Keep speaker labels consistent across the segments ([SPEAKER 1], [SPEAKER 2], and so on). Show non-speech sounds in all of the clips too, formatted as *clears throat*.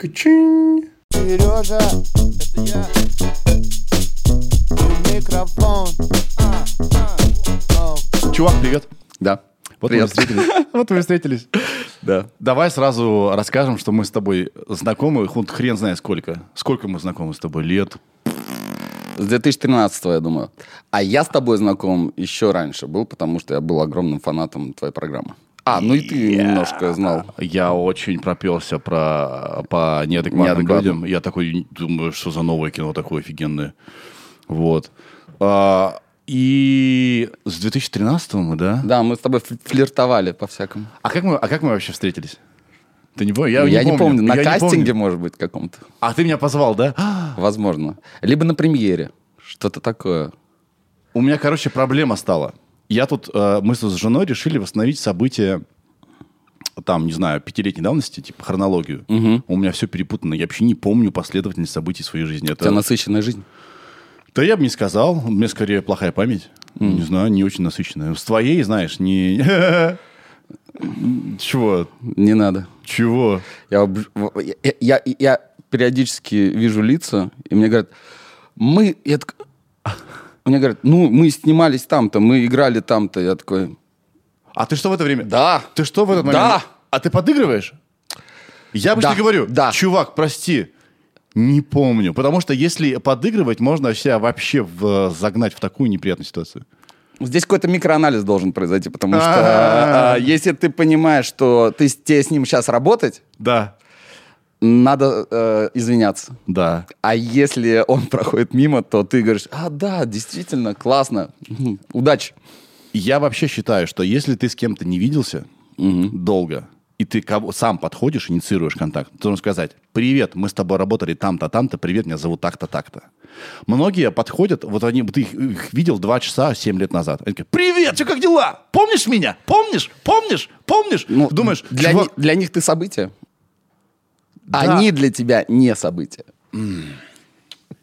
[SPEAKER 1] Качин.
[SPEAKER 2] Сережа, это я. И Микрофон. А, а, о.
[SPEAKER 3] Чувак, привет.
[SPEAKER 1] Да.
[SPEAKER 3] Вот
[SPEAKER 1] Привет.
[SPEAKER 3] мы встретились.
[SPEAKER 1] Вот мы встретились.
[SPEAKER 3] Да. Давай сразу расскажем, что мы с тобой знакомы, хун- хрен знает сколько. Сколько мы знакомы с тобой? Лет?
[SPEAKER 1] С 2013 я думаю. А я с тобой знаком еще раньше был, потому что я был огромным фанатом твоей программы. А, ну и ты немножко знал.
[SPEAKER 3] Я очень пропелся про, по неадекватным
[SPEAKER 1] Неадекватным.
[SPEAKER 3] людям. Я такой думаю, что за новое кино такое офигенное. Вот. А, и с 2013 мы, да?
[SPEAKER 1] Да, мы с тобой фль- флиртовали по-всякому. Ну,
[SPEAKER 3] А как мы, а как мы вообще встретились? Ты не помнишь?
[SPEAKER 1] Я, не помню, на
[SPEAKER 3] Я не
[SPEAKER 1] кастинге,
[SPEAKER 3] помню.
[SPEAKER 1] может быть, каком-то.
[SPEAKER 3] А ты меня позвал, да?
[SPEAKER 1] Возможно. Либо на премьере. Что-то такое.
[SPEAKER 3] У меня, короче, проблема стала. Я тут, э, мы с с женой решили восстановить события, там, не знаю, пятилетней давности, типа хронологию. У меня все перепутано. Я вообще не помню последовательность событий своей жизни.
[SPEAKER 1] У тебя
[SPEAKER 3] Это...
[SPEAKER 1] насыщенная жизнь.
[SPEAKER 3] Да я бы не сказал. У меня скорее плохая память. Не знаю, не очень насыщенная. С твоей, знаешь, не... *laughs* Чего?
[SPEAKER 1] Не надо.
[SPEAKER 3] Чего?
[SPEAKER 1] Я, об- в- я, я- я периодически вижу лица, и мне говорят, мы... Я так- Мне говорят, ну, мы снимались там-то, мы играли там-то. Я такой,
[SPEAKER 3] А ты что в это время?
[SPEAKER 1] да.
[SPEAKER 3] Ты что в этот момент?
[SPEAKER 1] Да.
[SPEAKER 3] А ты подыгрываешь? Я обычно
[SPEAKER 1] Да,
[SPEAKER 3] говорю,
[SPEAKER 1] да.
[SPEAKER 3] чувак, прости, не помню. Потому что если подыгрывать, можно себя вообще в- э, загнать в такую неприятную ситуацию.
[SPEAKER 1] Здесь какой-то микроанализ должен произойти, потому что
[SPEAKER 3] А-а-а.
[SPEAKER 1] а, если ты понимаешь, что ты, с- тебе с ним сейчас работать,
[SPEAKER 3] Да.
[SPEAKER 1] надо э, извиняться.
[SPEAKER 3] Да.
[SPEAKER 1] А если он *laughs* проходит мимо, то ты говоришь, а, да, действительно, классно, Мгм. удачи.
[SPEAKER 3] Я вообще считаю, что если ты с кем-то не виделся долго, и ты кого- сам подходишь, инициируешь контакт, ты должен сказать, привет, мы с тобой работали там-то, там-то, привет, меня зовут так-то, так-то. Многие подходят, вот они, ты их, их видел два часа семь лет назад. Они такие, привет, что как дела? Помнишь меня? Помнишь? Помнишь? Помнишь?
[SPEAKER 1] Ну,
[SPEAKER 3] Думаешь,
[SPEAKER 1] для,
[SPEAKER 3] «Чувак,
[SPEAKER 1] ни- для них ты событие.
[SPEAKER 3] Да.
[SPEAKER 1] Они для тебя не событие.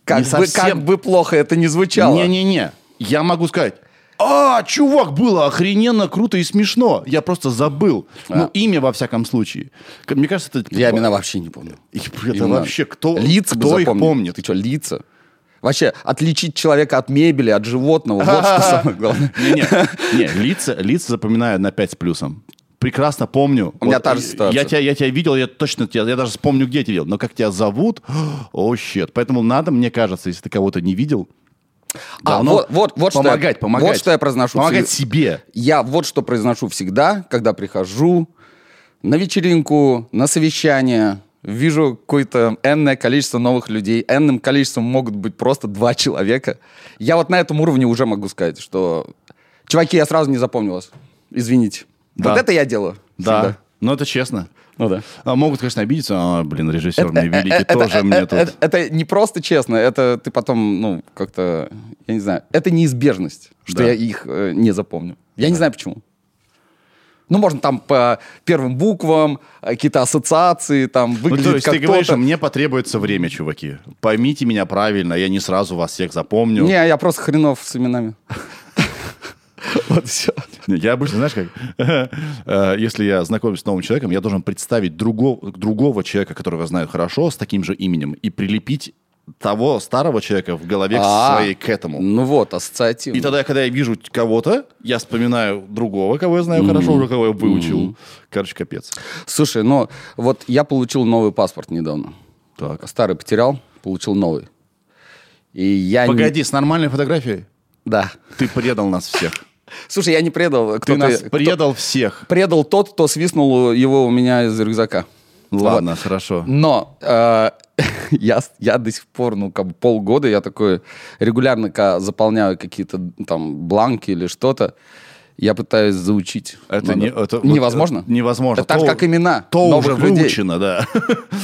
[SPEAKER 1] Как,
[SPEAKER 3] Не
[SPEAKER 1] бы,
[SPEAKER 3] совсем.
[SPEAKER 1] как бы плохо это ни звучало.
[SPEAKER 3] Не-не-не, я могу сказать. А, чувак, было охрененно круто и смешно. Я просто забыл. Ну, имя, во всяком случае. К- Мне кажется, это...
[SPEAKER 1] А. Я имена вообще не помню.
[SPEAKER 3] И Это
[SPEAKER 1] Имена.
[SPEAKER 3] вообще кто,
[SPEAKER 1] лица бы
[SPEAKER 3] кто их
[SPEAKER 1] запомнил.
[SPEAKER 3] помнит?
[SPEAKER 1] Ты что, лица? Вообще, отличить человека от мебели, от животного, вот *laughs* что самое главное.
[SPEAKER 3] Не-не, не, лица, лица запоминаю на 5 с плюсом. Прекрасно помню. э,
[SPEAKER 1] У меня та же
[SPEAKER 3] я-
[SPEAKER 1] ситуация.
[SPEAKER 3] Я тебя, я тебя видел, я точно тебя, я даже вспомню, где я тебя видел. Но как тебя зовут, *gasps* о, щет. Поэтому надо, мне кажется, если ты кого-то не видел,
[SPEAKER 1] А,
[SPEAKER 3] давно
[SPEAKER 1] вот, вот, вот что я-
[SPEAKER 3] помогать, помогать.
[SPEAKER 1] вот что я произношу.
[SPEAKER 3] Помогать
[SPEAKER 1] Всё-
[SPEAKER 3] себе.
[SPEAKER 1] Я вот что произношу всегда, когда прихожу на вечеринку, на совещание, вижу какое-то энное количество новых людей. Энным количеством могут быть просто два человека. Я вот на этом уровне уже могу сказать, что... Чуваки, я сразу не запомнил вас. Извините.
[SPEAKER 3] Да.
[SPEAKER 1] Вот это я делаю.
[SPEAKER 3] Да,
[SPEAKER 1] всегда.
[SPEAKER 3] но это честно.
[SPEAKER 1] Ну да.
[SPEAKER 3] А могут, конечно, обидеться. А, блин, режиссер мне великий
[SPEAKER 1] Это-
[SPEAKER 3] тоже
[SPEAKER 1] э-
[SPEAKER 3] мне
[SPEAKER 1] э-
[SPEAKER 3] тут.
[SPEAKER 1] это- Это не просто честно, это ты потом, ну, как-то, я не знаю, это неизбежность, что
[SPEAKER 3] Да.
[SPEAKER 1] я их э, не запомню. Я не знаю почему. Ну, можно там по первым буквам, э, какие-то ассоциации, там
[SPEAKER 3] Ну,
[SPEAKER 1] выглядит
[SPEAKER 3] то есть
[SPEAKER 1] как
[SPEAKER 3] ты говоришь,
[SPEAKER 1] то-то.
[SPEAKER 3] мне потребуется время, чуваки. Поймите меня правильно, я не сразу вас всех запомню.
[SPEAKER 1] Не,
[SPEAKER 3] *laughs*
[SPEAKER 1] я просто хренов с именами. Вот все.
[SPEAKER 3] Не, Я обычно, знаешь, как, *laughs* э, если я знакомлюсь с новым человеком, я должен представить другого, другого человека, которого я знаю хорошо, с таким же именем, и прилепить того старого человека в голове к
[SPEAKER 1] А.
[SPEAKER 3] своей к этому.
[SPEAKER 1] Ну вот,
[SPEAKER 3] И
[SPEAKER 1] ассоциативно.
[SPEAKER 3] тогда, когда я вижу кого-то, я вспоминаю другого, кого я знаю хорошо, уже кого я выучил. Короче, капец.
[SPEAKER 1] Слушай, ну, вот я получил новый паспорт недавно.
[SPEAKER 3] Так.
[SPEAKER 1] Старый потерял, получил новый. И я... не-
[SPEAKER 3] Погоди, с нормальной фотографией
[SPEAKER 1] Да.
[SPEAKER 3] ты предал нас всех.
[SPEAKER 1] Слушай, я не предал. Кто
[SPEAKER 3] Ты нас
[SPEAKER 1] кто-
[SPEAKER 3] предал всех.
[SPEAKER 1] Предал тот, кто свистнул его у меня из рюкзака.
[SPEAKER 3] Ладно, хорошо.
[SPEAKER 1] Вот. Но э, *laughs* я, с- я до сих пор, ну, как бы полгода, я такой регулярно ка- заполняю какие-то там бланки или что-то. Я пытаюсь заучить.
[SPEAKER 3] Это,
[SPEAKER 1] Надо.
[SPEAKER 3] не, это вот
[SPEAKER 1] невозможно.
[SPEAKER 3] это невозможно.
[SPEAKER 1] Это так же,
[SPEAKER 3] То-
[SPEAKER 1] как имена
[SPEAKER 3] То
[SPEAKER 1] новых
[SPEAKER 3] уже
[SPEAKER 1] людей.
[SPEAKER 3] выучено, да.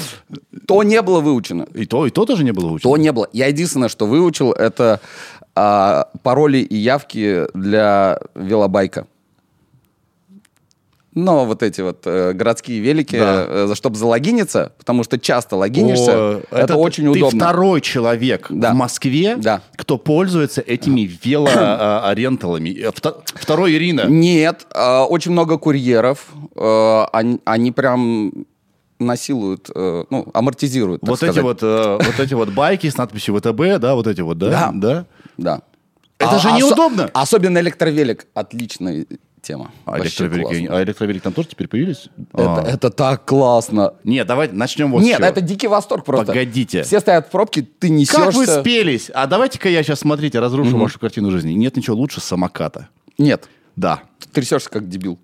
[SPEAKER 3] *laughs*
[SPEAKER 1] То не было выучено.
[SPEAKER 3] И то, и то тоже не было выучено.
[SPEAKER 1] То не было. Я единственное, что выучил, это а, пароли и явки для велобайка. Но вот эти вот э, городские велики,
[SPEAKER 3] Да.
[SPEAKER 1] чтобы залогиниться, потому что часто логинишься,
[SPEAKER 3] О,
[SPEAKER 1] это, очень
[SPEAKER 3] ты
[SPEAKER 1] удобно.
[SPEAKER 3] второй человек
[SPEAKER 1] Да.
[SPEAKER 3] в Москве,
[SPEAKER 1] Да.
[SPEAKER 3] кто пользуется
[SPEAKER 1] *coughs*
[SPEAKER 3] этими велоаренталами. Второй Ирина.
[SPEAKER 1] Нет, э, очень много курьеров, э, они, они прям насилуют, э, ну, амортизируют, так
[SPEAKER 3] Вот эти
[SPEAKER 1] сказать.
[SPEAKER 3] вот, э, вот эти вот байки с надписью ВТБ, да, вот эти вот, да?
[SPEAKER 1] Да.
[SPEAKER 3] Да.
[SPEAKER 1] Да. А
[SPEAKER 3] Это же
[SPEAKER 1] осо-
[SPEAKER 3] неудобно.
[SPEAKER 1] особенно электровелик. Отличная тема.
[SPEAKER 3] А
[SPEAKER 1] Вообще
[SPEAKER 3] электровелики,
[SPEAKER 1] классно.
[SPEAKER 3] а электровелики там тоже теперь появились?
[SPEAKER 1] Это,
[SPEAKER 3] А.
[SPEAKER 1] это так классно.
[SPEAKER 3] Нет, давайте начнем вот с
[SPEAKER 1] Нет,
[SPEAKER 3] чего.
[SPEAKER 1] это дикий восторг просто.
[SPEAKER 3] Погодите.
[SPEAKER 1] Все стоят в пробке, ты несешься.
[SPEAKER 3] Как вы спелись? А давайте-ка я сейчас, смотрите, разрушу вашу картину жизни. Нет ничего лучше самоката.
[SPEAKER 1] Нет,
[SPEAKER 3] Да.
[SPEAKER 1] ты трясешься как дебил.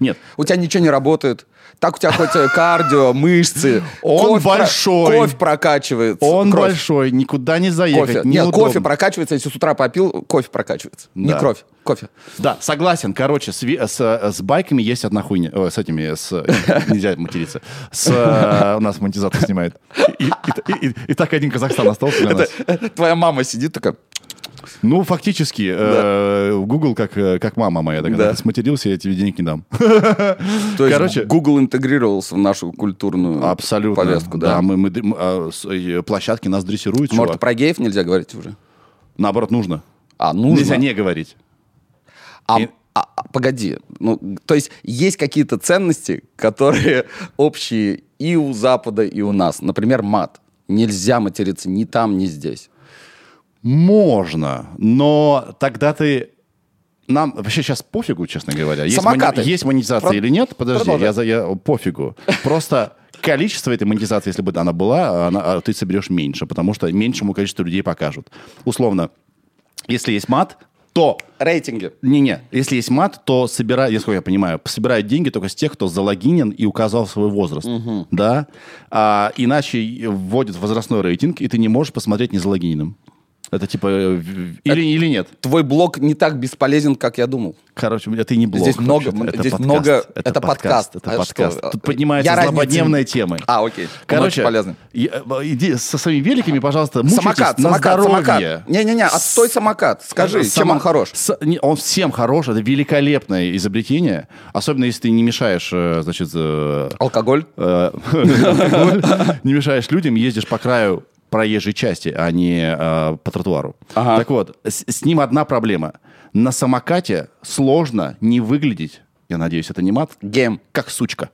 [SPEAKER 3] Нет.
[SPEAKER 1] У тебя ничего не работает. Так у тебя хоть э, кардио,
[SPEAKER 3] *laughs*
[SPEAKER 1] мышцы.
[SPEAKER 3] Он
[SPEAKER 1] кровь про-
[SPEAKER 3] большой.
[SPEAKER 1] Кровь прокачивается.
[SPEAKER 3] Он
[SPEAKER 1] Кровь.
[SPEAKER 3] большой, никуда не заехать.
[SPEAKER 1] Кофе. Нет,
[SPEAKER 3] неудобно.
[SPEAKER 1] кофе прокачивается. Если с утра попил, кофе прокачивается.
[SPEAKER 3] Да.
[SPEAKER 1] Не кровь, кофе. *laughs*
[SPEAKER 3] Да, согласен. Короче, с, ви- с, э, с байками есть одна хуйня. Э, с этими, с... ну,
[SPEAKER 1] *laughs*
[SPEAKER 3] Нельзя материться. С... э, У нас монетизатор снимает. И, и- и- и так один Казахстан остался для нас.
[SPEAKER 1] Твоя мама сидит такая.
[SPEAKER 3] Ну, фактически, э, Google как, э, как мама моя. Да, когда
[SPEAKER 1] Да.
[SPEAKER 3] ты сматерился, я тебе денег не
[SPEAKER 1] *laughs*
[SPEAKER 3] дам.
[SPEAKER 1] То есть
[SPEAKER 3] Короче-
[SPEAKER 1] Google интегрировался в нашу культурную
[SPEAKER 3] Абсолютно.
[SPEAKER 1] повестку. Да.
[SPEAKER 3] мы, мы др- м, а, с- э, площадки нас дрессируют,
[SPEAKER 1] Может,
[SPEAKER 3] чувак.
[SPEAKER 1] про геев нельзя говорить уже?
[SPEAKER 3] Наоборот, нужно.
[SPEAKER 1] А, нужно.
[SPEAKER 3] Нельзя не говорить.
[SPEAKER 1] А,
[SPEAKER 3] И-
[SPEAKER 1] а- а, погоди, ну, то есть есть какие-то ценности, которые *laughs* общие и у Запада, и у нас. Например, мат. Нельзя материться ни там, ни здесь.
[SPEAKER 3] Можно, но тогда ты... Нам вообще сейчас пофигу, честно говоря. Есть,
[SPEAKER 1] Самокаты.
[SPEAKER 3] есть монетизация
[SPEAKER 1] Про-
[SPEAKER 3] или нет, подожди,
[SPEAKER 1] Продолжай.
[SPEAKER 3] я, за- я пофигу. Просто количество этой монетизации, если бы она была, она- а ты соберешь меньше, потому что меньшему количеству людей покажут. Условно, если есть мат, то
[SPEAKER 1] Рейтинги.
[SPEAKER 3] Не-не, если есть мат, то собирают, если я понимаю, собирают деньги только с тех, кто залогинен и указал свой возраст. Да? А, иначе вводят возрастной рейтинг, и ты не можешь посмотреть незалогиненным. Это типа... э, в- в- Или, или нет.
[SPEAKER 1] Твой блог не так бесполезен, как я думал.
[SPEAKER 3] Короче, это и не блог.
[SPEAKER 1] здесь много,
[SPEAKER 3] вообще-то,
[SPEAKER 1] здесь много, это, подкаст.
[SPEAKER 3] Это
[SPEAKER 1] А
[SPEAKER 3] подкаст.
[SPEAKER 1] что,
[SPEAKER 3] Тут
[SPEAKER 1] а,
[SPEAKER 3] поднимаются
[SPEAKER 1] я разницы
[SPEAKER 3] злободневные
[SPEAKER 1] не-
[SPEAKER 3] темы.
[SPEAKER 1] А, окей. Он
[SPEAKER 3] Короче,
[SPEAKER 1] очень полезный.
[SPEAKER 3] и- э, иди со своими великими, пожалуйста, мучайтесь
[SPEAKER 1] Самокат,
[SPEAKER 3] на
[SPEAKER 1] самокат,
[SPEAKER 3] здоровье.
[SPEAKER 1] самокат. Не-не-не, отстой самокат. Скажи,
[SPEAKER 3] Э, Сама-
[SPEAKER 1] чем он хорош?
[SPEAKER 3] С- не, он всем хорош, это великолепное изобретение, особенно если ты не мешаешь, э, значит, э,
[SPEAKER 1] Алкоголь?
[SPEAKER 3] э, *laughs* алкоголь, не мешаешь людям, ездишь по краю проезжей части, а не э, по тротуару.
[SPEAKER 1] Ага.
[SPEAKER 3] Так вот, с, с ним одна проблема. На самокате сложно не выглядеть, я надеюсь, это не мат,
[SPEAKER 1] Гейм.
[SPEAKER 3] как сучка.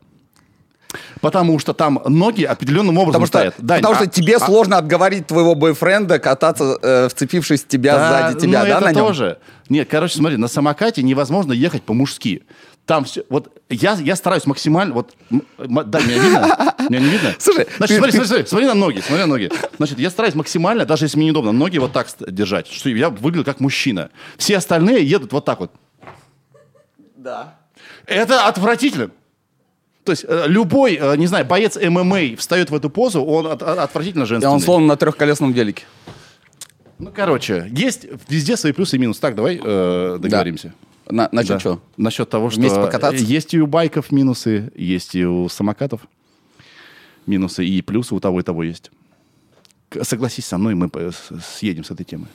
[SPEAKER 3] Потому что там ноги определенным образом
[SPEAKER 1] Потому что,
[SPEAKER 3] стоят. Дань,
[SPEAKER 1] потому
[SPEAKER 3] а-
[SPEAKER 1] что тебе сложно отговорить твоего бойфренда кататься, э, вцепившись в тебя
[SPEAKER 3] Да,
[SPEAKER 1] сзади тебя,
[SPEAKER 3] ну,
[SPEAKER 1] да,
[SPEAKER 3] это
[SPEAKER 1] на нем?
[SPEAKER 3] тоже. Нет, короче, смотри, на самокате невозможно ехать по-мужски. Там все, вот я, я стараюсь максимально, вот, м- м- да, меня видно? Меня не видно?
[SPEAKER 1] Слушай,
[SPEAKER 3] Значит,
[SPEAKER 1] ты-
[SPEAKER 3] смотри, смотри, смотри, смотри на ноги, смотри на ноги. Значит, я стараюсь максимально, даже если мне неудобно, ноги вот так ст- держать, что я выглядел как мужчина. Все остальные едут вот так вот.
[SPEAKER 1] Да.
[SPEAKER 3] Это отвратительно. То есть э, любой, э, не знаю, боец ММА встает в эту позу, он от- от- отвратительно
[SPEAKER 1] И
[SPEAKER 3] женственный.
[SPEAKER 1] он словно на трехколесном велике.
[SPEAKER 3] Ну, короче, есть везде свои плюсы и минусы. Так, давай э, договоримся.
[SPEAKER 1] На, насчет чего?
[SPEAKER 3] Насчет того, что
[SPEAKER 1] А Вместе покататься?
[SPEAKER 3] есть и у байков минусы, есть и у самокатов минусы, и плюсы у того и того есть. К- Согласись со мной, мы п- с- съедем с этой темы.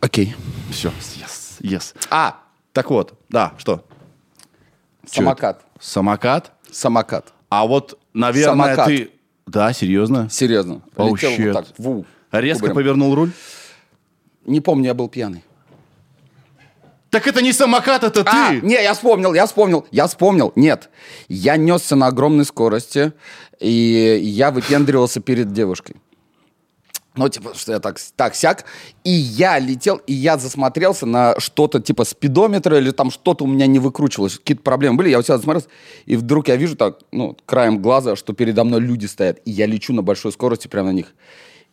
[SPEAKER 1] Окей.
[SPEAKER 3] Все, yes, yes.
[SPEAKER 1] А,
[SPEAKER 3] Так вот, да, что? Чё
[SPEAKER 1] самокат.
[SPEAKER 3] это? Самокат?
[SPEAKER 1] Самокат.
[SPEAKER 3] А вот, наверное,
[SPEAKER 1] Самокат.
[SPEAKER 3] ты... Да, серьезно?
[SPEAKER 1] Серьезно.
[SPEAKER 3] Oh,
[SPEAKER 1] Летел
[SPEAKER 3] shit.
[SPEAKER 1] вот так. ву,
[SPEAKER 3] Резко
[SPEAKER 1] кубарем.
[SPEAKER 3] повернул руль?
[SPEAKER 1] Не помню, я был пьяный.
[SPEAKER 3] Так это не самокат, это
[SPEAKER 1] А,
[SPEAKER 3] ты!
[SPEAKER 1] не, я вспомнил, я вспомнил, я вспомнил. Нет, я несся на огромной скорости, и я выпендривался перед девушкой. Ну, типа, что я так, так сяк. И я летел, и я засмотрелся на что-то типа спидометра, или там что-то у меня не выкручивалось. Какие-то проблемы были, я у себя засмотрелся, и вдруг я вижу так, ну, краем глаза, что передо мной люди стоят, и я лечу на большой скорости прямо на них.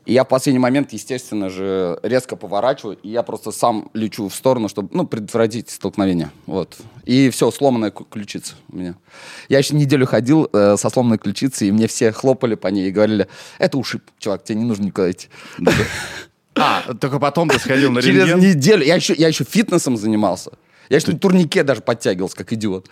[SPEAKER 1] И я в последний момент, естественно же, резко поворачиваю, и я просто сам лечу в сторону, чтобы, ну, предотвратить столкновение. Вот. И все, сломанная ку- ключица у меня. Я еще неделю ходил э, со сломанной ключицей, и мне все хлопали по ней и говорили, это ушиб, чувак, тебе не нужно никуда идти.
[SPEAKER 3] А, только потом ты сходил на
[SPEAKER 1] Через
[SPEAKER 3] рентген.
[SPEAKER 1] неделю. Я еще, я еще фитнесом занимался. Я еще на турнике даже подтягивался, как идиот.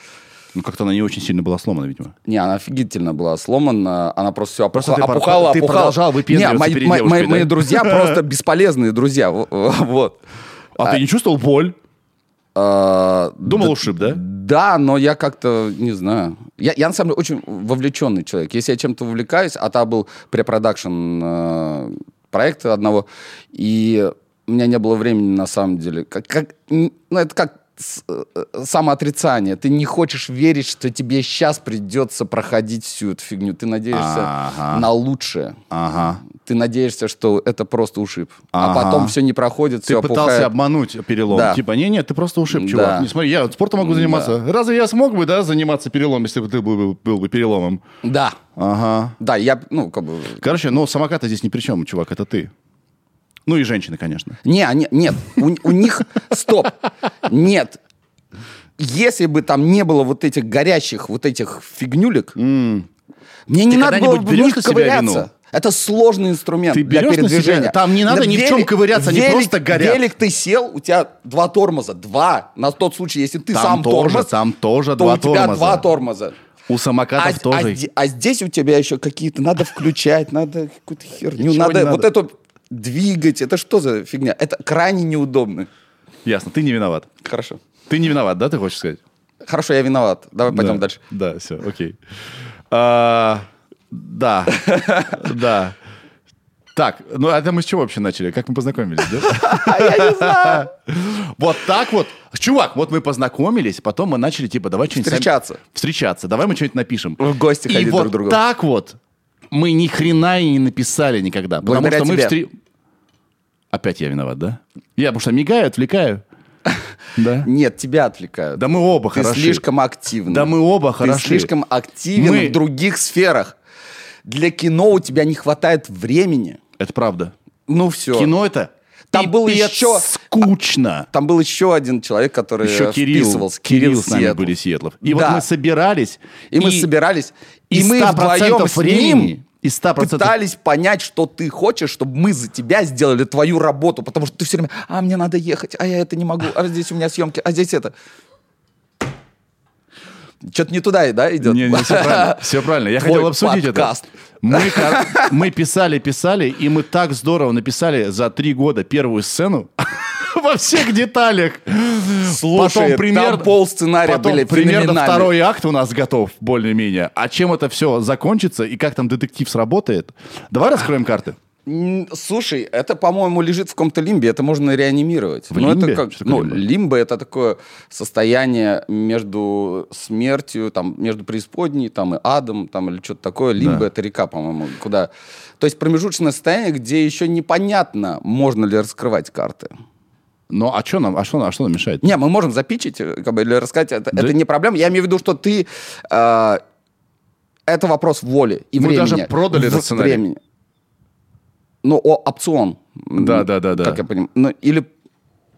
[SPEAKER 3] Ну, как-то она не очень сильно была сломана, видимо.
[SPEAKER 1] Не, она офигительно была сломана, она просто все
[SPEAKER 3] Просто
[SPEAKER 1] опухала,
[SPEAKER 3] ты пор-
[SPEAKER 1] опухала,
[SPEAKER 3] ты
[SPEAKER 1] опухала.
[SPEAKER 3] продолжал выпендриваться
[SPEAKER 1] Не, мои,
[SPEAKER 3] перед
[SPEAKER 1] мои-
[SPEAKER 3] девушкой,
[SPEAKER 1] мои-
[SPEAKER 3] да?
[SPEAKER 1] мои
[SPEAKER 3] *laughs*
[SPEAKER 1] друзья просто бесполезные друзья, в- вот.
[SPEAKER 3] А, ты не чувствовал боль?
[SPEAKER 1] А,
[SPEAKER 3] Думал, ушиб, да?
[SPEAKER 1] Да, но я как-то, не знаю. Я, я на самом деле очень вовлеченный человек. Если я чем-то увлекаюсь, а та был препродакшн э, проекта одного, и у меня не было времени на самом деле. Как, как, н- ну, это как с- э, э, самоотрицание. Ты не хочешь верить, что тебе сейчас придется проходить всю эту фигню. Ты надеешься
[SPEAKER 3] Ага.
[SPEAKER 1] на лучшее.
[SPEAKER 3] Ага.
[SPEAKER 1] Ты надеешься, что это просто ушиб. А
[SPEAKER 3] Ага.
[SPEAKER 1] потом все не проходит,
[SPEAKER 3] Ты
[SPEAKER 1] все
[SPEAKER 3] пытался обмануть перелом.
[SPEAKER 1] Да.
[SPEAKER 3] Типа, не-не, ты просто ушиб,
[SPEAKER 1] Да.
[SPEAKER 3] чувак. Не смотри, я вот спортом могу заниматься. Разве я смог бы, да, заниматься переломом, если бы ты был, был бы переломом?
[SPEAKER 1] Да.
[SPEAKER 3] Ага.
[SPEAKER 1] Да, я, ну, как бы...
[SPEAKER 3] Короче, ну самокаты здесь ни при чем, чувак, это ты. Ну и женщины, конечно.
[SPEAKER 1] Не, они, нет, у, у них... Стоп. Нет. Если бы там не было вот этих горящих, вот этих фигнюлек, мне не
[SPEAKER 3] Ты
[SPEAKER 1] надо было
[SPEAKER 3] когда-нибудь
[SPEAKER 1] бы в
[SPEAKER 3] берешь
[SPEAKER 1] них
[SPEAKER 3] на себя вину?
[SPEAKER 1] ковыряться. Это сложный инструмент
[SPEAKER 3] Ты
[SPEAKER 1] для
[SPEAKER 3] берешь на
[SPEAKER 1] передвижения.
[SPEAKER 3] себя? Там не надо
[SPEAKER 1] Да
[SPEAKER 3] ни в чем ковыряться, они просто горят.
[SPEAKER 1] Велик ты сел, у тебя два тормоза. Два. На тот случай, если ты
[SPEAKER 3] Там
[SPEAKER 1] сам
[SPEAKER 3] тоже,
[SPEAKER 1] тормоз,
[SPEAKER 3] там тоже
[SPEAKER 1] то
[SPEAKER 3] два
[SPEAKER 1] у тебя
[SPEAKER 3] тормоза.
[SPEAKER 1] два тормоза.
[SPEAKER 3] У самокатов
[SPEAKER 1] А,
[SPEAKER 3] тоже.
[SPEAKER 1] а зде- а здесь у тебя еще какие-то надо включать, надо какую-то херню,
[SPEAKER 3] Ничего не
[SPEAKER 1] надо,
[SPEAKER 3] надо.
[SPEAKER 1] вот эту двигать. Это что за фигня? Это крайне неудобно.
[SPEAKER 3] Ясно, ты не виноват.
[SPEAKER 1] Хорошо.
[SPEAKER 3] Ты не виноват, да, ты хочешь сказать?
[SPEAKER 1] Хорошо, я виноват. Давай пойдем
[SPEAKER 3] Да.
[SPEAKER 1] дальше.
[SPEAKER 3] Да, все, окей. А,
[SPEAKER 1] *laughs*
[SPEAKER 3] Да, да. Так, ну а это мы с чего вообще начали? Как мы познакомились, да?
[SPEAKER 1] А Я не знаю.
[SPEAKER 3] Вот так вот. Чувак, вот мы познакомились, потом мы начали, типа, давай что-нибудь... сами-
[SPEAKER 1] Встречаться.
[SPEAKER 3] Встречаться, давай мы что-нибудь напишем.
[SPEAKER 1] В гости
[SPEAKER 3] И
[SPEAKER 1] ходить
[SPEAKER 3] вот
[SPEAKER 1] друг к другу.
[SPEAKER 3] так вот мы ни хрена и не написали никогда. Потому
[SPEAKER 1] Благодаря
[SPEAKER 3] что мы
[SPEAKER 1] тебе.
[SPEAKER 3] встре- Опять я виноват, да? Я, потому что мигаю,
[SPEAKER 1] *laughs*
[SPEAKER 3] отвлекаю. Да?
[SPEAKER 1] *laughs* Нет, тебя отвлекают.
[SPEAKER 3] Да мы оба
[SPEAKER 1] Ты
[SPEAKER 3] хороши.
[SPEAKER 1] слишком активен.
[SPEAKER 3] Да мы оба
[SPEAKER 1] Ты
[SPEAKER 3] хороши.
[SPEAKER 1] слишком активен
[SPEAKER 3] Мы-
[SPEAKER 1] в других сферах. Для кино у тебя не хватает времени.
[SPEAKER 3] Это правда.
[SPEAKER 1] Ну все.
[SPEAKER 3] Кино это
[SPEAKER 1] Там был
[SPEAKER 3] пипец
[SPEAKER 1] еще-
[SPEAKER 3] скучно.
[SPEAKER 1] Там был еще один человек, который
[SPEAKER 3] Еще
[SPEAKER 1] э,
[SPEAKER 3] Кирилл,
[SPEAKER 1] вписывался.
[SPEAKER 3] Кирилл с нами
[SPEAKER 1] Сиэтл.
[SPEAKER 3] были Сиэтлов. И
[SPEAKER 1] Да.
[SPEAKER 3] вот мы собирались.
[SPEAKER 1] И, мы собирались, и,
[SPEAKER 3] и
[SPEAKER 1] мы
[SPEAKER 3] 100%
[SPEAKER 1] вдвоем с
[SPEAKER 3] времени,
[SPEAKER 1] ним
[SPEAKER 3] и 100%
[SPEAKER 1] пытались понять, что ты хочешь, чтобы мы за тебя сделали твою работу, потому что ты все время, а мне надо ехать, а я это не могу, а здесь у меня съемки, а здесь это. Что-то не туда, да, идет?
[SPEAKER 3] Не, не, все
[SPEAKER 1] *laughs*
[SPEAKER 3] правильно. Все правильно. Я
[SPEAKER 1] Твой
[SPEAKER 3] хотел обсудить
[SPEAKER 1] подкаст.
[SPEAKER 3] это. Мы, кор- мы писали, писали, и мы так здорово написали за три года первую сцену *laughs* во всех деталях.
[SPEAKER 1] Слушай, там полсценария
[SPEAKER 3] потом
[SPEAKER 1] были
[SPEAKER 3] примерно
[SPEAKER 1] феноменальные.
[SPEAKER 3] второй акт у нас готов, более-менее. А чем это все закончится и как там детектив сработает? Давай раскроем карты.
[SPEAKER 1] М, Слушай, это, по-моему, лежит в каком-то лимбе, это можно реанимировать.
[SPEAKER 3] В
[SPEAKER 1] Ну,
[SPEAKER 3] лимбе?
[SPEAKER 1] Это как,
[SPEAKER 3] Что такое
[SPEAKER 1] ну,
[SPEAKER 3] лимбо?
[SPEAKER 1] лимбо? это такое состояние между смертью, там, между преисподней, там, и адом, там, или что-то такое. Лимбо
[SPEAKER 3] Да.
[SPEAKER 1] это река, по-моему, куда... То есть промежуточное состояние, где еще непонятно, можно ли раскрывать карты.
[SPEAKER 3] Ну, а что нам, а что, нам- а что нам мешает?
[SPEAKER 1] Не, мы можем запичить, э, как бы, или рассказать, это,
[SPEAKER 3] Да.
[SPEAKER 1] это не проблема. Я имею в виду, что ты... э, это вопрос воли и
[SPEAKER 3] Мы
[SPEAKER 1] времени.
[SPEAKER 3] даже продали этот
[SPEAKER 1] В-
[SPEAKER 3] сценарий.
[SPEAKER 1] Времени. Ну, о, опцион.
[SPEAKER 3] Да, да, да, да.
[SPEAKER 1] Как я понимаю. Ну, или...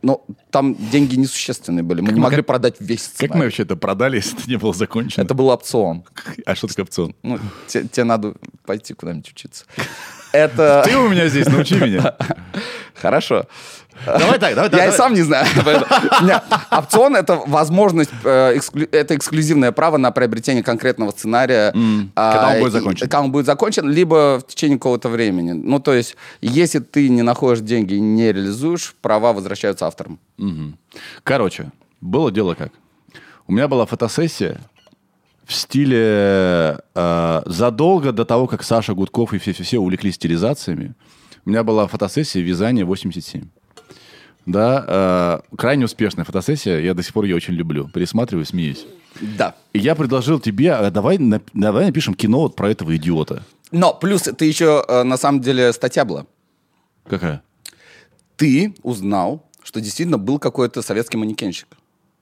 [SPEAKER 1] Ну, там деньги несущественные были. Мы не могли продать весь
[SPEAKER 3] Как
[SPEAKER 1] сценарий.
[SPEAKER 3] мы вообще это продали, *laughs* если это не было закончено?
[SPEAKER 1] Это был опцион.
[SPEAKER 3] А что такое опцион?
[SPEAKER 1] Ну, те- тебе надо пойти куда-нибудь учиться. Это...
[SPEAKER 3] *laughs* Ты у меня здесь, научи меня.
[SPEAKER 1] Хорошо.
[SPEAKER 3] Давай так, давай, *laughs*
[SPEAKER 1] Я
[SPEAKER 3] давай.
[SPEAKER 1] и сам не знаю. Поэтому- Не, Опцион — это возможность, э, эксклю- это эксклюзивное право на приобретение конкретного сценария. а,
[SPEAKER 3] Когда он будет
[SPEAKER 1] и-
[SPEAKER 3] закончен.
[SPEAKER 1] Когда он будет закончен, либо в течение какого-то времени. Ну, то есть, если ты не находишь деньги и не реализуешь, права возвращаются авторам.
[SPEAKER 3] Короче, было дело как. У меня была фотосессия в стиле э, задолго до того, как Саша Гудков и все-все-все увлеклись стилизациями. У меня была фотосессия вязания 87. Да, э, крайне успешная фотосессия. Я до сих пор ее очень люблю. Пересматриваю, смеюсь.
[SPEAKER 1] Да.
[SPEAKER 3] И я предложил тебе, а давай, нап- давай напишем кино вот про этого идиота.
[SPEAKER 1] Но плюс ты еще, э, на самом деле, статья была.
[SPEAKER 3] Какая?
[SPEAKER 1] Ты узнал, что действительно был какой-то советский манекенщик.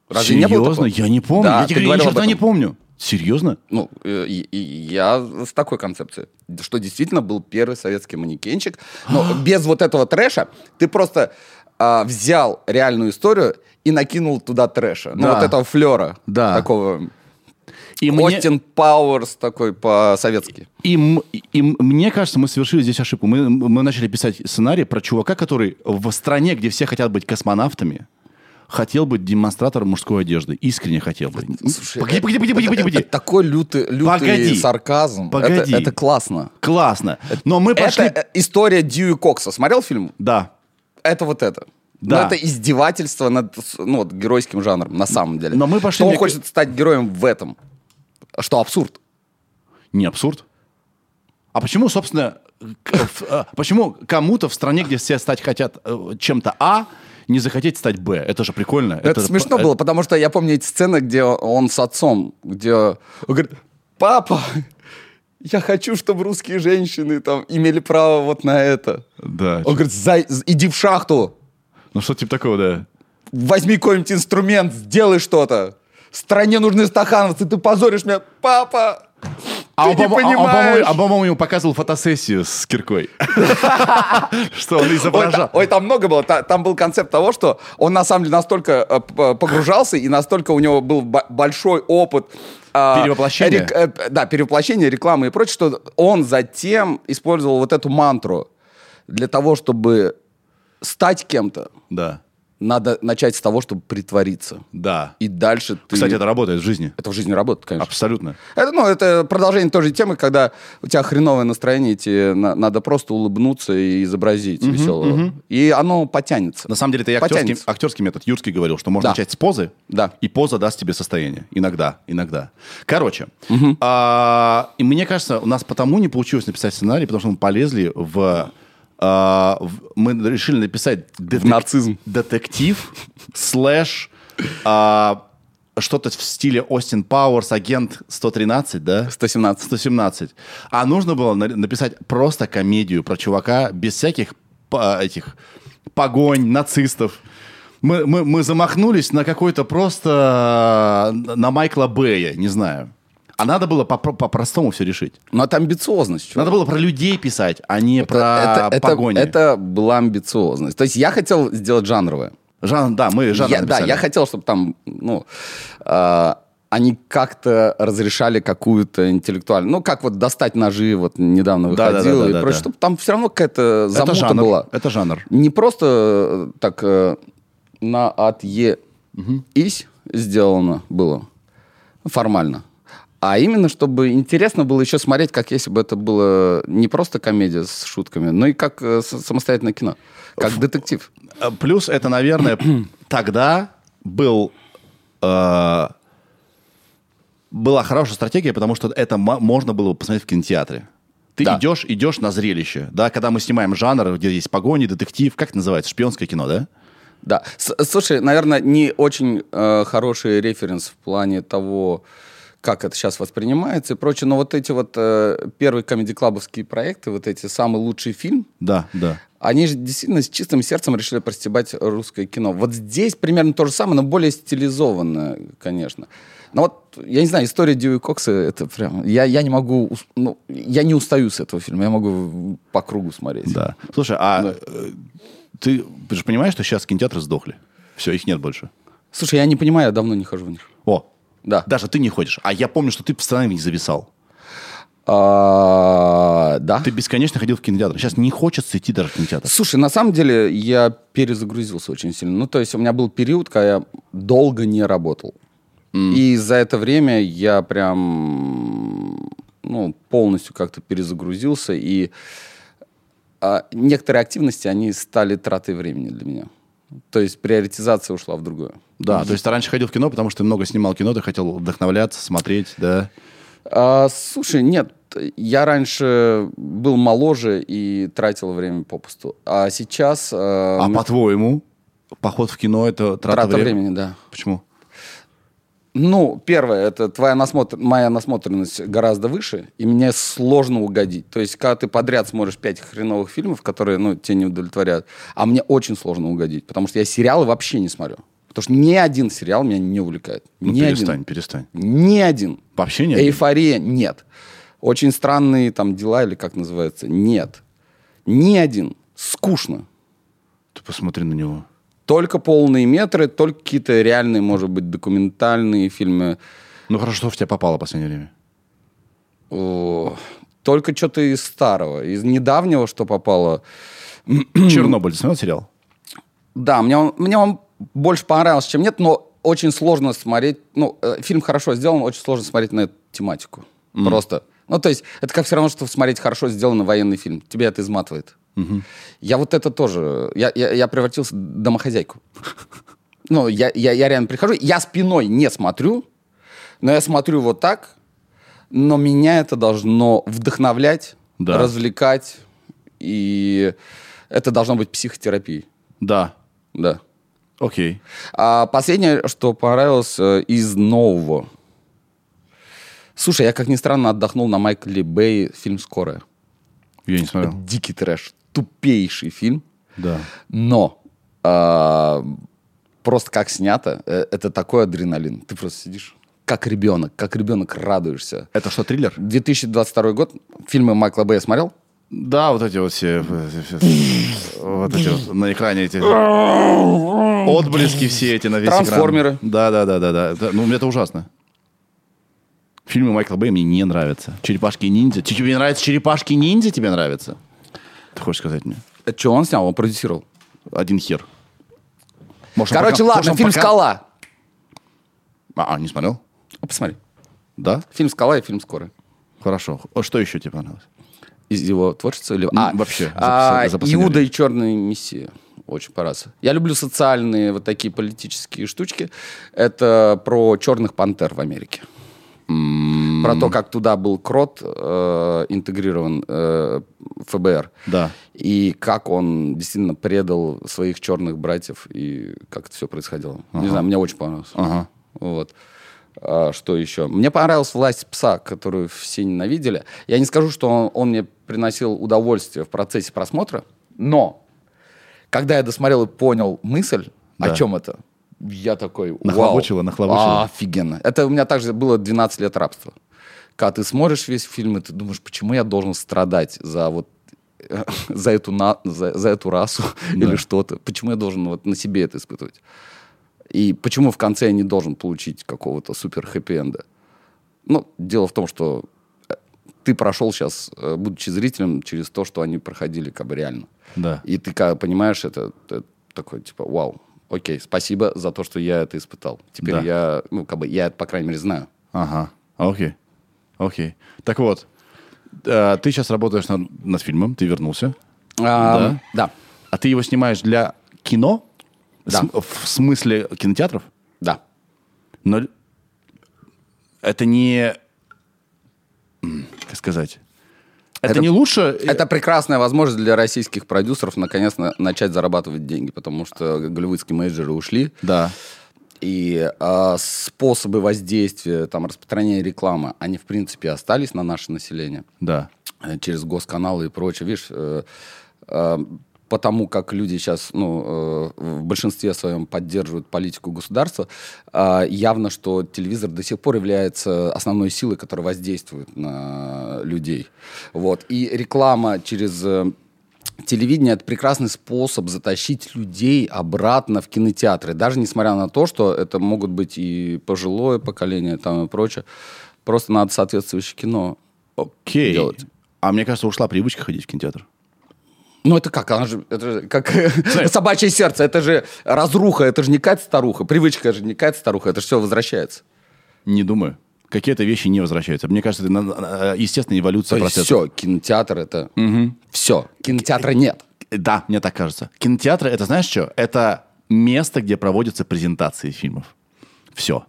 [SPEAKER 1] Разве не было
[SPEAKER 3] Серьезно?
[SPEAKER 1] такого?
[SPEAKER 3] Я не помню.
[SPEAKER 1] Да,
[SPEAKER 3] я
[SPEAKER 1] ты
[SPEAKER 3] тебе говорю, ни
[SPEAKER 1] говорил об
[SPEAKER 3] черта
[SPEAKER 1] этом.
[SPEAKER 3] не помню. Серьезно?
[SPEAKER 1] Ну, э, и- и я с такой концепцией, что действительно был первый советский манекенщик.
[SPEAKER 3] *gasps*
[SPEAKER 1] Но без вот этого трэша ты просто а, взял реальную историю и накинул туда трэша. Ну,
[SPEAKER 3] Да.
[SPEAKER 1] вот этого флера.
[SPEAKER 3] Да.
[SPEAKER 1] Такого.
[SPEAKER 3] И мне-
[SPEAKER 1] Остин Пауэрс такой по-советски.
[SPEAKER 3] И, м- и м- мне кажется, мы совершили здесь ошибку. Мы, мы начали писать сценарий про чувака, который в стране, где все хотят быть космонавтами, хотел быть демонстратором мужской одежды. Искренне хотел быть. погоди, погоди, погоди, погоди,
[SPEAKER 1] Э, Это-
[SPEAKER 3] погоди.
[SPEAKER 1] это такой лютый, лютый
[SPEAKER 3] Погоди.
[SPEAKER 1] сарказм. Это-
[SPEAKER 3] Погоди.
[SPEAKER 1] Это, классно.
[SPEAKER 3] Классно. Но мы пошли...
[SPEAKER 1] Это э, история Дьюи Кокса. Смотрел фильм?
[SPEAKER 3] Да.
[SPEAKER 1] Это вот это.
[SPEAKER 3] Да.
[SPEAKER 1] Но это издевательство над с- ну, вот, геройским жанром, на самом деле.
[SPEAKER 3] Но мы пошли,
[SPEAKER 1] Что он
[SPEAKER 3] мне ка-
[SPEAKER 1] хочет стать героем в этом. Что абсурд.
[SPEAKER 3] Не абсурд. А почему, собственно, к- в- э, почему кому-то в стране, где все стать хотят э, чем-то А, не захотеть стать Б. Это же прикольно.
[SPEAKER 1] Это,
[SPEAKER 3] же
[SPEAKER 1] смешно
[SPEAKER 3] п-
[SPEAKER 1] было, потому что я помню эти сцены, где он с отцом, где он говорит, папа, я хочу, чтобы русские женщины там имели право вот на это.
[SPEAKER 3] э, Да.
[SPEAKER 1] Он говорит, «Зай- з- иди в шахту,
[SPEAKER 3] Ну что типа такого, да.
[SPEAKER 1] возьми какой-нибудь инструмент, сделай что-то. Стране нужны стахановцы, ты позоришь меня, папа.
[SPEAKER 3] А
[SPEAKER 1] ты
[SPEAKER 3] он,
[SPEAKER 1] не
[SPEAKER 3] по-мо- а- а он,
[SPEAKER 1] понимаешь.
[SPEAKER 3] по-моему, а, по-моему, ему показывал фотосессию с киркой. *laughs* Что он
[SPEAKER 1] Ой, та-
[SPEAKER 3] изображал.
[SPEAKER 1] ой, там много было. Та- Там был концепт того, что он на самом деле настолько э, п- погружался и настолько у него был бо- большой опыт э,
[SPEAKER 3] Перевоплощения.
[SPEAKER 1] рек- э, п- да, перевоплощения, рекламы и прочее, что он затем использовал вот эту мантру для того, чтобы стать кем-то.
[SPEAKER 3] Да,
[SPEAKER 1] Надо начать с того, чтобы притвориться.
[SPEAKER 3] да.
[SPEAKER 1] И дальше ты...
[SPEAKER 3] Кстати, это работает в жизни.
[SPEAKER 1] Это в жизни работает, конечно.
[SPEAKER 3] Абсолютно.
[SPEAKER 1] Это, ну, это продолжение той же темы, когда у тебя хреновое настроение, и тебе на- надо просто улыбнуться и изобразить веселого. И оно потянется.
[SPEAKER 3] На самом деле, это и актерский,
[SPEAKER 1] Потянется.
[SPEAKER 3] актерский метод. Юрский говорил, что можно
[SPEAKER 1] Да.
[SPEAKER 3] начать с позы,
[SPEAKER 1] Да.
[SPEAKER 3] и поза даст тебе состояние. Иногда, иногда. Короче, а, и мне кажется, у нас потому не получилось написать сценарий, потому что мы полезли в... а, в- мы решили написать детек-
[SPEAKER 1] нацизм.
[SPEAKER 3] детектив слэш а, что-то в стиле Остин Пауэрс, агент 113, да?
[SPEAKER 1] 117.
[SPEAKER 3] 117. А нужно было на- написать просто комедию про чувака без всяких па- этих погонь, нацистов. Мы, мы, мы замахнулись на какой-то просто... э, на Майкла Бэя, не знаю. А надо было попро- по-простому все решить.
[SPEAKER 1] Но это амбициозность. чувак.
[SPEAKER 3] Надо было про людей писать, а не про
[SPEAKER 1] это,
[SPEAKER 3] погони.
[SPEAKER 1] Это, это была амбициозность. То есть я хотел сделать жанровое.
[SPEAKER 3] Жан, да, мы жанр
[SPEAKER 1] Я- да,
[SPEAKER 3] написали.
[SPEAKER 1] я хотел, чтобы там, ну, э, они как-то разрешали какую-то интеллектуальную... Ну, как вот «Достать ножи» вот недавно
[SPEAKER 3] Да, да, да,
[SPEAKER 1] выходило
[SPEAKER 3] да,
[SPEAKER 1] и
[SPEAKER 3] да,
[SPEAKER 1] прочее,
[SPEAKER 3] да.
[SPEAKER 1] чтобы там все равно какая-то замута
[SPEAKER 3] это жанр.
[SPEAKER 1] была.
[SPEAKER 3] Это жанр.
[SPEAKER 1] не просто э, так э, на от е ись сделано было формально, а именно чтобы интересно было еще смотреть, как если бы это было не просто комедия с шутками, но и как э, с- самостоятельное кино, как детектив.
[SPEAKER 3] Э, Плюс это, наверное, тогда был, э, была хорошая стратегия, потому что это мо- можно было бы посмотреть в кинотеатре. Ты
[SPEAKER 1] Да.
[SPEAKER 3] идешь, идешь на зрелище, да, когда мы снимаем жанр, где есть погони, детектив, как это называется, шпионское кино, да?
[SPEAKER 1] Да. С- слушай, наверное, не очень э, хороший референс в плане того, как это сейчас воспринимается и прочее, но вот эти вот э, первые комедий-клабовские проекты, вот эти «Самый лучший фильм»,
[SPEAKER 3] Да, да.
[SPEAKER 1] Они же действительно с чистым сердцем решили простебать русское кино. Вот здесь примерно то же самое, но более стилизованно, конечно. Но вот, я не знаю, история Дьюи Кокса, это прям... Я, я не могу... ус- Ну, я не устаю с этого фильма, я могу по кругу смотреть.
[SPEAKER 3] Да. Слушай, а э, ты же понимаешь, что сейчас кинотеатры сдохли? Все, их нет больше.
[SPEAKER 1] Слушай, я не понимаю, я давно не хожу в них.
[SPEAKER 3] О,
[SPEAKER 1] Да.
[SPEAKER 3] даже ты не ходишь. А я помню, что ты постоянно зависал.
[SPEAKER 1] А, да.
[SPEAKER 3] Ты бесконечно ходил в кинотеатр. Сейчас не хочется идти даже в кинотеатр.
[SPEAKER 1] Слушай, на самом деле я перезагрузился очень сильно. Ну, то есть у меня был период, когда я долго не работал. И за это время я прям ну, полностью как-то перезагрузился. И а, некоторые активности, они стали тратой времени для меня. То есть приоритизация ушла в другую.
[SPEAKER 3] Да, то есть ты раньше ходил в кино, потому что ты много снимал кино, ты хотел вдохновляться, смотреть, да.
[SPEAKER 1] А, слушай, нет, я раньше был моложе и тратил время попусту. А сейчас... э,
[SPEAKER 3] А
[SPEAKER 1] м-
[SPEAKER 3] по-твоему, поход в кино это трата,
[SPEAKER 1] трата
[SPEAKER 3] времени?
[SPEAKER 1] времени, да.
[SPEAKER 3] Почему?
[SPEAKER 1] Ну, первое, это твоя насмотр... моя насмотренность гораздо выше, и мне сложно угодить. То есть, когда ты подряд смотришь пять хреновых фильмов, которые, ну, тебе не удовлетворяют, а мне очень сложно угодить, потому что я сериалы вообще не смотрю. Потому что ни один сериал меня не увлекает.
[SPEAKER 3] Ну,
[SPEAKER 1] ни
[SPEAKER 3] перестань,
[SPEAKER 1] один.
[SPEAKER 3] перестань.
[SPEAKER 1] Ни один.
[SPEAKER 3] Вообще нет.
[SPEAKER 1] Эйфория нет. Очень странные там дела или как называется. Нет. Ни один. Скучно.
[SPEAKER 3] Ты посмотри на него.
[SPEAKER 1] Только полные метры, только какие-то реальные, может быть, документальные фильмы.
[SPEAKER 3] Ну хорошо, что в тебя попало в последнее
[SPEAKER 1] *clears throat*
[SPEAKER 3] время?
[SPEAKER 1] О, Только что-то из старого, из недавнего, что попало.
[SPEAKER 3] Чернобыль, ты смотрел сериал?
[SPEAKER 1] Да, мне он, мне он больше понравился, чем нет, но очень сложно смотреть. Ну, э, фильм хорошо сделан, очень сложно смотреть на эту тематику. Просто. Ну, то есть, это как все равно, что смотреть хорошо сделанный военный фильм. Тебя это изматывает. Я вот это тоже... Я, я, я превратился в домохозяйку. *laughs* Ну, я, я, я реально прихожу, я спиной не смотрю, но я смотрю вот так, но меня это должно вдохновлять,
[SPEAKER 3] Да.
[SPEAKER 1] развлекать, и это должно быть психотерапией,
[SPEAKER 3] Да.
[SPEAKER 1] да.
[SPEAKER 3] Окей.
[SPEAKER 1] А последнее, что понравилось э, из нового. Слушай, я, как ни странно, отдохнул на Майкле Бэй фильм «Скорая».
[SPEAKER 3] Я не смотрел.
[SPEAKER 1] Дикий трэш. Тупейший фильм.
[SPEAKER 3] Да.
[SPEAKER 1] Но а, просто как снято, э, это такой адреналин. Ты просто сидишь как ребенок, как ребенок радуешься.
[SPEAKER 3] Это что, триллер?
[SPEAKER 1] 2022 год. Фильмы Майкла Бэя смотрел?
[SPEAKER 3] Да, вот эти вот все... Вот эти вот на экране эти... Отблески все эти на весь экран.
[SPEAKER 1] Трансформеры.
[SPEAKER 3] Да, да, да, да, да. Да, Ну, это ужасно. Фильмы Майкла Бэя мне не нравятся. Черепашки-ниндзя. Ти- Тебе нравятся Черепашки-ниндзя? Тебе нравятся? Ты хочешь сказать мне?
[SPEAKER 1] Это что Э, он снял? Он продюсировал.
[SPEAKER 3] Один хер. Может, он пока-
[SPEAKER 1] Короче,
[SPEAKER 3] может,
[SPEAKER 1] ладно,
[SPEAKER 3] он
[SPEAKER 1] фильм
[SPEAKER 3] пока-
[SPEAKER 1] «Скала».
[SPEAKER 3] А, а, не смотрел?
[SPEAKER 1] А, Посмотри.
[SPEAKER 3] Да?
[SPEAKER 1] Фильм «Скала» и фильм «Скорая».
[SPEAKER 3] Хорошо. А Что еще тебе понравилось?
[SPEAKER 1] Из его творчества или...
[SPEAKER 3] Ну, вообще, за
[SPEAKER 1] а,
[SPEAKER 3] посл- за последнее
[SPEAKER 1] Иуда
[SPEAKER 3] время.
[SPEAKER 1] и черная миссия. Очень понравился. Я люблю социальные вот такие политические штучки. Это про черных пантер в Америке.
[SPEAKER 3] М-м.
[SPEAKER 1] Про то, как туда был крот э, интегрирован э, ФБР.
[SPEAKER 3] Да.
[SPEAKER 1] И как он действительно предал своих черных братьев и как это все происходило. Не знаю, мне очень понравилось.
[SPEAKER 3] Ага.
[SPEAKER 1] Вот. А, что еще? Мне понравилась власть пса, которую все ненавидели. Я не скажу, что он, он мне приносил удовольствие в процессе просмотра, но когда я досмотрел и понял мысль,
[SPEAKER 3] Да.
[SPEAKER 1] о чем это, я такой, вау.
[SPEAKER 3] Нахлобучило, нахлобучило.
[SPEAKER 1] Офигенно. Это у меня также было 12 лет рабства. Когда ты смотришь весь фильм, и ты думаешь, почему я должен страдать за вот э, *laughs* за эту, на, за, за эту расу *laughs* или что-то. Почему я должен вот на себе это испытывать? И почему в конце я не должен получить какого-то супер хэппи-энда? Ну, дело в том, что э, ты прошел сейчас, э, будучи зрителем, через то, что они проходили как бы реально.
[SPEAKER 3] Да.
[SPEAKER 1] И ты когда понимаешь это, ты такой, типа, вау, окей, спасибо за то, что я это испытал. Теперь
[SPEAKER 3] Да.
[SPEAKER 1] я, ну, как бы, я это, по крайней мере, знаю.
[SPEAKER 3] Ага. Окей. Окей. Так вот, э, ты сейчас работаешь над, над фильмом, ты вернулся,
[SPEAKER 1] Ам, Да.
[SPEAKER 3] а ты его снимаешь для кино?
[SPEAKER 1] Да.
[SPEAKER 3] См- в смысле кинотеатров?
[SPEAKER 1] Да.
[SPEAKER 3] Но это не... м, Как сказать? Это,
[SPEAKER 1] Это-
[SPEAKER 3] не лучше... э,
[SPEAKER 1] Это прекрасная возможность для российских продюсеров наконец-то начать зарабатывать деньги, потому что голливудские менеджеры ушли,
[SPEAKER 3] Да.
[SPEAKER 1] и а, способы воздействия, там, распространения рекламы, они, в принципе, остались на наше население
[SPEAKER 3] Да.
[SPEAKER 1] э, через госканалы и прочее. Видишь, э, э, потому как люди сейчас ну, э, в большинстве своем поддерживают политику государства, э, явно, что телевизор до сих пор является основной силой, которая воздействует на людей. Вот. И реклама через э, телевидение – это прекрасный способ затащить людей обратно в кинотеатры, даже несмотря на то, что это могут быть и пожилое поколение там, и прочее. Просто надо соответствующее кино
[SPEAKER 3] Окей.
[SPEAKER 1] Делать.
[SPEAKER 3] А мне кажется, ушла привычка ходить в кинотеатр.
[SPEAKER 1] Ну это как? Она же, это же как
[SPEAKER 3] Смотри.
[SPEAKER 1] *laughs* собачье сердце. Это же разруха, это же не кать старуха. Привычка же не кать старуха. Это все возвращается.
[SPEAKER 3] Не думаю. Какие-то вещи не возвращаются. Мне кажется, это на- э, естественная эволюция
[SPEAKER 1] То есть
[SPEAKER 3] процесса.
[SPEAKER 1] все, кинотеатр это... Все, кинотеатра нет.
[SPEAKER 3] Да, мне так кажется. Кинотеатры, это знаешь что? Это место, где проводятся презентации фильмов. Все.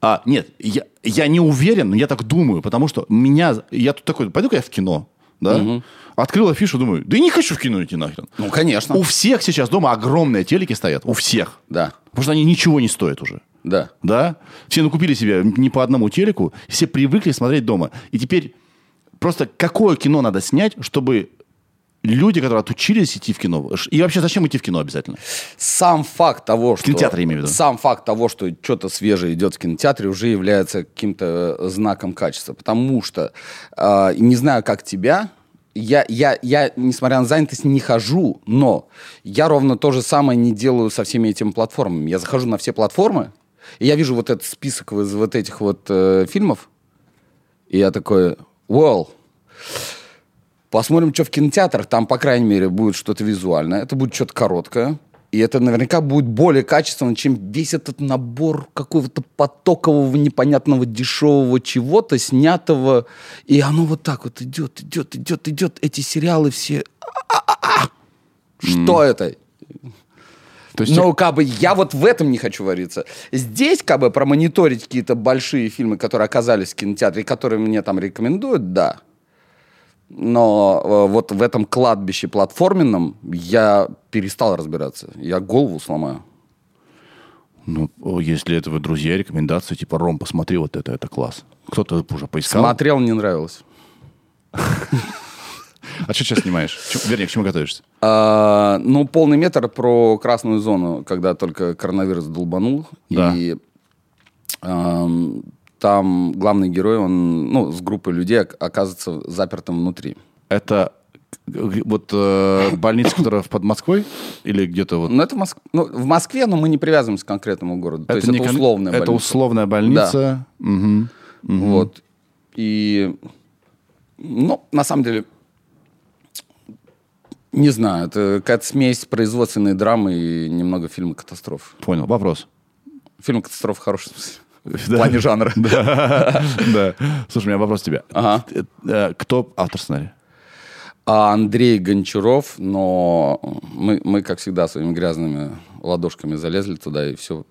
[SPEAKER 3] А, нет, я, я не уверен, но я так думаю, потому что меня... Я тут такой, пойду-ка я в кино, да? Открыл афишу, думаю, да и не хочу в кино идти нахрен.
[SPEAKER 1] Ну, конечно.
[SPEAKER 3] У всех сейчас дома огромные телеки стоят, у всех.
[SPEAKER 1] Да,
[SPEAKER 3] Потому что они ничего не стоят уже.
[SPEAKER 1] да.
[SPEAKER 3] Да? Все накупили себе не по одному телеку, все привыкли смотреть дома. И теперь просто какое кино надо снять, чтобы люди, которые отучились идти в кино, ш- и вообще зачем идти в кино обязательно?
[SPEAKER 1] Сам факт того, что...
[SPEAKER 3] кинотеатре, я имею в виду.
[SPEAKER 1] Сам факт того, что что-то свежее идет в кинотеатре, уже является каким-то э, знаком качества. Потому что, э, не знаю, как тебя, я, я, я, несмотря на занятость, не хожу, но я ровно то же самое не делаю со всеми этими платформами. Я захожу на все платформы, и я вижу вот этот список из вот этих вот э, фильмов, и я такой, вау, Посмотрим, что в кинотеатрах. Там, по крайней мере, будет что-то визуальное. Это будет что-то короткое. И это наверняка будет более качественно, чем весь этот набор какого-то потокового, непонятного, дешевого чего-то, снятого. И оно вот так вот идет, идет, идет, идет. Эти сериалы все... а, А-а-а! Что это?
[SPEAKER 3] То есть,
[SPEAKER 1] Ну, как бы, я вот в этом не хочу вариться. Здесь, как бы, промониторить какие-то большие фильмы, которые оказались в кинотеатре, и которые мне там рекомендуют, да. Но э, вот в этом кладбище платформенном я перестал разбираться. Я голову сломаю.
[SPEAKER 3] Ну, о, если этого друзья, рекомендации, типа, Ром, посмотри вот это, это класс. Кто-то уже поискал.
[SPEAKER 1] Смотрел, не нравилось.
[SPEAKER 3] А что сейчас снимаешь? Чё- вернее, к чему готовишься?
[SPEAKER 1] А, ну, полный метр про красную зону, когда только коронавирус долбанул.
[SPEAKER 3] Да.
[SPEAKER 1] И ам, там главный герой, он ну, с группой людей ок- оказывается запертым внутри.
[SPEAKER 3] Это г- вот э, больница, которая под Москвой или где-то вот...
[SPEAKER 1] Но это Моск- ну, в Москве, но мы не привязываемся к конкретному городу. То есть
[SPEAKER 3] не
[SPEAKER 1] это
[SPEAKER 3] кон-
[SPEAKER 1] условная
[SPEAKER 3] Это
[SPEAKER 1] больница.
[SPEAKER 3] условная больница. Мгм.
[SPEAKER 1] Вот. И, ну, на самом деле, не знаю, это какая-то смесь производственной драмы и немного фильма «Катастроф».
[SPEAKER 3] Понял. Вопрос.
[SPEAKER 1] Фильм «Катастроф» хороший в
[SPEAKER 3] *laughs*
[SPEAKER 1] смысле.
[SPEAKER 3] Да.
[SPEAKER 1] В плане жанра.
[SPEAKER 3] Да. *laughs* Слушай, у меня вопрос к тебе.
[SPEAKER 1] Ага.
[SPEAKER 3] Э, э, Кто автор сценария?
[SPEAKER 1] А Андрей Гончаров, но мы, мы, как всегда, своими грязными ладошками залезли туда и все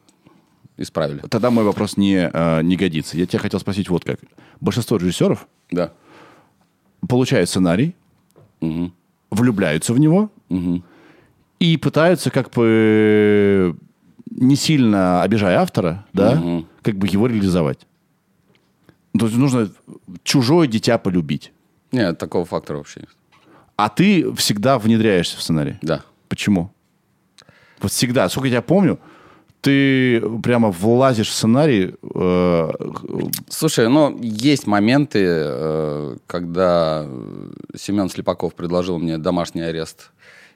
[SPEAKER 1] исправили.
[SPEAKER 3] Тогда мой вопрос не, э, не годится. Я тебя хотел спросить вот как. Большинство режиссеров
[SPEAKER 1] Да.
[SPEAKER 3] получают сценарий, влюбляются в него и пытаются как бы э, не сильно обижая автора, да, как бы его реализовать. То есть нужно чужое дитя полюбить.
[SPEAKER 1] Нет, такого фактора вообще нет.
[SPEAKER 3] А ты всегда внедряешься в сценарий.
[SPEAKER 1] Да.
[SPEAKER 3] Почему? Вот всегда, сколько я помню, ты прямо влазишь в сценарий. э,
[SPEAKER 1] Слушай, ну, есть моменты, э, когда э, Семен Слепаков предложил мне домашний арест,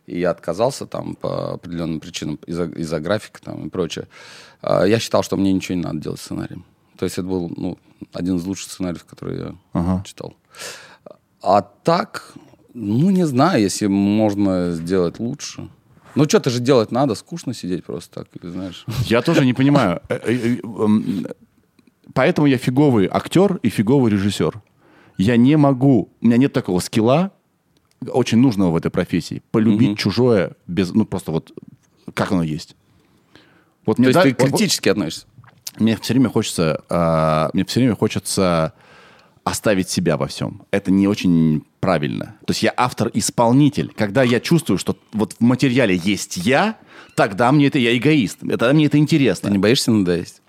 [SPEAKER 1] и я отказался там по определенным причинам, из-за, из-за графика там и прочее. А, Я считал, что мне ничего не надо делать с сценарием. То есть это был ну, один из лучших сценариев, который я
[SPEAKER 3] Ага.
[SPEAKER 1] читал. А так, ну, не знаю, если можно сделать лучше. Ну, что-то же делать надо, скучно сидеть просто так, знаешь.
[SPEAKER 3] Я тоже не понимаю. Э, э, э, эм, Поэтому я фиговый актер и фиговый режиссер. Я не могу, у меня нет такого скилла, очень нужного в этой профессии, полюбить чужое без, ну просто вот как оно есть. Вот
[SPEAKER 1] То
[SPEAKER 3] мне
[SPEAKER 1] есть
[SPEAKER 3] да-
[SPEAKER 1] ты
[SPEAKER 3] вот- вот-
[SPEAKER 1] критически относишься?
[SPEAKER 3] мне все время хочется, а, мне все время хочется оставить себя во всем. Это не очень правильно. То есть я автор-исполнитель. Когда я чувствую, что вот в материале есть я, тогда мне это я эгоист. Тогда мне это интересно.
[SPEAKER 1] Ты не боишься надоесть?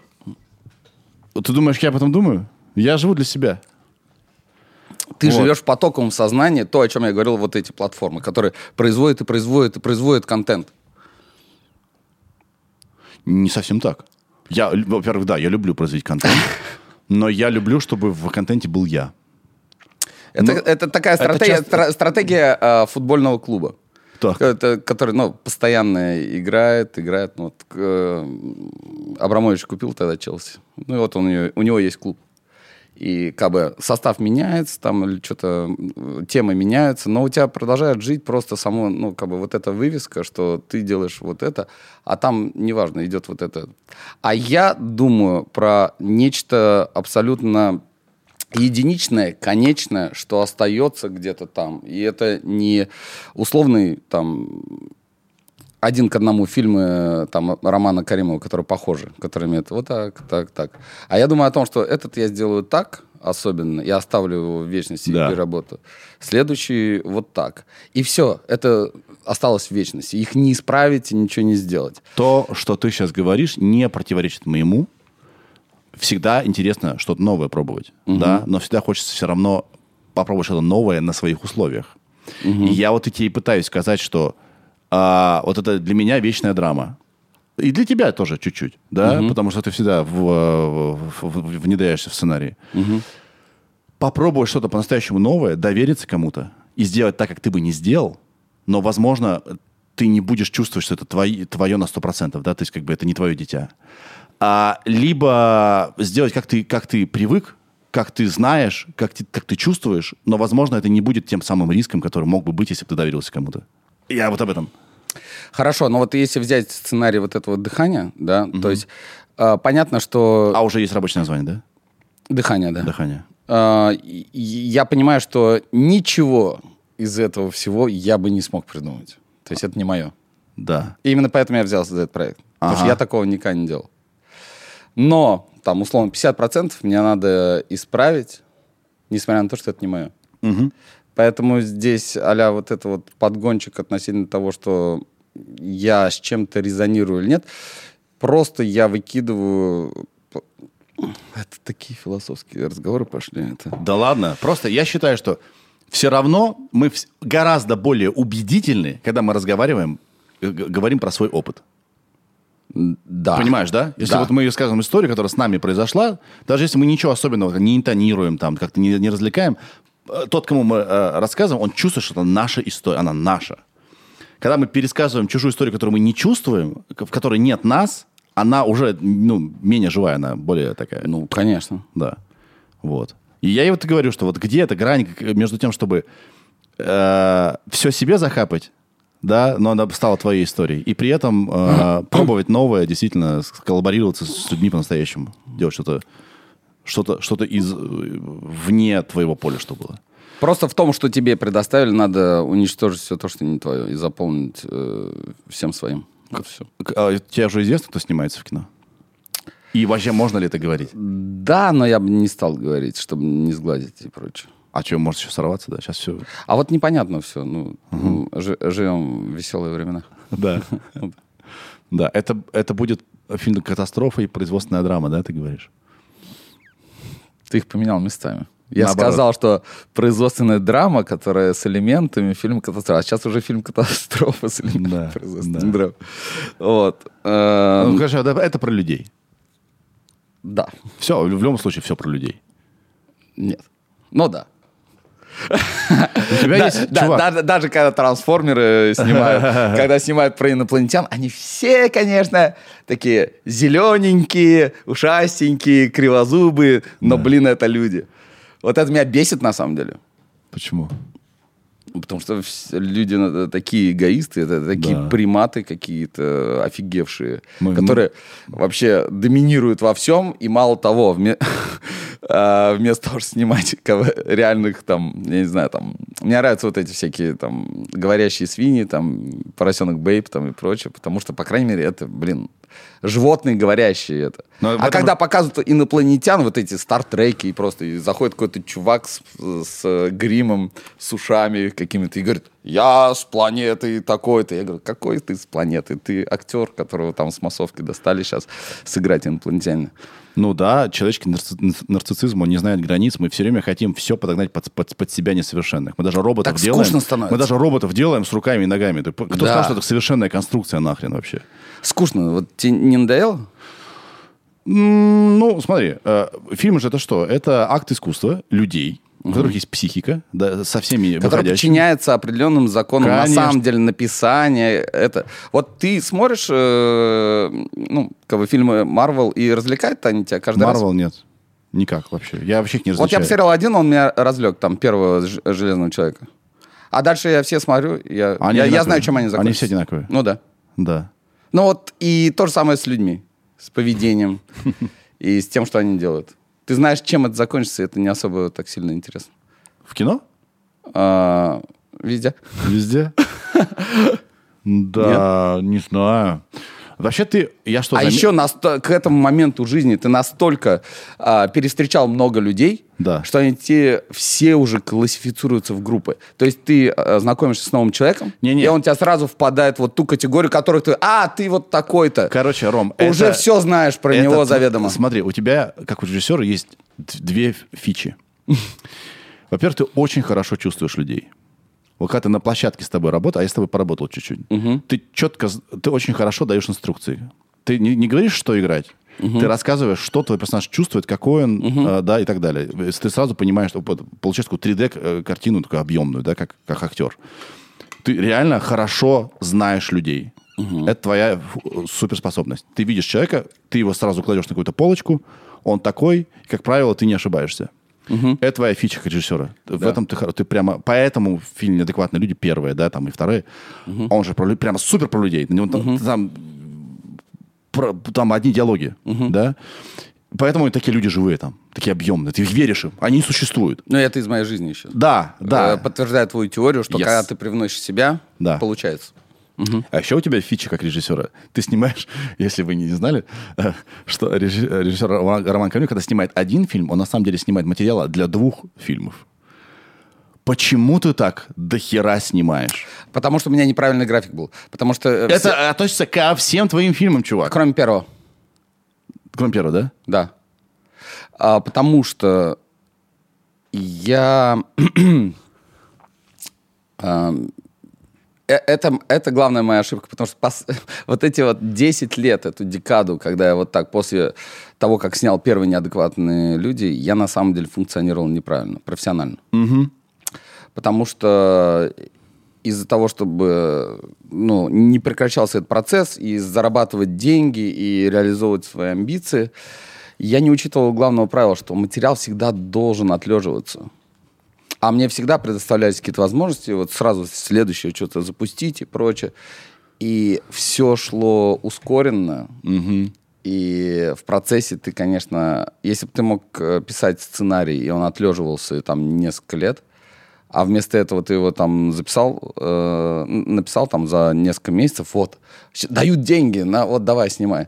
[SPEAKER 3] Ты думаешь, я об этом думаю? Я живу для себя.
[SPEAKER 1] Ты
[SPEAKER 3] Вот.
[SPEAKER 1] живешь в потоковом сознании, то, о чем я говорил, вот эти платформы, которые производят и производят и производят контент.
[SPEAKER 3] Не совсем так. Я, лю- во-первых, да, я люблю производить *laughs* контент, но я люблю, чтобы в контенте был я.
[SPEAKER 1] Это,
[SPEAKER 3] Ну,
[SPEAKER 1] это такая
[SPEAKER 3] это
[SPEAKER 1] стратегия,
[SPEAKER 3] часто-
[SPEAKER 1] стра- стратегия э, футбольного клуба.
[SPEAKER 3] Так.
[SPEAKER 1] Это, который, ну, постоянно играет, играет. Ну, вот, э, Абрамович купил тогда Челси. Ну, и вот он, у неё- у него есть клуб. И как бы состав меняется, там или что-то, э, темы меняются, но у тебя продолжает жить просто само, ну, как бы вот эта вывеска, что ты делаешь вот это, а там, неважно, идет вот это. А я думаю про нечто абсолютно единичное, конечное, что остается где-то там. И это не условный там один к одному фильмы там, Романа Каримова, которые похожи, которыми это вот так, так, так. А я думаю о том, что этот я сделаю так, особенно, я оставлю его в вечности
[SPEAKER 3] Да.
[SPEAKER 1] и переработаю. Следующий вот так. И все, это осталось в вечности. Их не исправить и ничего не сделать.
[SPEAKER 3] То, что ты сейчас говоришь, не противоречит моему. Всегда интересно что-то новое пробовать, да, но всегда хочется все равно попробовать что-то новое на своих условиях. И я вот и тебе и пытаюсь сказать, что а, вот это для меня вечная драма. И для тебя тоже чуть-чуть, да, потому что ты всегда в- э, в- в- внедряешься в сценарий. попробовать что-то по-настоящему новое, довериться кому-то и сделать так, как ты бы не сделал, но, возможно, ты не будешь чувствовать, что это твои, твое на 100%, да, то есть как бы это не твое дитя. А, либо сделать, как ты, как ты привык, как ты знаешь, как ты, как ты чувствуешь, но, возможно, это не будет тем самым риском, который мог бы быть, если бы ты доверился кому-то. Я вот об этом.
[SPEAKER 1] Хорошо, но вот если взять сценарий вот этого дыхания, да, то есть э, понятно, что...
[SPEAKER 3] А уже есть рабочее название, да?
[SPEAKER 1] Дыхание, да.
[SPEAKER 3] Дыхание.
[SPEAKER 1] А, и- и я понимаю, что ничего из этого всего я бы не смог придумать. То есть это не мое.
[SPEAKER 3] Да.
[SPEAKER 1] И именно поэтому я взялся за этот проект. Потому что
[SPEAKER 3] Ага.
[SPEAKER 1] я такого никогда не делал. Но, там, условно, 50% мне надо исправить, несмотря на то, что это не мое. Поэтому здесь а вот это вот подгончик относительно того, что я с чем-то резонирую или нет, Просто я выкидываю... Это такие философские разговоры пошли. Это...
[SPEAKER 3] Да ладно, просто я считаю, что все равно мы вс- гораздо более убедительны, когда мы разговариваем, г- г- говорим про свой опыт.
[SPEAKER 1] Да.
[SPEAKER 3] Понимаешь, да? Если
[SPEAKER 1] Да.
[SPEAKER 3] вот мы рассказываем историю, которая с нами произошла, даже если мы ничего особенного не интонируем, там, как-то не, не развлекаем, э, тот, кому мы э, рассказываем, он чувствует, что это наша история, она наша. Когда мы пересказываем чужую историю, которую мы не чувствуем, к- в которой нет нас, она уже ну, менее живая, она более такая.
[SPEAKER 1] Ну, конечно.
[SPEAKER 3] Да. Вот. И я и вот говорю, что вот где эта грань как- между тем, чтобы все себе захапать, да, но она стала твоей историей, и при этом э, пробовать новое, действительно, с- коллаборироваться с людьми по-настоящему, делать что-то что-то что-то из э, вне твоего поля, что было.
[SPEAKER 1] Просто в том, что тебе предоставили, надо уничтожить все то, что не твое, и заполнить э, всем своим. Вот всё.
[SPEAKER 3] К- а тебе уже известно, кто снимается в кино? И вообще можно ли это говорить?
[SPEAKER 1] Да, но я бы не стал говорить, чтобы не сгладить и прочее.
[SPEAKER 3] А что, может еще сорваться, да? Сейчас все.
[SPEAKER 1] А вот непонятно все. Ну, живем в веселые времена.
[SPEAKER 3] Да. Да, это, это будет фильм «Катастрофа» и производственная драма, да, ты говоришь?
[SPEAKER 1] Ты их поменял местами. Я
[SPEAKER 3] Наоборот.
[SPEAKER 1] сказал, что производственная драма, которая с элементами фильм «Катастрофа». А сейчас уже фильм «Катастрофа» с элементами
[SPEAKER 3] Да,
[SPEAKER 1] производственной
[SPEAKER 3] да.
[SPEAKER 1] драмы. Вот.
[SPEAKER 3] Ну,
[SPEAKER 1] Эм,
[SPEAKER 3] хорошо, это, это про людей.
[SPEAKER 1] Да.
[SPEAKER 3] Все, в любом случае, все про людей.
[SPEAKER 1] Нет. Ну да.
[SPEAKER 3] У тебя
[SPEAKER 1] Да,
[SPEAKER 3] есть,
[SPEAKER 1] да,
[SPEAKER 3] чувак,
[SPEAKER 1] даже, даже когда трансформеры
[SPEAKER 3] *laughs*
[SPEAKER 1] снимают, когда снимают про инопланетян, они все, конечно, такие зелененькие, ушастенькие, кривозубые, но, блин, это люди. Вот это меня бесит на самом деле.
[SPEAKER 3] почему?
[SPEAKER 1] Потому что вс- люди на- э, такие эгоисты, это такие
[SPEAKER 3] Да.
[SPEAKER 1] приматы какие-то офигевшие,
[SPEAKER 3] Мы-
[SPEAKER 1] которые вообще доминируют во всем, и мало того, вме- *laughs* а, вместо того, чтобы снимать кого- реальных там, я не знаю, там, мне нравятся вот эти всякие там говорящие свиньи, там, поросенок Бейб там и прочее, потому что, по крайней мере, это, блин, животные говорящие это.
[SPEAKER 3] Но в
[SPEAKER 1] а
[SPEAKER 3] этом-
[SPEAKER 1] когда показывают инопланетян, вот эти стартреки, и просто и заходит какой-то чувак с, с э, гримом, с ушами какими-то, и говорит, я с планеты такой-то. Я говорю, какой ты с планеты? Ты актер, которого там с массовки достали сейчас сыграть инопланетянина.
[SPEAKER 3] Ну да, человеческий нарци- нарци- нарциссизм, он не знает границ. Мы все время хотим все подогнать под, под- под себя несовершенных. Мы даже роботов
[SPEAKER 1] Так
[SPEAKER 3] делаем.
[SPEAKER 1] скучно становится.
[SPEAKER 3] Мы даже роботов делаем с руками и ногами. Ты по- Кто
[SPEAKER 1] Да.
[SPEAKER 3] сказал, что это совершенная конструкция нахрен вообще?
[SPEAKER 1] Скучно. Вот тебе не надоело?
[SPEAKER 3] М, Ну, смотри, э, фильм же это что? Это акт искусства людей, у которых есть психика, да, со всеми
[SPEAKER 1] Который
[SPEAKER 3] выходящими.
[SPEAKER 1] подчиняется определенным законам.
[SPEAKER 3] Конечно.
[SPEAKER 1] На самом деле написание это. Вот ты смотришь, э, ну, как бы фильмы Марвел и развлекают они тебя каждый раз.
[SPEAKER 3] Марвел нет. Никак вообще. Я вообще их не
[SPEAKER 1] Вот я
[SPEAKER 3] различаю.
[SPEAKER 1] посмотрел один, он меня развлек, там, первого ж- «Железного человека». А дальше я все смотрю, я,
[SPEAKER 3] Они
[SPEAKER 1] я, я
[SPEAKER 3] одинаковые.
[SPEAKER 1] знаю, чем они
[SPEAKER 3] Они
[SPEAKER 1] закончатся.
[SPEAKER 3] все одинаковые.
[SPEAKER 1] Ну да.
[SPEAKER 3] Да.
[SPEAKER 1] Ну вот и то же самое с людьми, с
[SPEAKER 3] *laughs*
[SPEAKER 1] поведением и с тем, что они делают. Ты знаешь, чем это закончится, и это не особо так сильно интересно.
[SPEAKER 3] В кино?
[SPEAKER 1] А, везде. *laughs*
[SPEAKER 3] Везде? Да, не знаю. Вообще ты... Я что,
[SPEAKER 1] а
[SPEAKER 3] заме-
[SPEAKER 1] еще насто- к этому моменту жизни ты настолько а, перестречал много людей,
[SPEAKER 3] Да.
[SPEAKER 1] что они те все уже классифицируются в группы. То есть ты а, знакомишься с новым человеком,
[SPEAKER 3] Не-не.
[SPEAKER 1] и он тебя сразу впадает вот ту категорию, которую ты, а ты вот такой-то.
[SPEAKER 3] Короче, Ром,
[SPEAKER 1] уже
[SPEAKER 3] это-
[SPEAKER 1] все знаешь про
[SPEAKER 3] это т-
[SPEAKER 1] него заведомо.
[SPEAKER 3] Смотри, у тебя, как у режиссера, есть д- две ф- фичи. Во-первых, ты очень хорошо чувствуешь людей. Вот когда ты на площадке с тобой работал, а я с тобой поработал чуть-чуть, ты четко, з- ты очень хорошо даешь инструкции. Ты не, не говоришь, что играть, ты рассказываешь, что твой персонаж чувствует, какой он, э, да, и так далее. Если Ты сразу понимаешь, что вот получаешь такую 3D-картину, такую объемную, да, как, как актер. Ты реально хорошо знаешь людей. Это твоя фу, суперспособность. Ты видишь человека, ты его сразу кладешь на какую-то полочку, он такой, и, как правило, ты не ошибаешься. Это твоя фича как режиссера. Ты- В этом ты, хоро- ты прямо... Поэтому в фильме «Неадекватные люди» первые, да, там и вторые. А Он же про лю- прямо супер про людей. На него там- там, про- там одни диалоги, да. Поэтому и такие люди живые там, такие объемные. Ты их веришь им, они существуют.
[SPEAKER 1] Ну, это из моей жизни еще.
[SPEAKER 3] Да, да.
[SPEAKER 1] Э, Подтверждает твою теорию, что
[SPEAKER 3] Yes.
[SPEAKER 1] когда ты привносишь себя,
[SPEAKER 3] Да.
[SPEAKER 1] получается.
[SPEAKER 3] А еще у тебя фича как режиссера. Ты снимаешь, *laughs* если вы не знали, э, что режи- э, режиссер Роман Роман Камиль, когда снимает один фильм, он на самом деле снимает материала для двух фильмов. Почему ты так до хера снимаешь?
[SPEAKER 1] Потому что у меня неправильный график был. Потому что... э, все-
[SPEAKER 3] Это относится ко всем твоим фильмам, чувак.
[SPEAKER 1] Кроме первого.
[SPEAKER 3] Кроме первого, да?
[SPEAKER 1] Да. А, потому что я... *clears throat* эм, а, э- это, это главная моя ошибка, потому что пос- *laughs* вот эти вот 10 лет, эту декаду, когда я вот так после того, как снял первые неадекватные люди, я на самом деле функционировал неправильно, профессионально. Потому что из-за того, чтобы ну, не прекращался этот процесс, и зарабатывать деньги, и реализовывать свои амбиции, я не учитывал главного правила, что материал всегда должен отлеживаться. А мне всегда предоставлялись какие-то возможности, вот сразу следующее что-то запустить и прочее. И все шло ускоренно. И в процессе ты, конечно, если бы ты мог э, писать сценарий, и он отлеживался и там несколько лет, а вместо этого ты его там записал, э, н- написал там за несколько месяцев, вот, щ- дают деньги, на, вот давай снимай.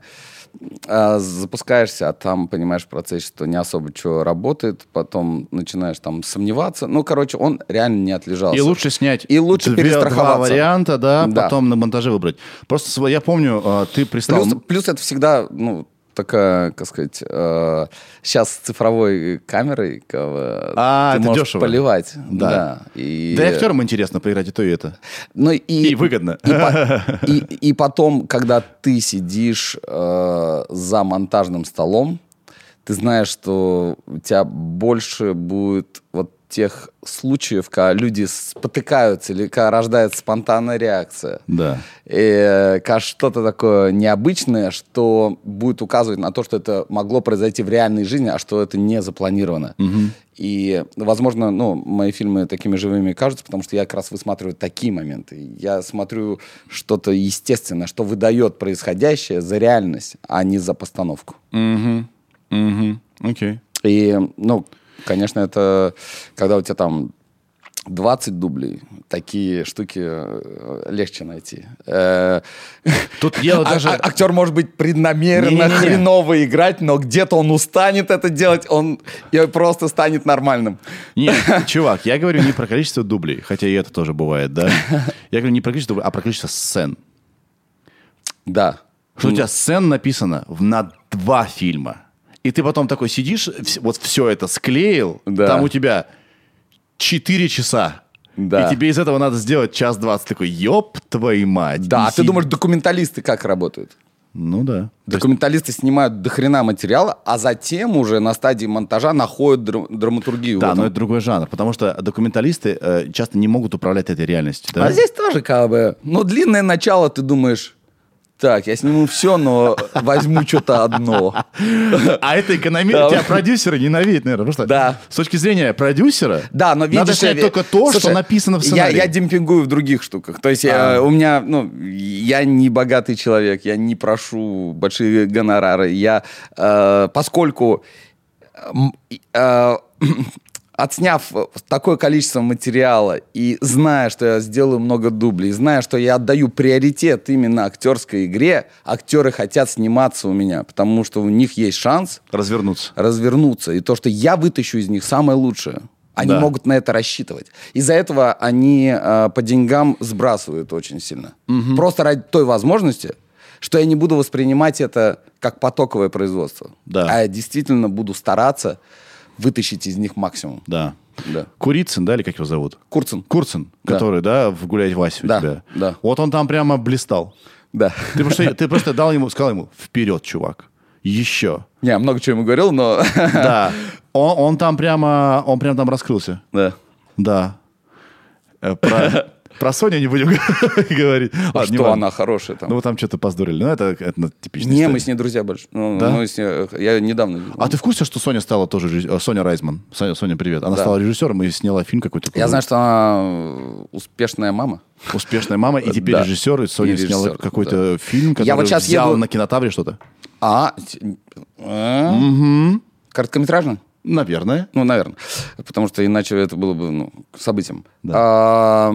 [SPEAKER 1] А запускаешься, а там понимаешь в процессе, что не особо что работает, потом начинаешь там сомневаться. Ну, короче, он реально не отлежался.
[SPEAKER 3] И лучше снять.
[SPEAKER 1] И лучше
[SPEAKER 3] две-
[SPEAKER 1] перестраховаться.
[SPEAKER 3] Два варианта, да,
[SPEAKER 1] Да.
[SPEAKER 3] потом на монтаже выбрать. Просто сво- я помню, э, ты пристал...
[SPEAKER 1] Плюс, плюс это всегда, ну, такая, как сказать, сейчас с цифровой камерой как бы,
[SPEAKER 3] А,
[SPEAKER 1] ты
[SPEAKER 3] это
[SPEAKER 1] можешь
[SPEAKER 3] дешево.
[SPEAKER 1] поливать.
[SPEAKER 3] Да.
[SPEAKER 1] И,
[SPEAKER 3] Да и актерам интересно поиграть и то, и это.
[SPEAKER 1] Ну, и,
[SPEAKER 3] И выгодно.
[SPEAKER 1] И, по- и- и потом, когда ты сидишь э, за монтажным столом, ты знаешь, что у тебя больше будет вот тех случаев, когда люди спотыкаются или когда рождается спонтанная реакция.
[SPEAKER 3] Да.
[SPEAKER 1] Э, ка- что-то такое необычное, что будет указывать на то, что это могло произойти в реальной жизни, а что это не запланировано. И, возможно, ну, мои фильмы такими живыми кажутся, потому что я как раз высматриваю такие моменты. Я смотрю что-то естественное, что выдает происходящее за реальность, а не за постановку.
[SPEAKER 3] Угу. Окей.
[SPEAKER 1] И, ну, конечно, это когда у тебя там 20 дублей, такие штуки э, легче найти. Э, *laughs*
[SPEAKER 3] Тут дело
[SPEAKER 1] а-
[SPEAKER 3] даже-
[SPEAKER 1] а- Актер может быть преднамеренно
[SPEAKER 3] Не-не-не.
[SPEAKER 1] хреново играть, но где-то он устанет это делать, он и просто станет нормальным.
[SPEAKER 3] Нет, чувак, я говорю не про количество дублей, хотя и это тоже бывает, да? Я говорю не про количество дублей, а про количество сцен.
[SPEAKER 1] Да.
[SPEAKER 3] Что у тебя сцен написано в- на два фильма. И ты потом такой сидишь, вс- вот все это склеил,
[SPEAKER 1] Да.
[SPEAKER 3] там у тебя 4 часа.
[SPEAKER 1] Да.
[SPEAKER 3] И тебе из этого надо сделать час двадцать. Такой, ёб твою мать.
[SPEAKER 1] Да,
[SPEAKER 3] И
[SPEAKER 1] а ты
[SPEAKER 3] си-
[SPEAKER 1] думаешь, документалисты как работают?
[SPEAKER 3] Ну да.
[SPEAKER 1] Документалисты снимают до хрена материала, а затем уже на стадии монтажа находят дра- драматургию. в
[SPEAKER 3] Да,
[SPEAKER 1] этом.
[SPEAKER 3] но это другой жанр, потому что документалисты э, часто не могут управлять этой реальностью. да?
[SPEAKER 1] А здесь тоже как бы... Ну, длинное начало, ты думаешь... Так, я сниму все, но возьму что-то одно.
[SPEAKER 3] А это экономия,
[SPEAKER 1] Да.
[SPEAKER 3] тебя продюсеры ненавидят, наверное. потому Ну что
[SPEAKER 1] Да.
[SPEAKER 3] С точки зрения продюсера,
[SPEAKER 1] Да, но видишь...
[SPEAKER 3] надо снять
[SPEAKER 1] я-
[SPEAKER 3] только то, что
[SPEAKER 1] Слушай,
[SPEAKER 3] написано в
[SPEAKER 1] я-
[SPEAKER 3] сценарии.
[SPEAKER 1] Я, демпингую в других штуках. То есть я-
[SPEAKER 3] А.
[SPEAKER 1] у меня, ну, я не богатый человек, я не прошу большие гонорары. Я, э, поскольку м, и, э, *clears throat* отсняв такое количество материала и зная, что я сделаю много дублей, зная, что я отдаю приоритет именно актерской игре, актеры хотят сниматься у меня, потому что у них есть шанс
[SPEAKER 3] Развернуться.
[SPEAKER 1] развернуться. И то, что я вытащу из них самое лучшее. Они
[SPEAKER 3] Да.
[SPEAKER 1] могут на это рассчитывать. Из-за этого они э, по деньгам сбрасывают очень сильно. Просто ради той возможности, что я не буду воспринимать это как потоковое производство.
[SPEAKER 3] Да.
[SPEAKER 1] А я действительно буду стараться вытащить из них максимум.
[SPEAKER 3] Да.
[SPEAKER 1] Да.
[SPEAKER 3] Курицын, да, или как его зовут?
[SPEAKER 1] Курцин.
[SPEAKER 3] Курцин,
[SPEAKER 1] Да.
[SPEAKER 3] который, да, в «Гулять Вася» у
[SPEAKER 1] Да,
[SPEAKER 3] тебя.
[SPEAKER 1] да.
[SPEAKER 3] Вот он там прямо блистал.
[SPEAKER 1] Да.
[SPEAKER 3] Ты просто, ты просто дал ему, сказал ему, вперед, чувак, еще.
[SPEAKER 1] Не, я много чего ему говорил, но... *laughs*
[SPEAKER 3] Да. Он, он там прямо, он прям там раскрылся.
[SPEAKER 1] *laughs* Да.
[SPEAKER 3] *laughs* Да. Э, Про, про Соню не будем *laughs* говорить. Ладно,
[SPEAKER 1] А Что
[SPEAKER 3] неважно.
[SPEAKER 1] она хорошая там.
[SPEAKER 3] Ну, вы там что-то поздурили. Ну, это, это ну, типичная
[SPEAKER 1] Не,
[SPEAKER 3] история.
[SPEAKER 1] мы с ней друзья больше. Ну,
[SPEAKER 3] Да?
[SPEAKER 1] мы с ней- Я недавно... видел.
[SPEAKER 3] А ты в курсе, что Соня стала тоже... режисс- э, Соня Райзман. Соня, Соня, привет. Она
[SPEAKER 1] Да.
[SPEAKER 3] стала режиссером и сняла фильм какой-то.
[SPEAKER 1] Я знаю, что она э, успешная мама.
[SPEAKER 3] Успешная мама, и теперь
[SPEAKER 1] Да.
[SPEAKER 3] режиссер, и Соня
[SPEAKER 1] И режиссер,
[SPEAKER 3] сняла какой-то фильм, который
[SPEAKER 1] вот щас
[SPEAKER 3] взял
[SPEAKER 1] еду-
[SPEAKER 3] на кинотавре что-то.
[SPEAKER 1] А, с- э, короткометражный?
[SPEAKER 3] Наверное.
[SPEAKER 1] Ну, наверное. Потому что иначе это было бы ну, событием.
[SPEAKER 3] Да.
[SPEAKER 1] А,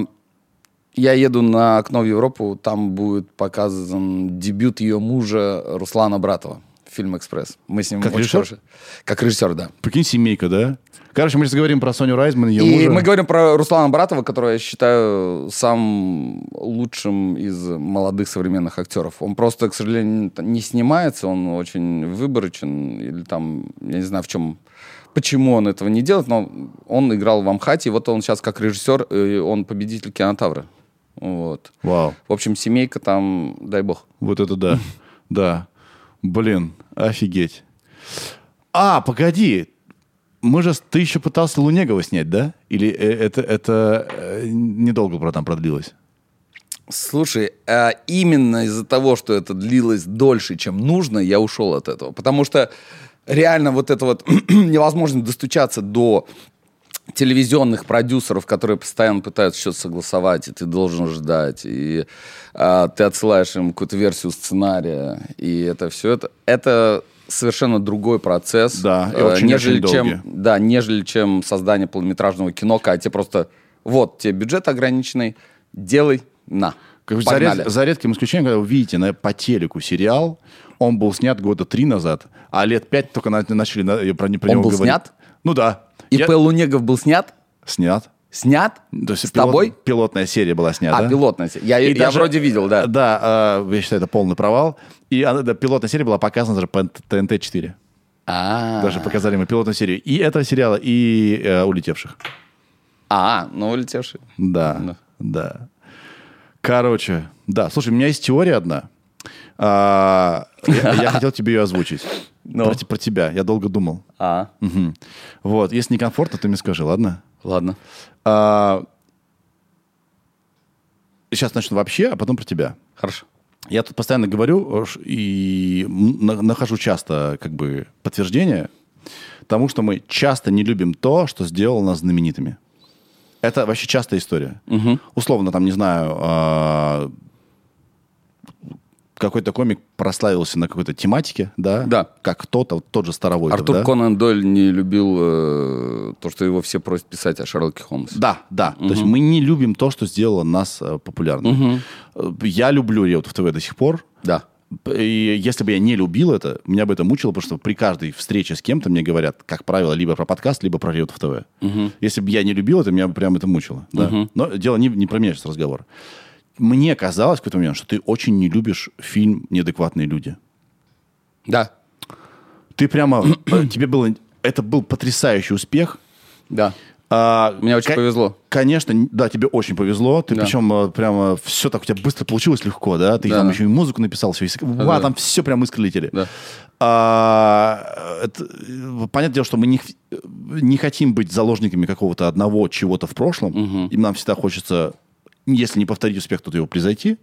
[SPEAKER 1] Я еду на окно в Европу, там будет показан дебют ее мужа Руслана Братова. фильм «Экспресс». Мы с ним
[SPEAKER 3] Как
[SPEAKER 1] очень
[SPEAKER 3] режиссер?
[SPEAKER 1] хорошо- Как режиссер, да.
[SPEAKER 3] Прикинь, семейка, да? Короче, мы сейчас говорим про Соню Райзман и ее
[SPEAKER 1] И
[SPEAKER 3] мужа.
[SPEAKER 1] мы говорим про Руслана Баратова, которого я считаю самым лучшим из молодых современных актеров. Он просто, к сожалению, не снимается, он очень выборочен, или там, я не знаю, в чем, почему он этого не делает, но он играл в Амхате, и вот он сейчас как режиссер, и он победитель кинотавра. Вот.
[SPEAKER 3] Вау,
[SPEAKER 1] В общем, семейка там, дай бог.
[SPEAKER 3] вот это
[SPEAKER 1] *laughs*
[SPEAKER 3] да. Да. Блин, офигеть. А, погоди. Мы же... Ты еще пытался Лунегова снять, да? Или э, это, это э, недолго про там продлилось?
[SPEAKER 1] Слушай, а именно из-за того, что это длилось дольше, чем нужно, я ушел от этого. Потому что реально вот это вот *clears throat* невозможно достучаться до телевизионных продюсеров, которые постоянно пытаются что-то согласовать, и ты должен ждать, и а, ты отсылаешь им какую-то версию сценария, и это все это. Это совершенно другой процесс,
[SPEAKER 3] Да, и
[SPEAKER 1] э,
[SPEAKER 3] очень-очень
[SPEAKER 1] нежели
[SPEAKER 3] долгий.
[SPEAKER 1] чем да, нежели чем создание полнометражного кино, когда тебе просто вот тебе бюджет ограниченный, делай на.
[SPEAKER 3] Как бы за,
[SPEAKER 1] Погнали.
[SPEAKER 3] ред- за редким исключением, когда вы видите на, по телеку сериал, он был снят года три назад, а лет пять только на- начали на- про, не- про
[SPEAKER 1] Он
[SPEAKER 3] него
[SPEAKER 1] был
[SPEAKER 3] говорить.
[SPEAKER 1] снят?
[SPEAKER 3] Ну да.
[SPEAKER 1] И
[SPEAKER 3] Я-
[SPEAKER 1] П. Лунегов был снят?
[SPEAKER 3] Снят.
[SPEAKER 1] Снят?
[SPEAKER 3] То есть
[SPEAKER 1] С
[SPEAKER 3] пилот-
[SPEAKER 1] тобой?
[SPEAKER 3] Пилотная серия была снята.
[SPEAKER 1] А, пилотная серия. Я-
[SPEAKER 3] И
[SPEAKER 1] я вроде видел, да.
[SPEAKER 3] Да, а, я считаю, это полный провал. И она- да, пилотная серия была показана даже по ТНТ-4.
[SPEAKER 1] А,
[SPEAKER 3] Даже показали мы пилотную серию и этого сериала, и э, «Улетевших».
[SPEAKER 1] а, ну улетевший. Ну,
[SPEAKER 3] Да, да. Короче, да. Слушай, у меня есть теория одна. А,
[SPEAKER 1] *laughs*
[SPEAKER 3] Я я хотел тебе ее озвучить.
[SPEAKER 1] Ну.
[SPEAKER 3] Про те- Про тебя. Я долго думал.
[SPEAKER 1] А,
[SPEAKER 3] Мгм. Вот. Если некомфортно, ты мне скажи, ладно? А,
[SPEAKER 1] ладно.
[SPEAKER 3] Сейчас начну вообще, а потом про тебя.
[SPEAKER 1] Хорошо.
[SPEAKER 3] Я тут постоянно говорю э, ш- и м- на- нахожу часто как бы подтверждение тому, что мы часто не любим то, что сделало нас знаменитыми. Это вообще частая история. Условно, там, не знаю, а, какой-то комик прославился на какой-то тематике, да?
[SPEAKER 1] Да.
[SPEAKER 3] Как кто-то, вот тот же Старовой.
[SPEAKER 1] Артур
[SPEAKER 3] да?
[SPEAKER 1] Конан Дойль не любил э, то, что его все просят писать о Шерлоке Холмсе.
[SPEAKER 3] Да, да. То есть мы не любим то, что сделало нас э, популярными. Э, Я люблю Реутов ТВ до сих пор.
[SPEAKER 1] Да.
[SPEAKER 3] И если бы я не любил это, меня бы это мучило, потому что при каждой встрече с кем-то мне говорят, как правило, либо про подкаст, либо про Реутов ТВ. Если бы я не любил это, меня бы прям это мучило. да. Но дело не, не про меня сейчас разговор. Мне казалось в какой-то момент, что ты очень не любишь фильм «Неадекватные люди».
[SPEAKER 1] Да.
[SPEAKER 3] Ты прямо... э, тебе было... Это был потрясающий успех.
[SPEAKER 1] Да.
[SPEAKER 3] А,
[SPEAKER 1] Мне очень
[SPEAKER 3] ко-
[SPEAKER 1] повезло.
[SPEAKER 3] Конечно, н- да, тебе очень повезло. Ты
[SPEAKER 1] Да.
[SPEAKER 3] причем э, прямо все так у тебя быстро получилось легко, да? Ты
[SPEAKER 1] Да.
[SPEAKER 3] там еще и музыку написал, все.
[SPEAKER 1] да.
[SPEAKER 3] там все прям искры летели.
[SPEAKER 1] Да.
[SPEAKER 3] А, это, э, понятное дело, что мы не, х- э, не хотим быть заложниками какого-то одного чего-то в прошлом. И нам всегда хочется, если не повторить успех, то его превзойти.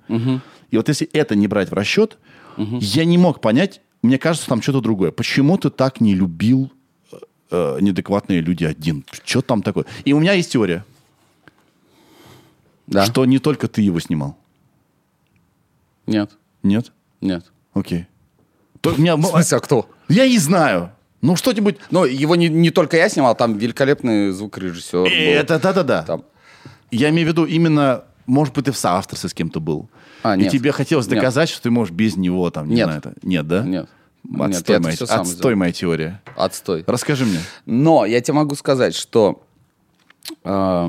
[SPEAKER 3] И вот если это не брать в расчет, я не мог понять, мне кажется, там что-то другое. Почему ты так не любил э, э, неадекватные люди один? Что там такое? И у меня есть теория,
[SPEAKER 1] Да.
[SPEAKER 3] что не только ты его снимал.
[SPEAKER 1] Нет.
[SPEAKER 3] Нет?
[SPEAKER 1] Нет.
[SPEAKER 3] Окей. То- у меня-
[SPEAKER 1] В смысле, а кто?
[SPEAKER 3] я не знаю. Ну, что-нибудь...
[SPEAKER 1] Ну, его не, не только я снимал, там великолепный звукорежиссер. был.
[SPEAKER 3] Э, Это да-да-да.
[SPEAKER 1] Там.
[SPEAKER 3] Я имею в виду именно, может быть, ты в соавторстве с кем-то был.
[SPEAKER 1] А,
[SPEAKER 3] и
[SPEAKER 1] нет.
[SPEAKER 3] тебе хотелось
[SPEAKER 1] Нет.
[SPEAKER 3] доказать, что ты можешь без него там, не
[SPEAKER 1] Нет.
[SPEAKER 3] знаю, это. Нет, да?
[SPEAKER 1] Нет. Нет, я
[SPEAKER 3] Отстой,
[SPEAKER 1] это
[SPEAKER 3] моя,
[SPEAKER 1] всё сам
[SPEAKER 3] отстой
[SPEAKER 1] сделал.
[SPEAKER 3] моя теория.
[SPEAKER 1] Отстой.
[SPEAKER 3] Расскажи мне.
[SPEAKER 1] Но я тебе могу сказать, что э,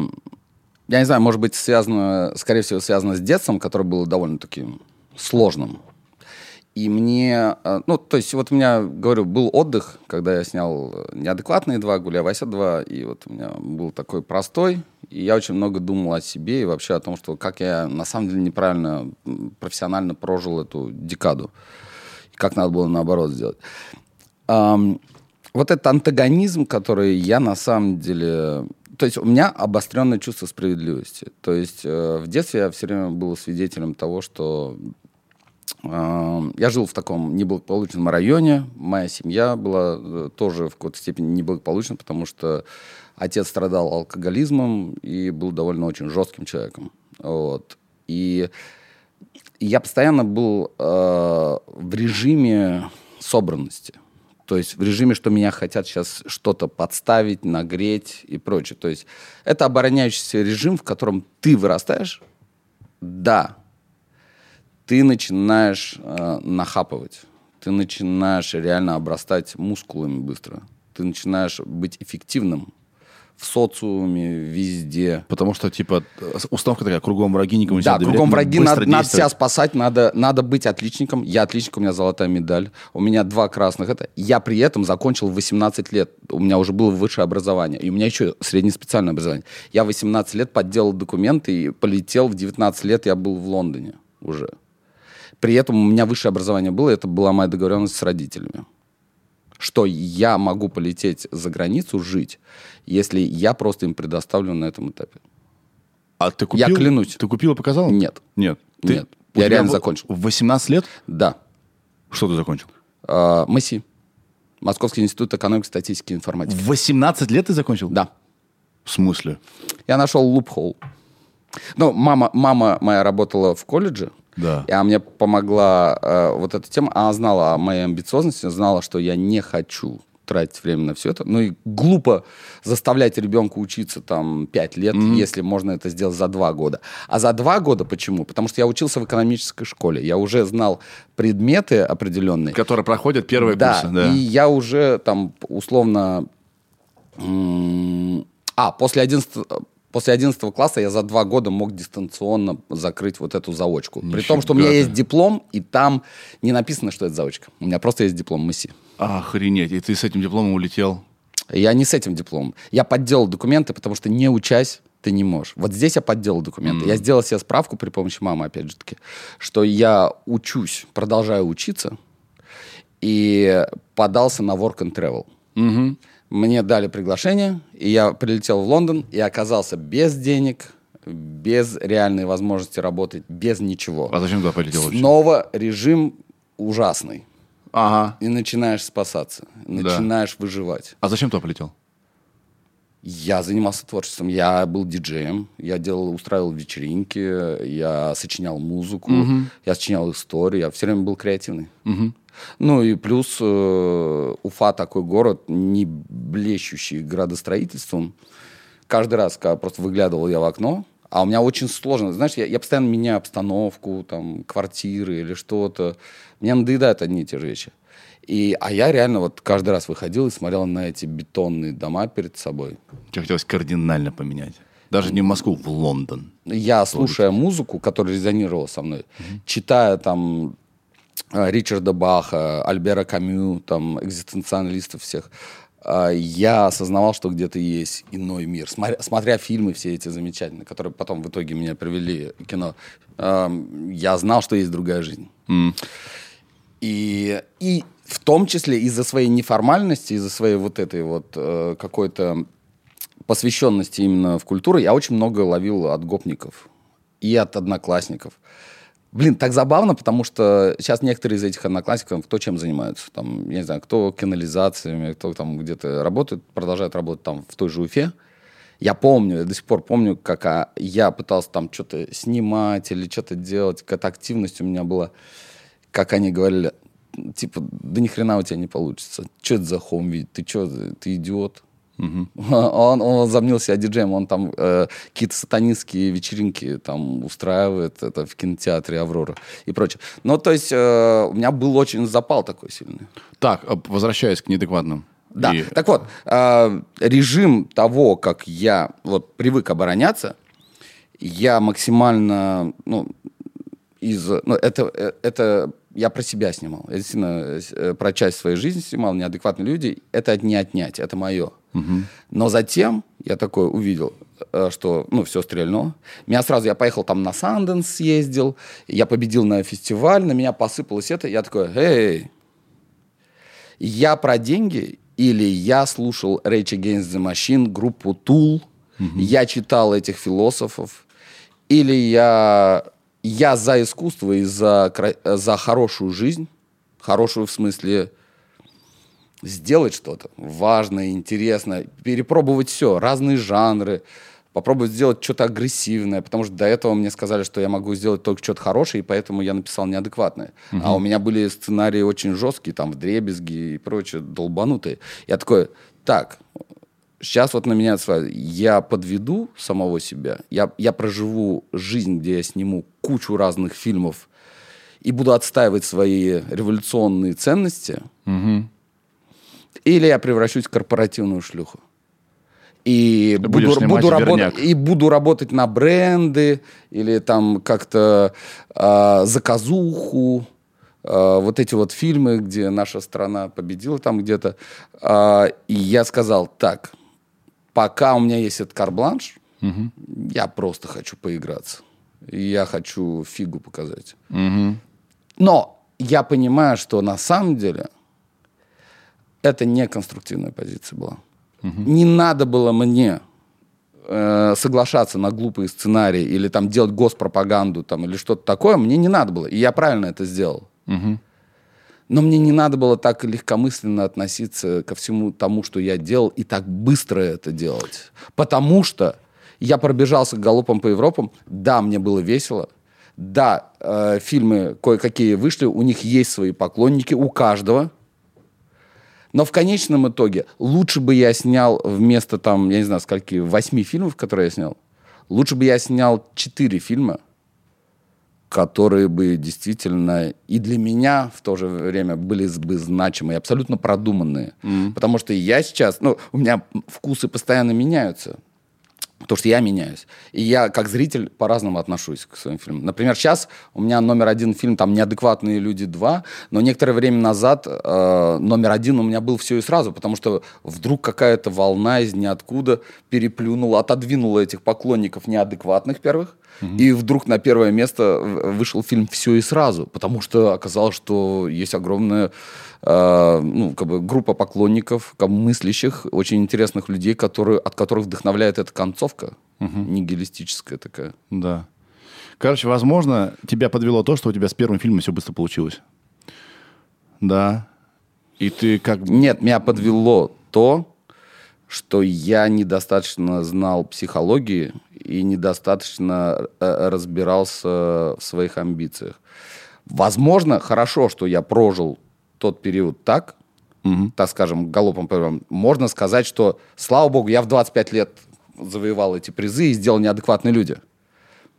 [SPEAKER 1] я не знаю, может быть, связано, скорее всего, связано с детством, которое было довольно-таки сложным. И мне, э, ну, то есть, вот у меня, говорю, был отдых, когда я снял э, неадекватные два, гуляй Вася два, и вот у меня был такой простой, и я очень много думал о себе и вообще о том, что как я на самом деле неправильно м, профессионально прожил эту декаду, и как надо было наоборот сделать. Ам, вот этот антагонизм, который я на самом деле... То есть у меня обостренное чувство справедливости. То есть э, в детстве я все время был свидетелем того, что э, я жил в таком неблагополучном районе. Моя семья была э, тоже в какой-то степени неблагополучна, потому что отец страдал алкоголизмом и был довольно очень жестким человеком. Вот. И и я постоянно был э, в режиме собранности. То есть в режиме, что меня хотят сейчас что-то подставить, нагреть и прочее. То есть это обороняющийся режим, в котором ты вырастаешь. Да, ты начинаешь э, нахапывать. Ты ты начинаешь реально обрастать мускулами быстро. Ты начинаешь быть эффективным в социуме, везде.
[SPEAKER 3] Потому что, типа, с- установка такая, кругом враги, никому
[SPEAKER 1] Да,
[SPEAKER 3] нельзя доверять,
[SPEAKER 1] кругом
[SPEAKER 3] надо
[SPEAKER 1] враги,
[SPEAKER 3] быстро
[SPEAKER 1] надо, надо себя
[SPEAKER 3] действовать.
[SPEAKER 1] спасать, надо, надо быть отличником. Я отличник, у меня золотая медаль, у меня два красных. Это Я при этом закончил в 18 лет, у меня уже было высшее образование, и у меня еще среднеспециальное образование. Я в 18 лет подделал документы и полетел, в 19 лет я был в Лондоне уже. При этом у меня высшее образование было, это была моя договоренность с родителями. Что я могу полететь за границу жить, если я просто им предоставлю на этом этапе.
[SPEAKER 3] А ты купил?
[SPEAKER 1] Я клянусь.
[SPEAKER 3] Ты купил и показал?
[SPEAKER 1] Нет.
[SPEAKER 3] Нет.
[SPEAKER 1] Нет.
[SPEAKER 3] у
[SPEAKER 1] Я
[SPEAKER 3] тебя
[SPEAKER 1] реально
[SPEAKER 3] в-
[SPEAKER 1] закончил.
[SPEAKER 3] В 18 лет?
[SPEAKER 1] Да.
[SPEAKER 3] Что ты закончил?
[SPEAKER 1] Э, МСИ. Московский институт экономики, статистики и информатики.
[SPEAKER 3] В 18 лет ты закончил?
[SPEAKER 1] Да.
[SPEAKER 3] В смысле?
[SPEAKER 1] Я нашел лупхол. Ну, мама, мама моя работала в колледже,
[SPEAKER 3] Да.
[SPEAKER 1] и она мне помогла э, вот эта тема. Она знала о моей амбициозности, знала, что я не хочу тратить время на все это. Ну и глупо заставлять ребенка учиться там 5 лет, если можно это сделать за 2 года. А за 2 года почему? Потому что я учился в экономической школе. Я уже знал предметы определенные.
[SPEAKER 3] Которые проходят первые
[SPEAKER 1] да,
[SPEAKER 3] курсы. Да.
[SPEAKER 1] и я уже там условно... м, А, после 11, после 11 класса я за два года мог дистанционно закрыть вот эту заочку. При том, что у меня
[SPEAKER 3] Нифига
[SPEAKER 1] есть диплом, и там не написано, что это заочка. У меня просто есть диплом МСИ.
[SPEAKER 3] Охренеть. И ты с этим дипломом улетел?
[SPEAKER 1] Я не с этим дипломом. Я подделал документы, потому что не учась ты не можешь. Вот здесь я подделал документы. Я сделал себе справку при помощи мамы, опять же таки, что я учусь, продолжаю учиться, и подался на work and travel. Мне дали приглашение, и я прилетел в Лондон, и оказался без денег, без реальной возможности работать, без ничего.
[SPEAKER 3] А зачем туда полетел вообще?
[SPEAKER 1] Снова режим ужасный.
[SPEAKER 3] Ага.
[SPEAKER 1] И начинаешь спасаться, начинаешь выживать.
[SPEAKER 3] А зачем туда полетел?
[SPEAKER 1] Я занимался творчеством. Я был диджеем, я делал, устраивал вечеринки, я сочинял музыку, я сочинял истории, я все время был креативный. Ну и плюс э, Уфа такой город, не блещущий градостроительством. Каждый раз, когда просто выглядывал я в окно, а у меня очень сложно, знаешь, я, я постоянно меняю обстановку, там, квартиры или что-то. Мне надоедают одни и те же вещи. И, а я реально вот каждый раз выходил и смотрел на эти бетонные дома перед собой.
[SPEAKER 3] Тебе хотелось кардинально поменять. Даже не в Москву, в Лондон.
[SPEAKER 1] я, слушая музыку, которая резонировала со мной, читая там э, Ричарда Баха, Альбера Камю, там, экзистенциалистов всех, э, я осознавал, что где-то есть иной мир. Смотря, смотря фильмы все эти замечательные, которые потом в итоге меня привели к кино, эм, я знал, что есть другая жизнь. И, и в том числе из-за своей неформальности, из-за своей вот этой вот э, какой-то посвященности именно в культуру, я очень много ловил от гопников и от одноклассников. Блин, так забавно, потому что сейчас некоторые из этих одноклассников, кто чем занимаются, там, я не знаю, кто канализациями, кто там где-то работает, продолжает работать там в той же Уфе. Я помню, я до сих пор помню, как а, я пытался там что-то снимать или что-то делать, какая-то активность у меня была как они говорили, типа, да ни хрена у тебя не получится. Че это за хом вид? Ты че, ты идиот? *laughs* Он, он возомнил себя диджеем, он там э, какие-то сатанинские вечеринки там устраивает, это в кинотеатре «Аврора» и прочее. Ну, то есть э, у меня был очень запал такой сильный.
[SPEAKER 3] Так, а, возвращаясь к неадекватным.
[SPEAKER 1] Да.
[SPEAKER 3] И-
[SPEAKER 1] Так вот, э, режим того, как я вот привык обороняться, я максимально, ну, из, ну, это, э, это я про себя снимал, я действительно э, про часть своей жизни снимал, неадекватные люди, это от- не отнять, это мое. Но затем я такое увидел, э, что, ну, все стрельно. Меня сразу, я поехал там на Санденс съездил, я победил на фестиваль, на меня посыпалось это, я такой, эй, я про деньги или я слушал Rage Against the Machine, группу Tool, я читал этих философов, или я, я за искусство и за, кра- э, за хорошую жизнь, хорошую в смысле сделать что-то важное, интересное, перепробовать все, разные жанры, попробовать сделать что-то агрессивное, потому что до этого мне сказали, что я могу сделать только что-то хорошее, и поэтому я написал неадекватное. А у меня были сценарии очень жесткие, там, вдребезги и прочее, долбанутые. Я такой, так, сейчас вот на меня отсва- я подведу самого себя, я, я проживу жизнь, где я сниму кучу разных фильмов, и буду отстаивать свои революционные ценности, или я превращусь в корпоративную шлюху. И
[SPEAKER 3] Ты будешь
[SPEAKER 1] буду,
[SPEAKER 3] снимать
[SPEAKER 1] буду работать,
[SPEAKER 3] верняк.
[SPEAKER 1] и буду работать на бренды или там как-то а, заказуху. А, вот эти вот фильмы, где наша страна победила там где-то. А, и я сказал, так, пока у меня есть этот карбланш, я просто хочу поиграться. И Я хочу фигу показать. Но я понимаю, что на самом деле это не конструктивная позиция была. Не надо было мне э, соглашаться на глупые сценарии или там делать госпропаганду там, или что-то такое. Мне не надо было. И я правильно это сделал. Но мне не надо было так легкомысленно относиться ко всему тому, что я делал, и так быстро это делать. Потому что я пробежался галопом по Европам. Да, мне было весело. Да, э, фильмы кое-какие вышли, у них есть свои поклонники, у каждого. Но в конечном итоге лучше бы я снял вместо там, я не знаю, скольки, восьми фильмов, которые я снял, лучше бы я снял четыре фильма, которые бы действительно и для меня в то же время были с- бы значимые, абсолютно продуманные. Потому что я сейчас, ну, у меня вкусы постоянно меняются. Потому что я меняюсь. И я, как зритель, по-разному отношусь к своим фильмам. Например, сейчас у меня номер один фильм, там, «Неадекватные люди 2», но некоторое время назад э, номер один у меня был «Все и сразу», потому что вдруг какая-то волна из ниоткуда переплюнула, отодвинула этих поклонников неадекватных первых, и вдруг на первое место в- вышел фильм «Все и сразу», потому что оказалось, что есть огромная э, ну, как бы группа поклонников, как бы мыслящих, очень интересных людей, которые, от которых вдохновляет эта концовка, нигилистическая такая.
[SPEAKER 3] Да. Короче, возможно, тебя подвело то, что у тебя с первым фильмом все быстро получилось. Да. И ты как... бы-
[SPEAKER 1] Нет, меня подвело то, что я недостаточно знал психологии и недостаточно э, разбирался в своих амбициях. Возможно, хорошо, что я прожил тот период так, так скажем, галопом первым. Можно сказать, что, слава богу, я в 25 лет завоевал эти призы и сделал неадекватные люди.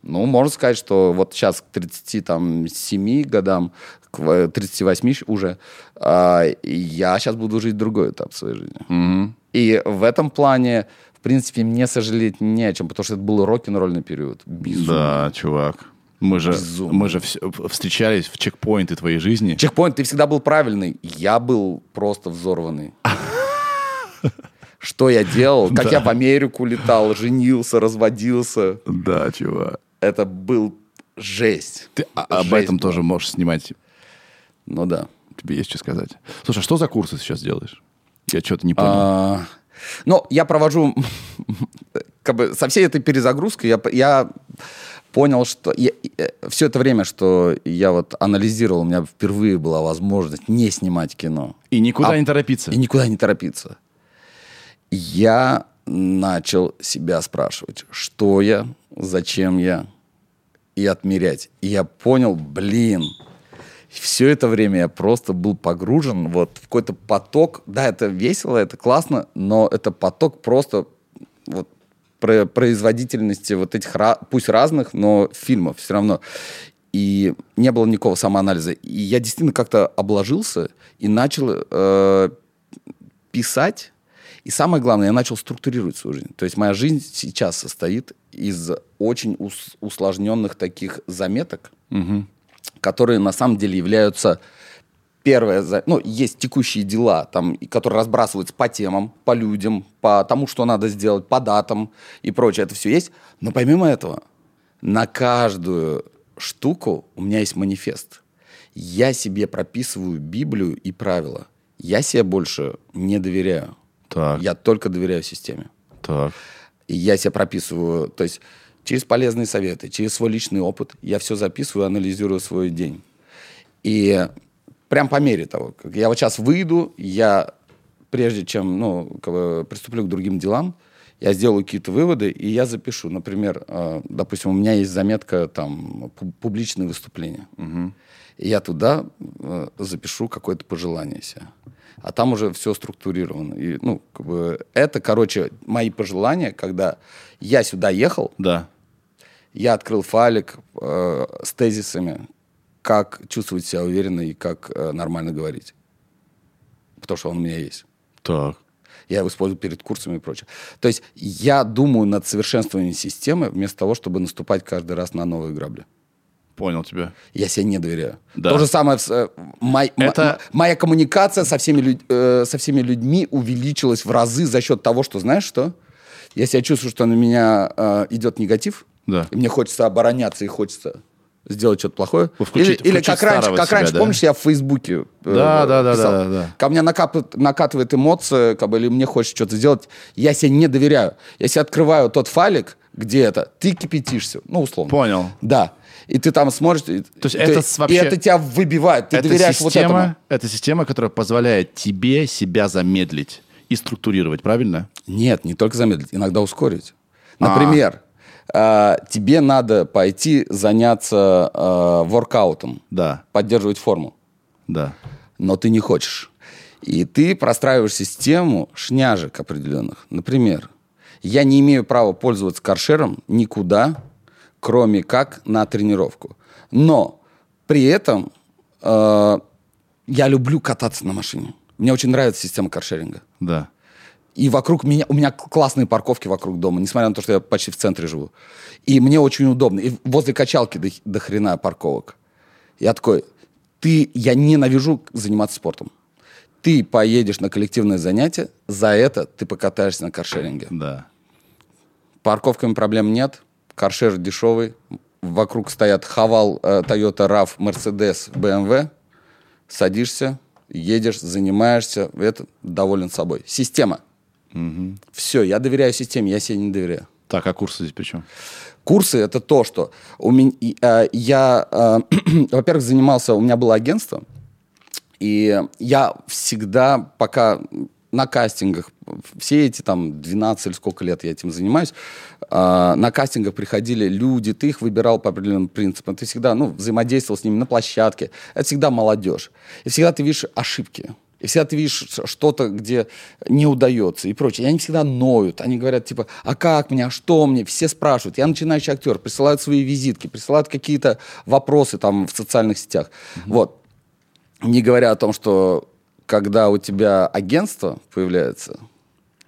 [SPEAKER 1] Ну, можно сказать, что вот сейчас к 37 годам, к в- 38 щ- уже, а, я сейчас буду жить другой этап своей жизни. И в этом плане, в принципе, мне сожалеть не о чем, потому что это был рок-н-ролльный период. Безумно.
[SPEAKER 3] Да, чувак. Мы же,
[SPEAKER 1] Безумно.
[SPEAKER 3] мы же вс- в- встречались в чекпоинты твоей жизни.
[SPEAKER 1] Чекпоинт, ты всегда был правильный. Я был просто взорванный. Что я делал? Как я в Америку летал, женился, разводился.
[SPEAKER 3] Да, чувак.
[SPEAKER 1] Это был жесть.
[SPEAKER 3] Ты о- об
[SPEAKER 1] Жесть.
[SPEAKER 3] этом тоже можешь снимать.
[SPEAKER 1] Ну да.
[SPEAKER 3] Тебе есть что сказать. Слушай, а что за курсы сейчас делаешь? Я что-то не понял.
[SPEAKER 1] А, Ну, я провожу *laughs* как бы со всей этой перезагрузкой я, п- я понял, что все это время, что я вот анализировал, у меня впервые была возможность не снимать кино
[SPEAKER 3] И никуда
[SPEAKER 1] а-
[SPEAKER 3] не торопиться.
[SPEAKER 1] и никуда не торопиться. Я начал себя спрашивать, что я, зачем я, и отмерять. И я понял, блин, все это время я просто был погружен вот в какой-то поток. Да, это весело, это классно, но это поток просто вот про- производительности вот этих, ра- пусть разных, но фильмов все равно. И не было никакого самоанализа. И я действительно как-то обложился и начал э, писать. И самое главное, я начал структурировать свою жизнь. То есть моя жизнь сейчас состоит из очень ус- усложненных таких заметок, которые на самом деле являются первое, за- ну, есть текущие дела, там, и которые разбрасываются по темам, по людям, по тому, что надо сделать, по датам и прочее, это все есть. Но помимо этого, на каждую штуку у меня есть манифест. Я себе прописываю Библию и правила. Я себе больше не доверяю.
[SPEAKER 3] Так,
[SPEAKER 1] Я только доверяю системе.
[SPEAKER 3] так.
[SPEAKER 1] И я себе прописываю, то есть через полезные советы, через свой личный опыт, я все записываю, анализирую свой день. И прям по мере того, как я вот сейчас выйду, я прежде чем ну, как бы приступлю к другим делам, я сделаю какие-то выводы, и я запишу. Например, э, допустим, у меня есть заметка там пу- публичные выступления. И я туда э, запишу какое-то пожелание себе. А там уже все структурировано. И, ну, как бы, это, короче, мои пожелания, когда я сюда ехал,
[SPEAKER 3] Да.
[SPEAKER 1] я открыл файлик э, с тезисами, как чувствовать себя уверенно и как э, нормально говорить. Потому что он у меня есть.
[SPEAKER 3] Так.
[SPEAKER 1] Я его использую перед курсами и прочее. То есть я думаю над совершенствованием системы вместо того, чтобы наступать каждый раз на новые грабли.
[SPEAKER 3] Понял тебя.
[SPEAKER 1] Я себе не доверяю.
[SPEAKER 3] Да.
[SPEAKER 1] То же самое. с, э, май- ма-
[SPEAKER 3] Это-
[SPEAKER 1] ма- моя коммуникация со всеми, людь- э, со всеми людьми увеличилась в разы за счет того, что знаешь что? Я себя чувствую, что на меня э, идет негатив.
[SPEAKER 3] Да.
[SPEAKER 1] И мне хочется обороняться и хочется сделать что-то плохое.
[SPEAKER 3] Ну, включить-
[SPEAKER 1] или, или
[SPEAKER 3] включить
[SPEAKER 1] как раньше,
[SPEAKER 3] старого
[SPEAKER 1] как
[SPEAKER 3] себя,
[SPEAKER 1] раньше,
[SPEAKER 3] да?
[SPEAKER 1] помнишь, я в Фейсбуке э,
[SPEAKER 3] Да, да, да,
[SPEAKER 1] писал?
[SPEAKER 3] да, да, да.
[SPEAKER 1] Ко мне накапывает, накатывает эмоция, как бы, или мне хочется что-то сделать. Я себе не доверяю. Я себе открываю тот файлик, где это, ты кипятишься, ну, условно.
[SPEAKER 3] Понял.
[SPEAKER 1] Да. И ты там смотришь, и, то
[SPEAKER 3] есть это с- вообще-
[SPEAKER 1] и это тебя выбивает. Ты
[SPEAKER 3] это
[SPEAKER 1] доверяешь
[SPEAKER 3] система,
[SPEAKER 1] вот этому.
[SPEAKER 3] Это система, которая позволяет тебе себя замедлить и структурировать, правильно?
[SPEAKER 1] Нет, не только замедлить, иногда ускорить.
[SPEAKER 3] А.
[SPEAKER 1] Например, э, тебе надо пойти заняться э, воркаутом,
[SPEAKER 3] Да,
[SPEAKER 1] поддерживать форму,
[SPEAKER 3] да.
[SPEAKER 1] но ты не хочешь. И ты простраиваешь систему шняжек определенных. Например, я не имею права пользоваться каршером никуда, кроме как на тренировку. Но при этом э, я люблю кататься на машине. Мне очень нравится система каршеринга.
[SPEAKER 3] Да.
[SPEAKER 1] И вокруг меня, у меня к- классные парковки вокруг дома, несмотря на то, что я почти в центре живу. И мне очень удобно. И возле качалки до, х- до хрена парковок. Я такой, ты, я ненавижу заниматься спортом. Ты поедешь на коллективное занятие, за это ты покатаешься на каршеринге.
[SPEAKER 3] Да.
[SPEAKER 1] Парковками проблем нет, каршер дешевый, вокруг стоят Хавал, э, Toyota RAV, Mercedes, BMW. Садишься, едешь, занимаешься, это доволен собой. Система. Все, я доверяю системе, я себе не доверяю.
[SPEAKER 3] Так, а курсы здесь причем?
[SPEAKER 1] Курсы это то, что у меня, я, э, *clears throat* во-первых, занимался, у меня было агентство, и я всегда, пока на кастингах, все эти там 12 или сколько лет я этим занимаюсь, э, на кастингах приходили люди, ты их выбирал по определенным принципам, ты всегда ну, взаимодействовал с ними на площадке, это всегда молодежь, и всегда ты видишь ошибки. И всегда ты видишь ш- что-то, где не удается и прочее. И они всегда ноют. Они говорят, типа, а как мне, а что мне? Все спрашивают. Я начинающий актер. Присылают свои визитки, присылают какие-то вопросы там в социальных сетях. Вот. Не говоря о том, что когда у тебя агентство появляется,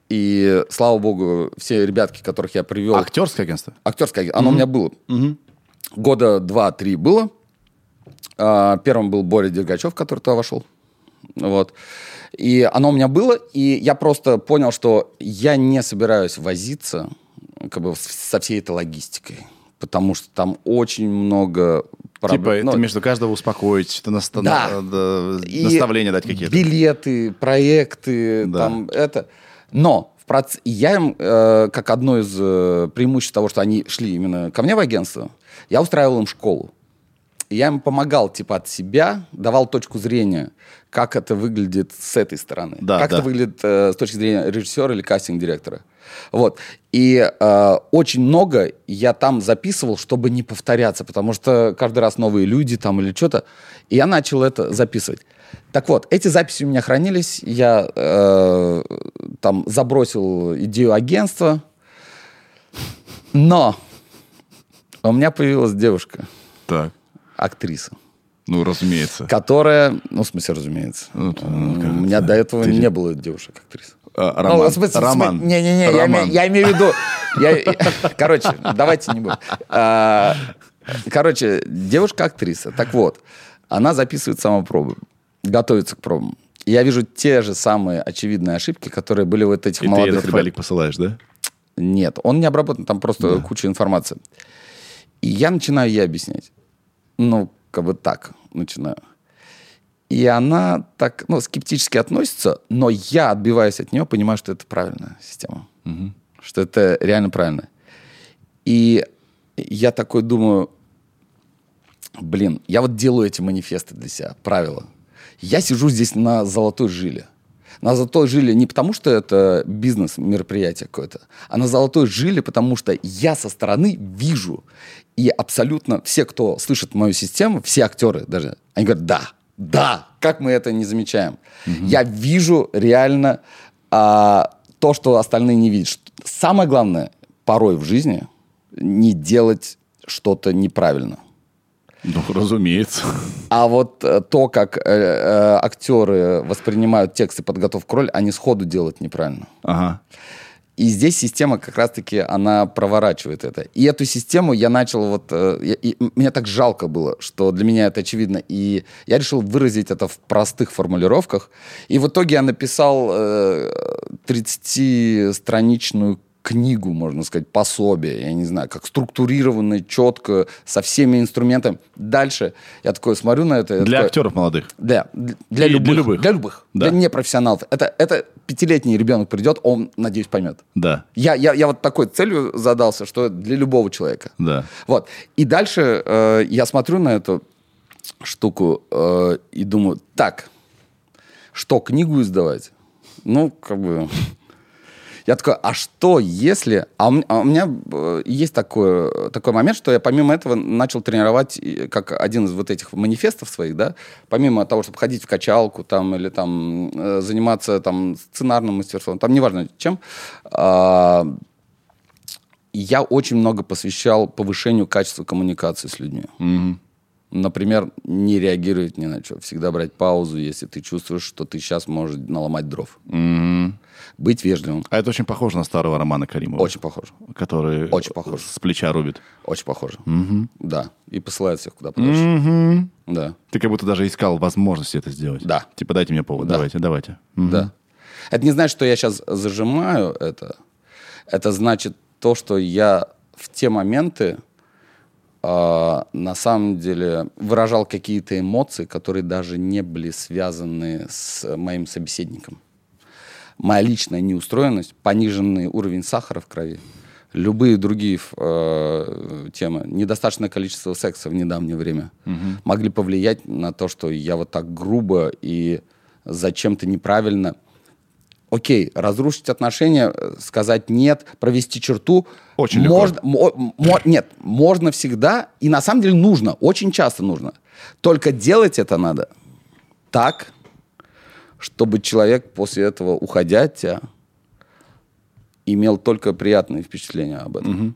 [SPEAKER 1] и, слава богу, все ребятки, которых я привел...
[SPEAKER 3] Актерское агентство?
[SPEAKER 1] Актерское агентство. Оно у меня было. Года два-три было. А, Первым был Боря Дергачев, который туда вошел. Вот. И оно у меня было, и я просто понял, что я не собираюсь возиться как бы, с- со всей этой логистикой. Потому что там очень много
[SPEAKER 3] Типа,
[SPEAKER 1] проблем.
[SPEAKER 3] это
[SPEAKER 1] Ну,
[SPEAKER 3] между каждого успокоить, что наста-
[SPEAKER 1] Да.
[SPEAKER 3] на- да,
[SPEAKER 1] э, и
[SPEAKER 3] Э, наставления дать какие-то.
[SPEAKER 1] Билеты, проекты,
[SPEAKER 3] Да.
[SPEAKER 1] там это. Но в проц- и я им, э, как одно из э, преимуществ того, что они шли именно ко мне в агентство, я устраивал им школу. И я им помогал, типа, от себя, давал точку зрения, как это выглядит с этой стороны.
[SPEAKER 3] Да,
[SPEAKER 1] как
[SPEAKER 3] да.
[SPEAKER 1] это выглядит э, с точки зрения режиссера или кастинг-директора. Вот. И э, очень много я там записывал, чтобы не повторяться, потому что каждый раз новые люди там или что-то. И я начал это записывать. Так вот, эти записи у меня хранились. Я э, там забросил идею агентства. Но у меня появилась девушка
[SPEAKER 3] Так.
[SPEAKER 1] актриса,
[SPEAKER 3] Ну, разумеется.
[SPEAKER 1] которая, ну, в смысле, разумеется.
[SPEAKER 3] Ну, т- ну,
[SPEAKER 1] У
[SPEAKER 3] как
[SPEAKER 1] меня до этого не было девушек-актрис.
[SPEAKER 3] А, Роман.
[SPEAKER 1] Ну, в смысле, в
[SPEAKER 3] Роман.
[SPEAKER 1] смысле- Не-не-не, я
[SPEAKER 3] Роман.
[SPEAKER 1] имею- я, имею в виду... я- короче, давайте не будем. А, короче, девушка-актриса. Так вот, она записывает самопробы, готовится к пробам. И Я вижу те же самые очевидные ошибки, которые были вот этих
[SPEAKER 3] И ты
[SPEAKER 1] молодых
[SPEAKER 3] этот
[SPEAKER 1] ребят.
[SPEAKER 3] файлик посылаешь, да?
[SPEAKER 1] Нет, он не обработан, там просто куча информации. И я начинаю ей объяснять. Ну, как бы так начинаю. И она так, ну, скептически относится, но я отбиваюсь от нее, понимаю, что это правильная система. Что это реально правильно. И я такой думаю, блин, я вот делаю эти манифесты для себя, правила. Я сижу здесь на золотой жиле. На золотой жиле не потому, что это бизнес-мероприятие какое-то, а на золотой жиле, потому что я со стороны вижу. И абсолютно все, кто слышит мою систему, все актеры даже, они говорят, да, да, как мы это не замечаем. Я вижу реально а, то, что остальные не видят. Что- Самое главное порой в жизни не делать что-то неправильно.
[SPEAKER 3] Ну,
[SPEAKER 1] *laughs*
[SPEAKER 3] разумеется.
[SPEAKER 1] А вот э, то, как э, э, актеры воспринимают текст и подготовку к роли, они сходу делают неправильно.
[SPEAKER 3] Ага.
[SPEAKER 1] И здесь система как раз-таки, она проворачивает это. И эту систему я начал вот... э, я- и м- мне так жалко было, что для меня это очевидно. И я решил выразить это в простых формулировках. И в итоге я написал э, 30-страничную книгу, можно сказать, пособие, я не знаю, как структурированное, четко, со всеми инструментами. Дальше я такой смотрю на это... я
[SPEAKER 3] Для
[SPEAKER 1] такой,
[SPEAKER 3] актеров молодых.
[SPEAKER 1] да, для, для
[SPEAKER 3] И для
[SPEAKER 1] любых.
[SPEAKER 3] любых.
[SPEAKER 1] Для любых.
[SPEAKER 3] Да.
[SPEAKER 1] Для непрофессионалов. Это, это пятилетний ребенок придет, он, надеюсь, поймет.
[SPEAKER 3] Да,
[SPEAKER 1] Я, я, я вот такой целью задался, что для любого человека.
[SPEAKER 3] да.
[SPEAKER 1] Вот. И дальше э, я смотрю на эту штуку э, и думаю, так, что, книгу издавать? Ну, как бы... Я такой, а что если... А у, м- а у меня э, есть такое, такой момент, что я помимо этого начал тренировать, и как один из вот этих манифестов своих, да, помимо того, чтобы ходить в качалку там или там э, заниматься там сценарным мастерством, там неважно чем, а, я очень много посвящал повышению качества коммуникации с людьми. Например, не реагировать ни на что. Всегда брать паузу, если ты чувствуешь, что ты сейчас можешь наломать дров. Быть вежливым.
[SPEAKER 3] А это очень похоже на старого Романа Каримова.
[SPEAKER 1] Очень похоже.
[SPEAKER 3] Который
[SPEAKER 1] Очень похож.
[SPEAKER 3] с плеча рубит.
[SPEAKER 1] Очень похоже. Да. И посылает всех куда подальше. Да.
[SPEAKER 3] Ты как будто даже искал возможности это сделать.
[SPEAKER 1] Да.
[SPEAKER 3] Типа, дайте мне повод,
[SPEAKER 1] Да.
[SPEAKER 3] давайте, давайте. М.
[SPEAKER 1] Да. Это не значит, что я сейчас зажимаю это. Это значит то, что я в те моменты а, на самом деле выражал какие-то эмоции, которые даже не были связаны с моим собеседником. Моя личная неустроенность, пониженный уровень сахара в крови, любые другие ф- э, темы, недостаточное количество секса в недавнее время могли повлиять на то, что я вот так грубо и зачем-то неправильно. Окей, разрушить отношения, э, сказать нет, провести черту.
[SPEAKER 3] Очень легко.
[SPEAKER 1] можно, Мо- мо- нет, можно всегда, и на самом деле нужно, очень часто нужно. Только делать это надо так, чтобы человек после этого, уходя от тебя, имел только приятные впечатления об этом.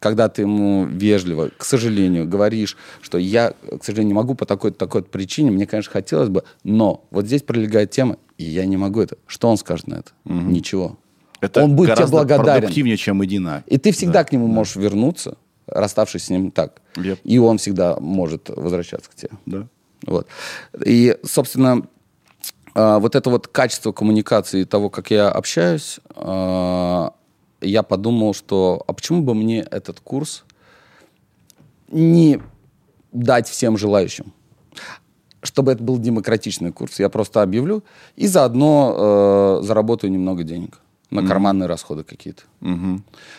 [SPEAKER 1] Когда ты ему вежливо, к сожалению, говоришь, что я, к сожалению, не могу по такой-то такой причине, мне, конечно, хотелось бы, но вот здесь пролегает тема, и я не могу это. Что он скажет на это? Ничего.
[SPEAKER 3] Это
[SPEAKER 1] он будет тебе
[SPEAKER 3] гораздо
[SPEAKER 1] благодарен.
[SPEAKER 3] продуктивнее, чем иди на.
[SPEAKER 1] И ты всегда к нему можешь вернуться, расставшись с ним так.
[SPEAKER 3] Yep.
[SPEAKER 1] И он всегда может возвращаться к тебе.
[SPEAKER 3] Да.
[SPEAKER 1] Вот. И, собственно, а, вот это вот качество коммуникации и того, как я общаюсь, а, я подумал, что а почему бы мне этот курс не дать всем желающим? Чтобы это был демократичный курс, я просто объявлю и заодно э, заработаю немного денег на карманные расходы какие-то.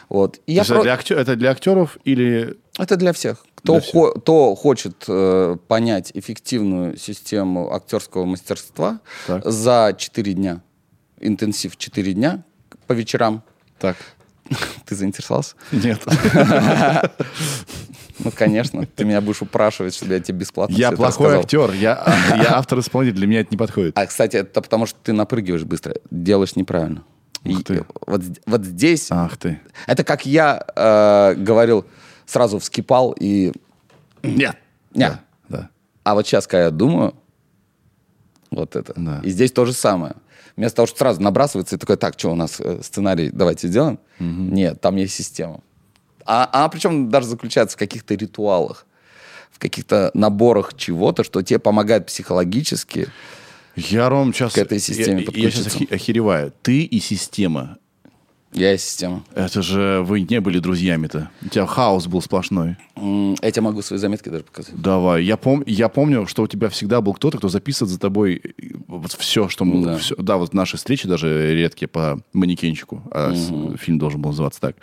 [SPEAKER 1] Вот. И я
[SPEAKER 3] То есть это,
[SPEAKER 1] про-
[SPEAKER 3] для актё- это для актеров или...
[SPEAKER 1] это для всех. Кто,
[SPEAKER 3] Для всех.
[SPEAKER 1] хо- кто хочет э, понять эффективную систему актерского мастерства
[SPEAKER 3] Так.
[SPEAKER 1] за 4 дня, интенсив 4 дня по вечерам. *laughs*
[SPEAKER 3] Так.
[SPEAKER 1] Ты заинтересовался?
[SPEAKER 3] Нет.
[SPEAKER 1] Ну, конечно, ты меня будешь упрашивать, чтобы я тебе бесплатно
[SPEAKER 3] Я
[SPEAKER 1] всё это
[SPEAKER 3] плохой
[SPEAKER 1] рассказал.
[SPEAKER 3] актер, я, я автор-исполнитель, для меня это не подходит.
[SPEAKER 1] А, кстати, это потому, что ты напрыгиваешь быстро, делаешь неправильно.
[SPEAKER 3] Ух
[SPEAKER 1] И
[SPEAKER 3] ты. А.
[SPEAKER 1] Вот, з- вот здесь
[SPEAKER 3] Ах ты.
[SPEAKER 1] это как я э, говорил, сразу вскипал и...
[SPEAKER 3] Нет.
[SPEAKER 1] Нет.
[SPEAKER 3] Да, да.
[SPEAKER 1] А вот сейчас, когда я думаю, вот это.
[SPEAKER 3] Да.
[SPEAKER 1] И здесь то же самое. Вместо того, что сразу набрасывается и такой, так, что у нас э, сценарий, давайте сделаем. Нет, там есть система. А, а причем даже заключается в каких-то ритуалах, в каких-то наборах чего-то, что тебе помогает психологически.
[SPEAKER 3] Я, Ром, сейчас...
[SPEAKER 1] К этой системе
[SPEAKER 3] я, я сейчас
[SPEAKER 1] подключиться.
[SPEAKER 3] охереваю. Ты и система.
[SPEAKER 1] Я есть система.
[SPEAKER 3] Это же вы не были друзьями-то. У тебя хаос был сплошной.
[SPEAKER 1] М, Я тебе могу свои заметки даже показать.
[SPEAKER 3] Давай. Я, пом... я помню, что у тебя всегда был кто-то, кто записывает за тобой э, вот все, что мы...
[SPEAKER 1] Да.
[SPEAKER 3] Да, да вот наши встречи даже редкие по манекенчику. А с- Фильм должен был называться так.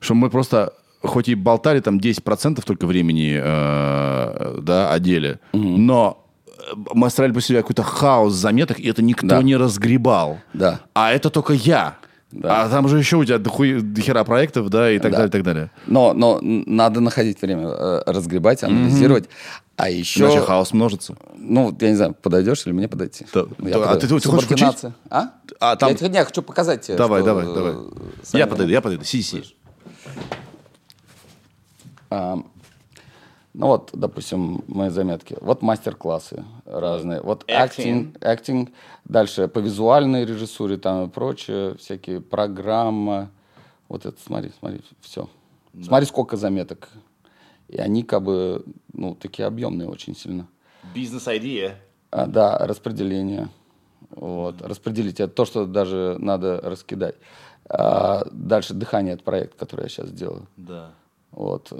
[SPEAKER 3] Что мы просто... Хоть и болтали там 10% только времени, э, да, о деле, но э, мы оставляли по себе какой-то хаос заметок, и это никто
[SPEAKER 1] Да.
[SPEAKER 3] не разгребал.
[SPEAKER 1] Да.
[SPEAKER 3] А это только я.
[SPEAKER 1] Да.
[SPEAKER 3] А там же еще у тебя дохуя- дохера проектов, да, и так
[SPEAKER 1] Да.
[SPEAKER 3] далее, и так далее.
[SPEAKER 1] Но, но н- надо находить время э, разгребать, анализировать. А еще...
[SPEAKER 3] Иначе хаос множится.
[SPEAKER 1] Ну, вот я не знаю, подойдешь или мне подойти. Ну,
[SPEAKER 3] Да,
[SPEAKER 1] Я
[SPEAKER 3] да, а
[SPEAKER 1] подойду.
[SPEAKER 3] ты- ты хочешь включить?
[SPEAKER 1] Субординация. А?
[SPEAKER 3] А, там-
[SPEAKER 1] Я, тебе- не, я хочу показать тебе.
[SPEAKER 3] Давай,
[SPEAKER 1] что,
[SPEAKER 3] давай,
[SPEAKER 1] э,
[SPEAKER 3] давай.
[SPEAKER 1] сами-
[SPEAKER 3] Я подойду, я подойду. Си, си.
[SPEAKER 1] А, Ну вот, допустим, мои заметки. Вот мастер-классы разные. Вот
[SPEAKER 4] Acting.
[SPEAKER 1] acting, acting, дальше по визуальной режиссуре там и прочее, всякие программы. Вот это, смотри, смотри, все. Смотри, сколько заметок. И они как бы, ну, такие объемные очень сильно.
[SPEAKER 4] Бизнес-идея.
[SPEAKER 1] А, да, распределение. Вот. Распределить это то, что даже надо раскидать. А, дальше дыхание это проект, который я сейчас делаю.
[SPEAKER 4] Да.
[SPEAKER 1] Вот.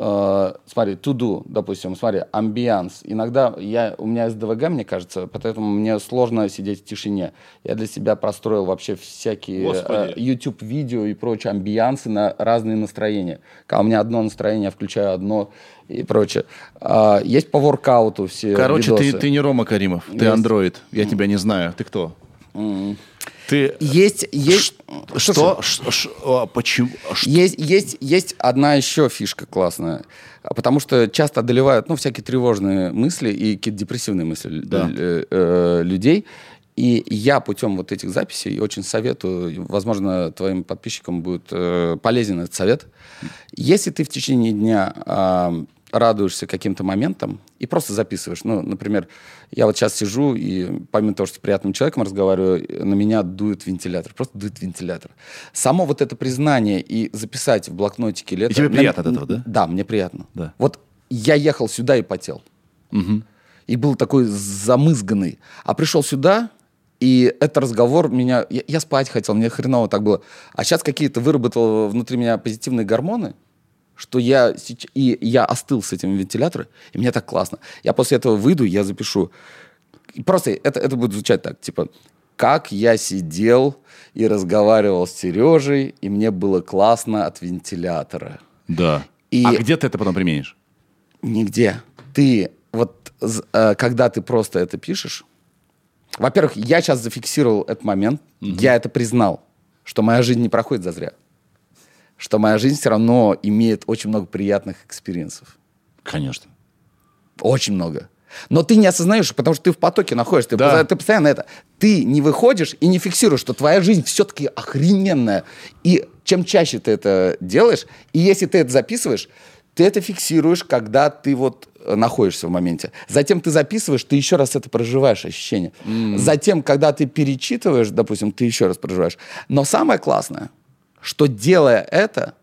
[SPEAKER 1] Э, смотри, to do, допустим, смотри, амбианс. Иногда я, у меня СДВГ, мне кажется, поэтому мне сложно сидеть в тишине. Я для себя простроил вообще всякие э,
[SPEAKER 4] Господи.
[SPEAKER 1] YouTube-видео и прочие амбиансы на разные настроения. Когда у меня одно настроение, я включаю одно и прочее. А, есть по воркауту все
[SPEAKER 3] Короче, ты,
[SPEAKER 1] э, видосы.
[SPEAKER 3] ты не Рома Каримов, ты
[SPEAKER 1] Есть.
[SPEAKER 3] андроид. Я тебя не знаю. Ты кто? Ты
[SPEAKER 1] Есть, есть...
[SPEAKER 3] что? Ш- ш- а, Почему? а, ш-
[SPEAKER 1] Есть, есть, есть одна еще фишка классная, А потому что часто одолевают ну, всякие тревожные мысли и какие-то депрессивные мысли л-
[SPEAKER 3] Да.
[SPEAKER 1] э, э, людей. И я путем вот этих записей очень советую, и, возможно, твоим подписчикам будет э, полезен этот совет. Если ты в течение дня а, радуешься каким-то моментам и просто записываешь, ну, например, я вот сейчас сижу и помимо того, что с приятным человеком разговариваю, э, на меня дует вентилятор, просто дует вентилятор. Само вот это признание и записать в блокнотике лето...
[SPEAKER 3] И тебе приятно от этого, да?
[SPEAKER 1] Да, мне приятно.
[SPEAKER 3] Да.
[SPEAKER 1] Вот я ехал сюда и потел и был такой замызганный. А пришел сюда, и этот разговор меня... Я, я спать хотел, мне хреново так было. А сейчас какие-то выработал внутри меня позитивные гормоны, что я... сеч- И я остыл с этим вентилятором, и мне так классно. Я после этого выйду, я запишу. И Просто это, это будет звучать так, типа... Как я сидел и разговаривал с Сережей, и мне было классно от вентилятора.
[SPEAKER 3] Да.
[SPEAKER 1] И-
[SPEAKER 3] А где ты это потом применишь?
[SPEAKER 1] Нигде. Ты вот з- э, когда ты просто это пишешь, во-первых, я сейчас зафиксировал этот момент, я это признал, что моя жизнь не проходит зазря, что моя жизнь все равно имеет очень много приятных экспириенсов.
[SPEAKER 3] Конечно.
[SPEAKER 1] Очень много. Но ты не осознаешь, потому что ты в потоке находишься, ты,
[SPEAKER 3] Да.
[SPEAKER 1] поза- ты постоянно это. Ты не выходишь и не фиксируешь, что твоя жизнь все-таки охрененная. И чем чаще ты это делаешь, и если ты это записываешь, ты это фиксируешь, когда ты вот э, находишься в моменте. Затем ты записываешь, ты еще раз это проживаешь, ощущение. Затем, когда ты перечитываешь, допустим, ты еще раз проживаешь. Но самое классное, что делая это,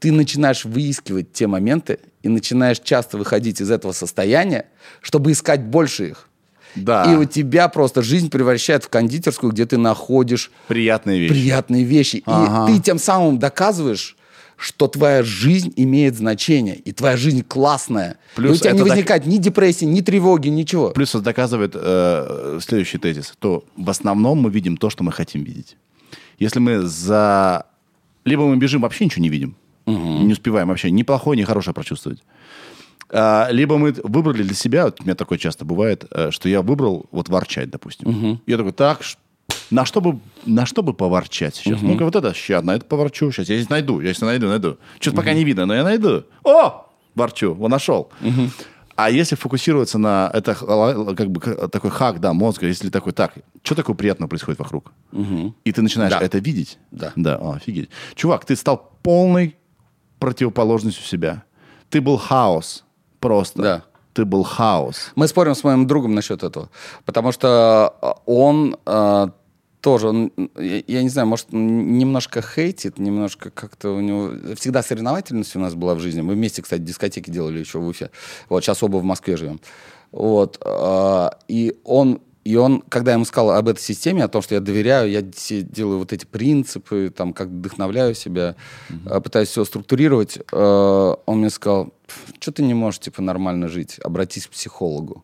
[SPEAKER 1] ты начинаешь выискивать те моменты и начинаешь часто выходить из этого состояния, чтобы искать больше их.
[SPEAKER 3] Да.
[SPEAKER 1] И у тебя просто жизнь превращает в кондитерскую, где ты находишь
[SPEAKER 3] Приятная вещь.
[SPEAKER 1] приятные вещи.
[SPEAKER 3] Ага.
[SPEAKER 1] И ты тем самым доказываешь, что твоя жизнь имеет значение, и твоя жизнь классная.
[SPEAKER 3] Плюс
[SPEAKER 1] и у тебя не
[SPEAKER 3] это док-
[SPEAKER 1] возникает ни депрессии, ни тревоги, ничего.
[SPEAKER 3] Плюс это доказывает э, следующий тезис, то в основном мы видим то, что мы хотим видеть. Если мы за... Либо мы бежим, вообще ничего не видим. Не успеваем вообще ни плохое, ни хорошее прочувствовать. А, либо мы выбрали для себя, вот у меня такое часто бывает, э, что я выбрал вот ворчать, допустим. Я такой, так, ш- на что бы, на что бы поворчать сейчас? Ну-ка, вот это, сейчас на это поворчу, сейчас я здесь найду, я сейчас найду, найду. Что-то пока не видно, но я найду. О, ворчу, вот нашел. А если фокусироваться на... Это х- л- как бы к- такой хак, да, мозга, если такой, так, что такое приятного происходит вокруг? И ты начинаешь это видеть.
[SPEAKER 1] Да.
[SPEAKER 3] Да, о, офигеть. Чувак, ты стал полной противоположностью себя. Ты был хаос просто.
[SPEAKER 1] Да.
[SPEAKER 3] Ты был хаос.
[SPEAKER 1] Мы спорим с моим другом насчет этого, потому что э, он э, тоже, он, э, я, я не знаю, может, н- немножко хейтит, немножко как-то у него... Всегда соревновательность у нас была в жизни. Мы вместе, кстати, дискотеки делали еще в Уфе. Вот сейчас оба в Москве живем. Вот. э, и он... И он, когда я ему сказал об этой системе, о том, что я доверяю, я се- делаю вот эти принципы, там, как вдохновляю себя, э, пытаюсь все структурировать, э, он мне сказал, что ты не можешь, типа, нормально жить, обратись к психологу.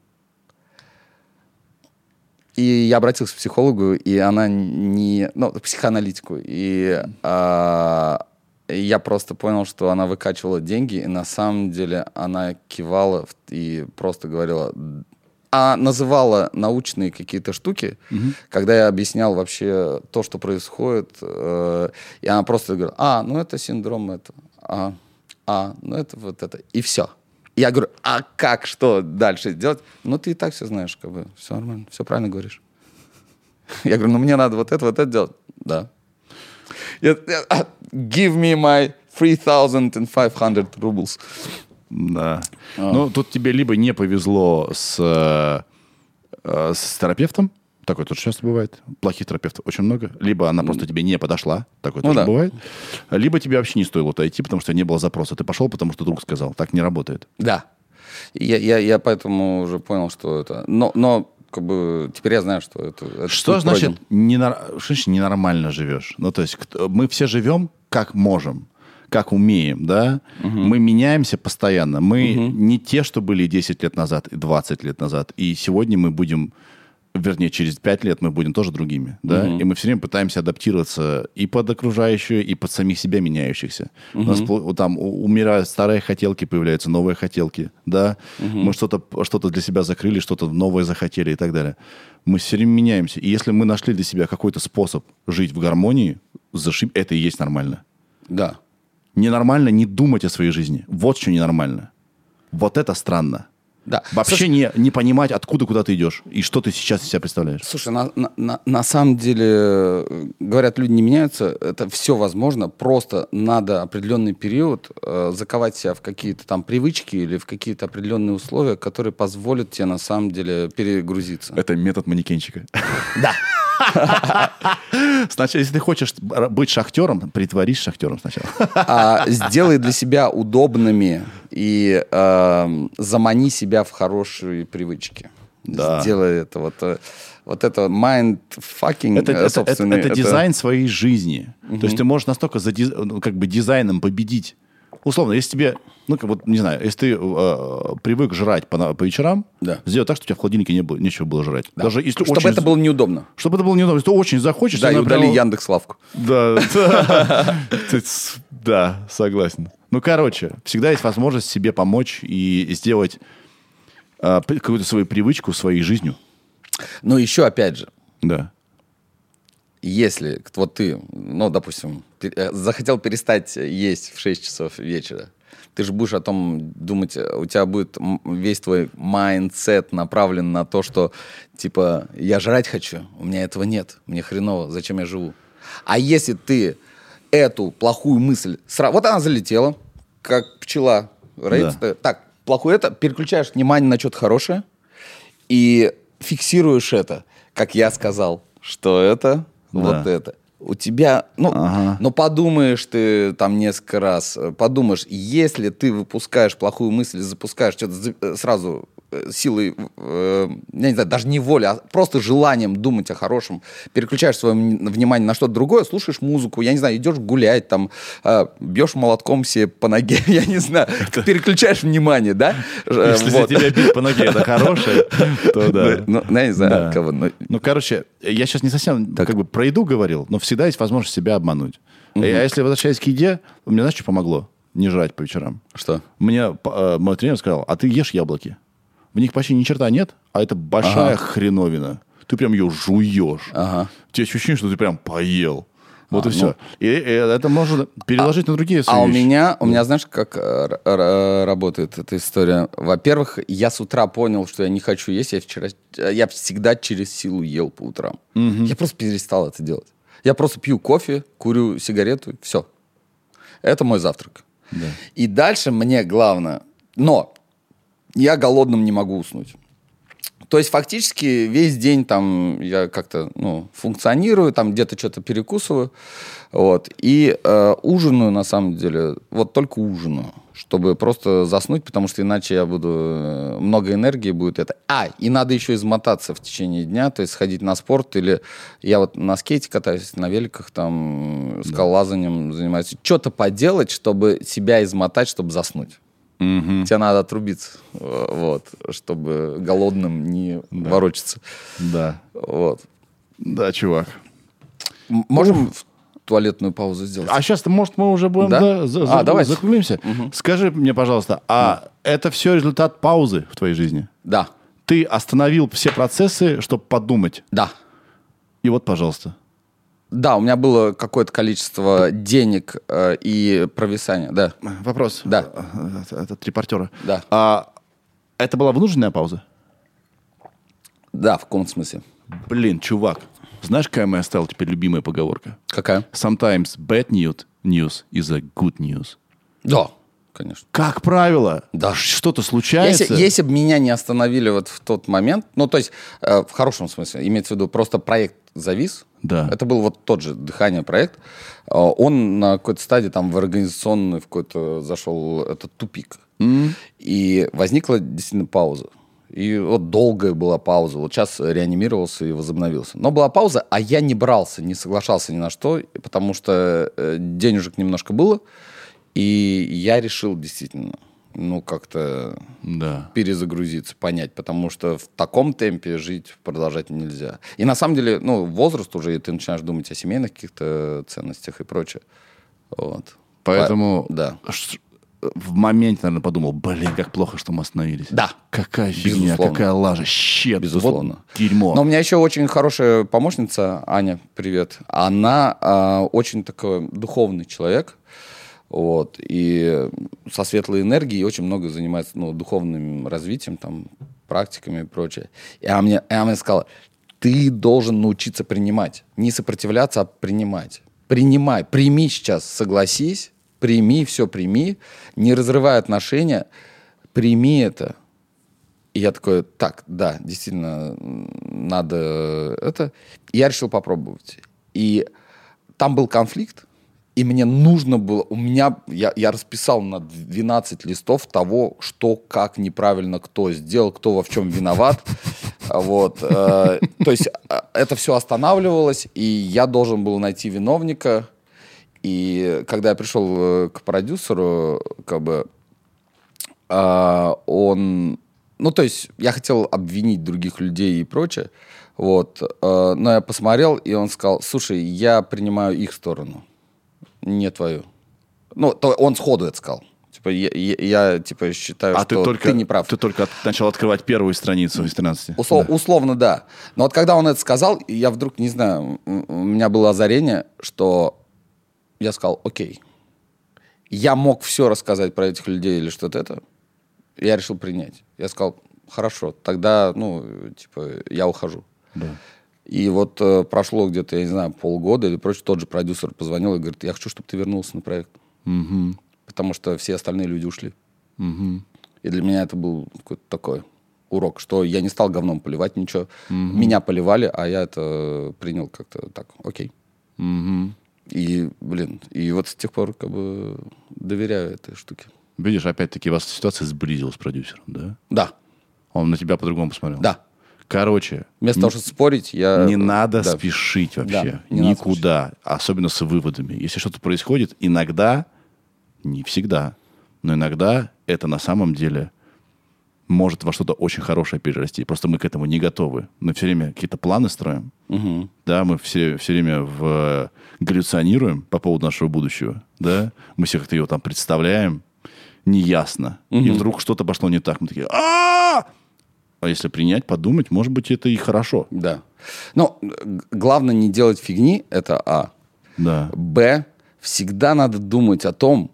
[SPEAKER 1] И я обратился к психологу, и она не... Ну, к психоаналитику. И а, я просто понял, что она выкачивала деньги, и на самом деле она кивала в- и просто говорила... А называла научные какие-то штуки, когда я объяснял вообще то, что происходит. э, и она просто говорила, а, ну это синдром это, а, а, ну это вот это, и все. Я говорю, а как, что дальше делать? Ну, ты и так все знаешь, как бы, все нормально, все правильно говоришь. *laughs* Я говорю, ну, мне надо вот это, вот это делать. Да. Я- я- а, Give me my 3500 rubles.
[SPEAKER 3] Да.
[SPEAKER 1] А.
[SPEAKER 3] Ну, тут тебе либо не повезло с, э, э, с терапевтом, такое тоже часто бывает, плохих терапевтов очень много, либо она просто тебе не подошла, такое
[SPEAKER 1] Ну
[SPEAKER 3] тоже
[SPEAKER 1] да.
[SPEAKER 3] бывает, либо тебе вообще не стоило туда идти, потому что не было запроса. Ты пошел, потому что друг сказал, так не работает.
[SPEAKER 1] Да. Я, я, я поэтому уже понял, что это... Но, но как бы теперь я знаю, что это... этот
[SPEAKER 3] Что
[SPEAKER 1] путь
[SPEAKER 3] значит
[SPEAKER 1] пройден.
[SPEAKER 3] ненор- что значит ненормально живешь? Ну, то есть кто- мы все живем как можем, как умеем, да? Мы меняемся постоянно. Мы не те, что были 10 лет назад и 20 лет назад. И сегодня мы будем, вернее, через 5 лет мы будем тоже другими, да? И мы все время пытаемся адаптироваться и под окружающую, и под самих себя меняющихся. У нас пл- там у- умирают старые хотелки, появляются новые хотелки, да? Мы что-то что для себя закрыли, что-то новое захотели и так далее. Мы все время меняемся. И если мы нашли для себя какой-то способ жить в гармонии, зашиб, это и есть нормально.
[SPEAKER 1] Да.
[SPEAKER 3] Ненормально не думать о своей жизни. Вот что ненормально. Вот это странно.
[SPEAKER 1] Да.
[SPEAKER 3] Вообще
[SPEAKER 1] Слушай,
[SPEAKER 3] не, не понимать, откуда, куда ты идешь и что ты сейчас из себя представляешь.
[SPEAKER 1] Слушай, на, на- на- на самом деле, э, говорят, люди не меняются, это все возможно, просто надо определенный период э, заковать себя в какие-то там привычки или в какие-то определенные условия, которые позволят тебе на самом деле перегрузиться.
[SPEAKER 3] Это метод манекенщика. Да. *laughs* Сначала, если ты хочешь р- быть шахтером, притворись шахтером сначала.
[SPEAKER 1] А, сделай для себя удобными и эм, замани себя в хорошие привычки.
[SPEAKER 3] Да.
[SPEAKER 1] Сделай это вот, э, вот это mind fucking, э,
[SPEAKER 3] Это, это- это-
[SPEAKER 1] собственно,
[SPEAKER 3] это дизайн своей жизни. То есть ты можешь настолько за диз- ну, как бы дизайном победить. Условно, если тебе, ну, как вот, не знаю, если ты э, привык жрать по, на- по вечерам,
[SPEAKER 1] Да.
[SPEAKER 3] сделай так, что у тебя в холодильнике не было, нечего было жрать. Даже если
[SPEAKER 1] Чтобы
[SPEAKER 3] очень-
[SPEAKER 1] это было неудобно.
[SPEAKER 3] Чтобы это было неудобно. Если ты очень захочешь...
[SPEAKER 1] Да,
[SPEAKER 3] ты,
[SPEAKER 1] и
[SPEAKER 3] например,
[SPEAKER 1] удали Яндекс Лавку.
[SPEAKER 3] Да, да. *laughs* Ты с- да, согласен. Ну, короче, всегда есть возможность себе помочь и сделать а, п- какую-то свою привычку своей жизнью.
[SPEAKER 1] Но еще, опять же,
[SPEAKER 3] Да.
[SPEAKER 1] если к- вот ты, ну, допустим, пер- э, захотел перестать есть в 6 часов вечера, ты же будешь о том думать, э, у тебя будет м- весь твой майндсет направлен на то, что, типа, я жрать хочу, у меня этого нет, мне хреново, зачем я живу? А если ты эту плохую мысль... сра- Вот она залетела, как пчела, роится, э, так, плохое это, переключаешь внимание на что-то хорошее, и фиксируешь это, как я сказал, что это,
[SPEAKER 3] Да.
[SPEAKER 1] вот это. У тебя, ну,
[SPEAKER 3] Ага.
[SPEAKER 1] но подумаешь ты там несколько раз, э, подумаешь, если ты выпускаешь плохую мысль, запускаешь что-то за- э, сразу э, силой, э, я не знаю, даже не воля, а просто желанием думать о хорошем, переключаешь свое м- внимание на что-то другое, слушаешь музыку, я не знаю, идешь гулять, там, э, бьешь молотком себе по ноге, *laughs* я не знаю, переключаешь внимание, да? Э,
[SPEAKER 3] Если
[SPEAKER 1] вот.
[SPEAKER 3] тебя бить по ноге, это хорошее, то да.
[SPEAKER 1] Ну, ну, я не знаю,
[SPEAKER 3] Да.
[SPEAKER 1] кого, но-
[SPEAKER 3] Ну, короче, я сейчас не совсем как бы про еду говорил, но всегда есть возможность себя обмануть. А если возвращаясь к еде, мне знаешь, что помогло? Не жрать по вечерам.
[SPEAKER 1] Что?
[SPEAKER 3] Мне п- э, мой тренер сказал, а ты ешь яблоки. В них почти ни черта нет, а это большая хреновина. Ты прям ее жуешь.
[SPEAKER 1] Ага.
[SPEAKER 3] У тебя ощущение, что ты прям поел. Вот и все. И, э, это можно переложить на другие свои
[SPEAKER 1] А у
[SPEAKER 3] вещи.
[SPEAKER 1] меня, у меня, знаешь, как э, р- р- работает эта история? Во-первых, я с утра понял, что я не хочу есть. Я вчера, э, я всегда через силу ел по утрам. Я просто перестал это делать. Я просто пью кофе, курю сигарету, все. Это мой завтрак. И дальше мне главное, но я голодным не могу уснуть. То есть фактически весь день там я как-то ну, функционирую, там где-то что-то перекусываю. Вот. И э, ужинаю, на самом деле, вот только ужинаю, чтобы просто заснуть, потому что иначе я буду... э, Много энергии будет это. А, и надо еще измотаться в течение дня, то есть сходить на спорт или... Я вот на скейте катаюсь, на великах, там, э, скалолазанием занимаюсь. Что-то поделать, чтобы себя измотать, чтобы заснуть. Тебе надо отрубиться, э, вот, чтобы голодным не ворочаться.
[SPEAKER 3] Да.
[SPEAKER 1] Вот.
[SPEAKER 3] Да, чувак.
[SPEAKER 1] М- Можем в туалетную паузу сделать?
[SPEAKER 3] А сейчас, может, мы уже будем
[SPEAKER 1] Да?
[SPEAKER 3] да, за-
[SPEAKER 1] А,
[SPEAKER 3] за-
[SPEAKER 1] давайте.
[SPEAKER 3] закруглимся? Скажи мне, пожалуйста, а это все результат паузы в твоей жизни?
[SPEAKER 1] Да,
[SPEAKER 3] Ты остановил все процессы, чтобы подумать.
[SPEAKER 1] да.
[SPEAKER 3] И вот, пожалуйста.
[SPEAKER 1] Да, у меня было какое-то количество денег э, и провисания, да.
[SPEAKER 3] Вопрос. Э,
[SPEAKER 1] Да.
[SPEAKER 3] От, от- от репортера.
[SPEAKER 1] Да.
[SPEAKER 3] А, это была вынужденная пауза?
[SPEAKER 1] Да, в каком смысле?
[SPEAKER 3] Блин, чувак, знаешь, какая моя стала теперь любимая поговорка?
[SPEAKER 1] Какая?
[SPEAKER 3] Sometimes bad news, news is a good news.
[SPEAKER 1] Да. конечно.
[SPEAKER 3] Как правило,
[SPEAKER 1] Да.
[SPEAKER 3] что-то случается.
[SPEAKER 1] Если, если бы меня не остановили вот в тот момент, ну, то есть, э, в хорошем смысле, имеется в виду, просто проект завис.
[SPEAKER 3] Да.
[SPEAKER 1] Это был вот тот же «Дыхание» проект. Э, Он на какой-то стадии там в организационный в какой-то зашел этот тупик. И возникла действительно пауза. И вот долгая была пауза. Вот сейчас реанимировался и возобновился. Но была пауза, а я не брался, не соглашался ни на что, потому что э, денежек немножко было. И я решил действительно, ну, как-то
[SPEAKER 3] Да.
[SPEAKER 1] перезагрузиться, понять, потому что в таком темпе жить продолжать нельзя. И на самом деле, ну, возраст уже, и ты начинаешь думать о семейных каких-то ценностях и прочее. Вот.
[SPEAKER 3] Поэтому
[SPEAKER 1] По- Да.
[SPEAKER 3] ш- в моменте, наверное, подумал, блин, как плохо, что мы остановились.
[SPEAKER 1] Да.
[SPEAKER 3] Какая фигня,
[SPEAKER 1] Безусловно.
[SPEAKER 3] какая лажа, щет.
[SPEAKER 1] Безусловно.
[SPEAKER 3] вот дерьмо.
[SPEAKER 1] Но у меня еще очень хорошая помощница, Аня, привет. Она а, очень такой духовный человек, вот, и со светлой энергией очень много занимается, ну, духовным развитием, там, практиками и прочее. И она мне, и она мне сказала, ты должен научиться принимать. Не сопротивляться, а принимать. Принимай, прими сейчас, согласись, прими, все прими, не разрывай отношения, прими это. И я такой, так, да, действительно, м, надо это. И я решил попробовать. И там был конфликт, и мне нужно было, у меня, я, я расписал на 12 листов того, что, как неправильно кто сделал, кто во в чем виноват. *laughs* Вот. э, То есть э, это все останавливалось, и я должен был найти виновника. И когда я пришел э, к продюсеру, как бы, а, он... Ну, то есть я хотел обвинить других людей и прочее, вот, э, но я посмотрел, и он сказал, слушай, я принимаю их сторону, не твою. Ну, то он сходу это сказал. Типа, я, я- я, типа, считаю,
[SPEAKER 3] а
[SPEAKER 1] что
[SPEAKER 3] ты только,
[SPEAKER 1] не прав.
[SPEAKER 3] Ты только от- начал открывать первую страницу из 13.
[SPEAKER 1] Усло- Условно, да. Но вот когда он это сказал, я вдруг, не знаю, м- у меня было озарение, что я сказал, окей, я мог все рассказать про этих людей или что-то это, я решил принять. Я сказал, хорошо, тогда, ну, типа, я ухожу.
[SPEAKER 3] Да.
[SPEAKER 1] И вот э, прошло где-то, я не знаю, полгода или прочее, тот же продюсер позвонил и говорит, я хочу, чтобы ты вернулся на проект,
[SPEAKER 3] Мгм.
[SPEAKER 1] потому что все остальные люди ушли.
[SPEAKER 3] Мгм.
[SPEAKER 1] И для меня это был какой-то такой урок, что я не стал говном поливать ничего. Меня поливали, а я это принял как-то так, окей.
[SPEAKER 3] Мгм.
[SPEAKER 1] И, блин, и вот с тех пор как бы доверяю этой штуке.
[SPEAKER 3] Видишь, опять-таки, вас ситуация сблизила с продюсером, да?
[SPEAKER 1] Да,
[SPEAKER 3] Он на тебя по-другому посмотрел.
[SPEAKER 1] да.
[SPEAKER 3] Короче,
[SPEAKER 1] Вместо того, чтобы спорить, я...
[SPEAKER 3] не надо
[SPEAKER 1] Э, да.
[SPEAKER 3] спешить вообще.
[SPEAKER 1] Да, не надо
[SPEAKER 3] Никуда. Особенно с выводами. Если что-то происходит, иногда, не всегда, но иногда это на самом деле может во что-то очень хорошее перерасти. Просто мы к этому не готовы. Мы все время какие-то планы строим. Да, мы все, все время в, э, галлюционируем по поводу нашего будущего. Да? Мы все как-то его там представляем неясно. И вдруг что-то пошло не так. Мы такие, а А если принять, подумать, может быть, это и хорошо.
[SPEAKER 1] Да. Но г- главное не делать фигни, это А.
[SPEAKER 3] Да.
[SPEAKER 1] Б. Всегда надо думать о том,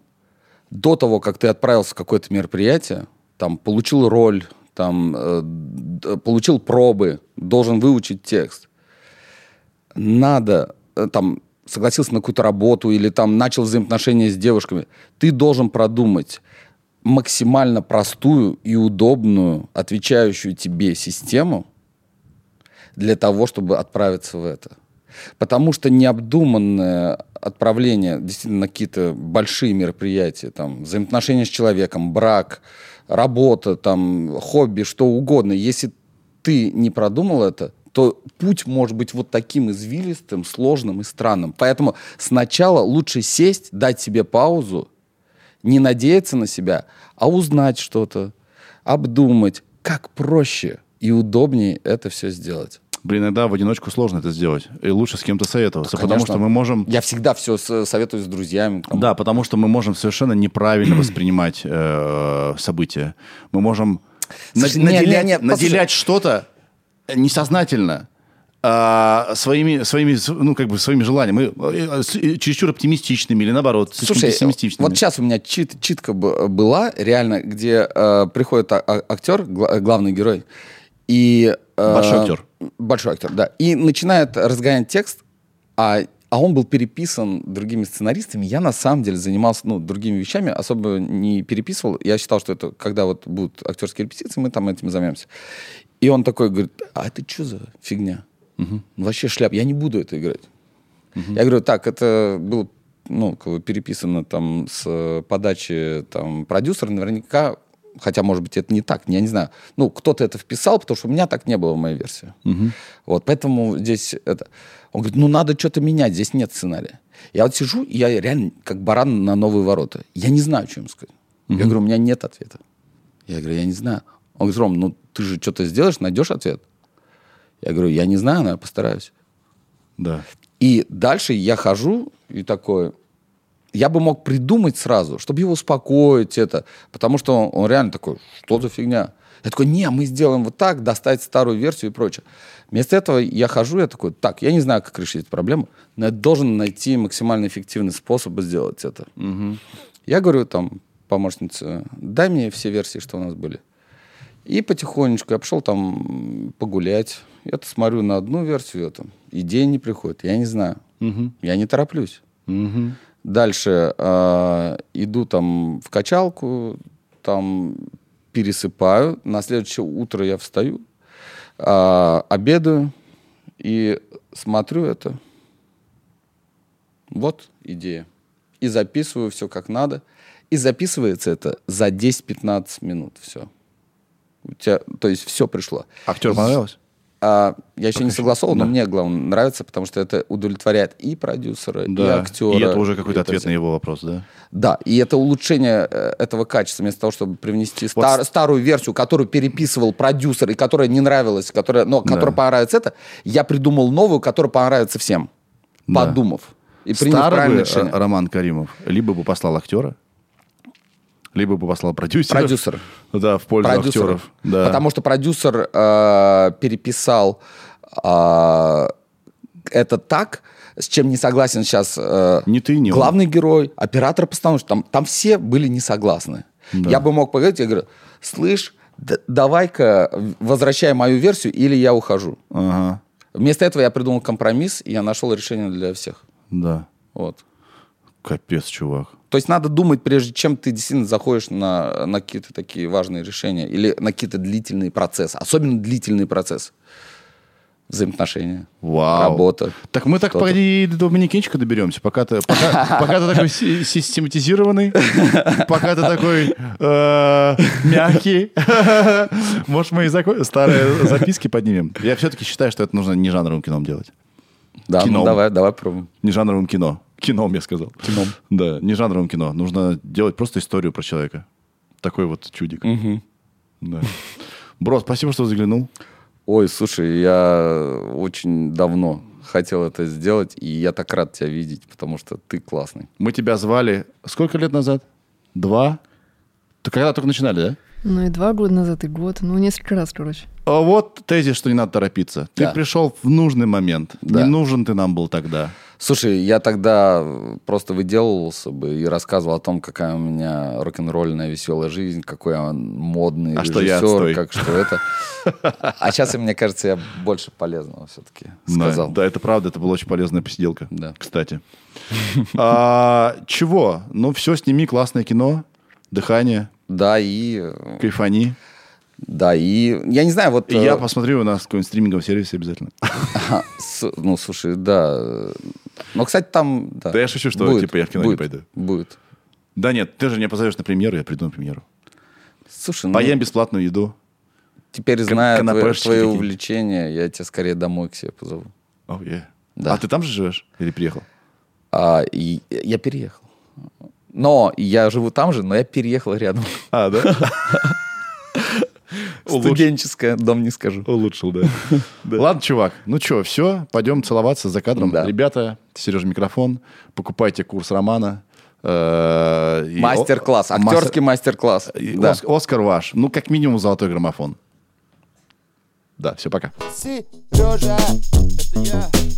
[SPEAKER 1] до того, как ты отправился в какое-то мероприятие, там, получил роль, там, э, д- получил пробы, должен выучить текст. Надо, э, там, согласился на какую-то работу или там начал взаимоотношения с девушками. Ты должен продумать максимально простую и удобную, отвечающую тебе систему, для того, чтобы отправиться в это. Потому что необдуманное отправление действительно на какие-то большие мероприятия, там, взаимоотношения с человеком, брак, работа, там, хобби, что угодно, если ты не продумал это, то путь может быть вот таким извилистым, сложным и странным. Поэтому сначала лучше сесть, дать себе паузу, не надеяться на себя, а узнать что-то, обдумать, как проще и удобнее это все сделать.
[SPEAKER 3] Блин, иногда в одиночку сложно это сделать. И лучше с кем-то советоваться, потому
[SPEAKER 1] Конечно.
[SPEAKER 3] что мы можем...
[SPEAKER 1] Я всегда все советую с друзьями.
[SPEAKER 3] *clears throat*
[SPEAKER 1] там.
[SPEAKER 3] Да, потому что мы можем совершенно
[SPEAKER 1] *clears throat*
[SPEAKER 3] неправильно воспринимать э, события. Мы можем на-
[SPEAKER 1] Слушай, не, не,
[SPEAKER 3] наделять,
[SPEAKER 1] не, послушай.
[SPEAKER 3] наделять что-то несознательно а, своими, своими, ну, как бы своими желаниями. Мы э, э, с- э, чересчур оптимистичными или, наоборот, слишком
[SPEAKER 1] Слушай,
[SPEAKER 3] пессимистичными.
[SPEAKER 1] вот сейчас у меня чит- читка б- была, реально, где э, приходит а- а- актер, гла- главный герой, и... э,
[SPEAKER 3] Большой актер.
[SPEAKER 1] Большой актер, да. И начинает разгонять текст, а, а он был переписан другими сценаристами. Я на самом деле занимался ну, другими вещами, особо не переписывал. Я считал, что это когда вот будут актерские репетиции, мы там этим займемся. И он такой говорит, а это что за фигня? Ну, Вообще шляп, я не буду это играть. Я говорю, так, это было ну, как бы переписано там с э, подачи там, продюсера, наверняка, хотя, может быть, это не так, я не знаю. Ну, кто-то это вписал, потому что у меня так не было в моей версии. Вот, поэтому здесь это... Он говорит, ну, надо что-то менять, здесь нет сценария. Я вот сижу, и я реально как баран на новые ворота. Я не знаю, что им сказать. Я говорю, у меня нет ответа. Я говорю, я не знаю. Он говорит, Ром, ну, ты же что-то сделаешь, найдешь ответ. Я говорю, я не знаю, но я постараюсь.
[SPEAKER 3] Да.
[SPEAKER 1] И дальше я хожу и такой... Я бы мог придумать сразу, чтобы его успокоить это. Потому что он, он реально такой, что за фигня? Я такой, не, мы сделаем вот так, достать старую версию и прочее. Вместо этого я хожу, я такой, так, я не знаю, как решить эту проблему, но я должен найти максимально эффективный способ сделать это. Я говорю там помощнице, дай мне все версии, что у нас были. И потихонечку я пошел там м, погулять. Я-то смотрю на одну версию, там идея не приходит. Я не знаю. Я не тороплюсь. Дальше э, иду там в качалку, там пересыпаю. На следующее утро я встаю, э, обедаю и смотрю это. Вот идея. И записываю все как надо. И записывается это за 10-15 минут все. У тебя, то есть все пришло.
[SPEAKER 3] Актеру понравилось?
[SPEAKER 1] А, я еще не согласовал, но мне главное нравится, потому что это удовлетворяет и продюсера, и актера.
[SPEAKER 3] И это уже какой-то
[SPEAKER 1] и то
[SPEAKER 3] ответ на
[SPEAKER 1] есть-
[SPEAKER 3] его вопрос, да?
[SPEAKER 1] Да, и это улучшение э, этого качества, вместо того, чтобы привнести стар-
[SPEAKER 3] с-
[SPEAKER 1] старую версию, которую переписывал продюсер, и которая не нравилась, которая, но которая понравится это, я придумал новую, которая понравится всем,
[SPEAKER 3] Да.
[SPEAKER 1] подумав. И принял
[SPEAKER 3] Старый бы,
[SPEAKER 1] правильное
[SPEAKER 3] э,
[SPEAKER 1] решение.
[SPEAKER 3] Роман Каримов либо бы послал актера, либо бы послал продюсера.
[SPEAKER 1] Продюсера.
[SPEAKER 3] Да, в пользу
[SPEAKER 1] продюсеров.
[SPEAKER 3] актеров. Да.
[SPEAKER 1] Потому что продюсер э, переписал э, это так, с чем не согласен сейчас э,
[SPEAKER 3] Ни ты, ни он.
[SPEAKER 1] главный герой, оператор постановщик. Там, там все были не согласны. Я бы мог поговорить, я говорю, слышь, д- давай-ка возвращай мою версию, или я ухожу.
[SPEAKER 3] Ага,
[SPEAKER 1] Вместо этого я придумал компромисс, и я нашел решение для всех.
[SPEAKER 3] да.
[SPEAKER 1] Вот.
[SPEAKER 3] Капец, чувак.
[SPEAKER 1] То есть надо думать, прежде чем ты действительно заходишь на, на какие-то такие важные решения или на какие-то длительные процессы, особенно длительный процесс. Взаимоотношения,
[SPEAKER 3] Вау.
[SPEAKER 1] работа.
[SPEAKER 3] Так мы так,
[SPEAKER 1] Кто-то.
[SPEAKER 3] погоди, и до Доминикинчика доберемся. Пока ты,
[SPEAKER 1] *laughs*
[SPEAKER 3] пока, пока ты такой си- систематизированный, пока ты такой э, мягкий. *laughs* Может, мы и зако- старые записки поднимем. Я все-таки считаю, что это нужно не жанровым кином делать.
[SPEAKER 1] Да, ну
[SPEAKER 3] кино.
[SPEAKER 1] давай, давай пробуем.
[SPEAKER 3] Не жанровым кино. Кином, я сказал.
[SPEAKER 1] Кином.
[SPEAKER 3] Да, не жанровым кино. Нужно делать просто историю про человека. Такой вот чудик. Да. Бро, спасибо, что заглянул.
[SPEAKER 1] Ой, слушай, я очень давно хотел это сделать, и я так рад тебя видеть, потому что ты классный.
[SPEAKER 3] Мы тебя звали сколько лет назад? Два? Ты когда только начинали, да?
[SPEAKER 4] Ну и два года назад, и год, ну несколько раз, короче.
[SPEAKER 3] А Вот тезис, что не надо торопиться. Ты
[SPEAKER 1] Да.
[SPEAKER 3] пришел в нужный момент.
[SPEAKER 1] Да.
[SPEAKER 3] Не нужен ты нам был тогда.
[SPEAKER 1] Слушай, я тогда э, просто выделывался бы и рассказывал о том, какая у меня рок-н-ролльная веселая жизнь, какой я модный
[SPEAKER 3] А что я
[SPEAKER 1] режиссер,
[SPEAKER 3] отстой.
[SPEAKER 1] как что это. А сейчас, мне кажется, я больше полезного все-таки
[SPEAKER 3] Да,
[SPEAKER 1] сказал.
[SPEAKER 3] Да, это правда, это была очень полезная посиделка.
[SPEAKER 1] Да.
[SPEAKER 3] Кстати. *laughs* А, Чего? Ну все, сними классное кино, дыхание,
[SPEAKER 1] Да, и... э,
[SPEAKER 3] кайфани.
[SPEAKER 1] Да, и... Я не знаю, вот...
[SPEAKER 3] И я
[SPEAKER 1] э,
[SPEAKER 3] посмотрю у нас в каком-нибудь стриминговом сервисе обязательно.
[SPEAKER 1] а, с- Ну, слушай, да. э, Но, кстати, там...
[SPEAKER 3] Да я шучу, что,
[SPEAKER 1] будет,
[SPEAKER 3] типа, я в кино не
[SPEAKER 1] будет,
[SPEAKER 3] пойду.
[SPEAKER 1] Будет.
[SPEAKER 3] Да нет, ты же меня позовешь на премьеру, я приду на премьеру.
[SPEAKER 1] Слушай, ну,
[SPEAKER 3] Поем бесплатную еду.
[SPEAKER 1] теперь
[SPEAKER 3] кон-
[SPEAKER 1] зная твое-
[SPEAKER 3] канапешечки
[SPEAKER 1] твои
[SPEAKER 3] какие-нибудь.
[SPEAKER 1] увлечения, я тебя скорее домой к себе позову.
[SPEAKER 3] Oh, yeah.
[SPEAKER 1] Да.
[SPEAKER 3] А ты там же живешь? Или приехал?
[SPEAKER 1] А, и я переехал. Но я живу там же, но я переехал рядом.
[SPEAKER 3] *laughs* А, да?
[SPEAKER 1] Студенческая, дом не скажу.
[SPEAKER 3] Улучшил, *laughs* да. Ладно, чувак, ну что, все, пойдем целоваться за кадром.
[SPEAKER 1] Да.
[SPEAKER 3] Ребята, Сережа микрофон, покупайте курс романа. э, и о-
[SPEAKER 1] Мастер-класс,
[SPEAKER 3] мастер-
[SPEAKER 1] актерский мастер-класс.
[SPEAKER 3] и
[SPEAKER 1] Да.
[SPEAKER 3] Ос- Оскар ваш, ну как минимум золотой граммофон. Да, все, пока.
[SPEAKER 2] Сережа, это я.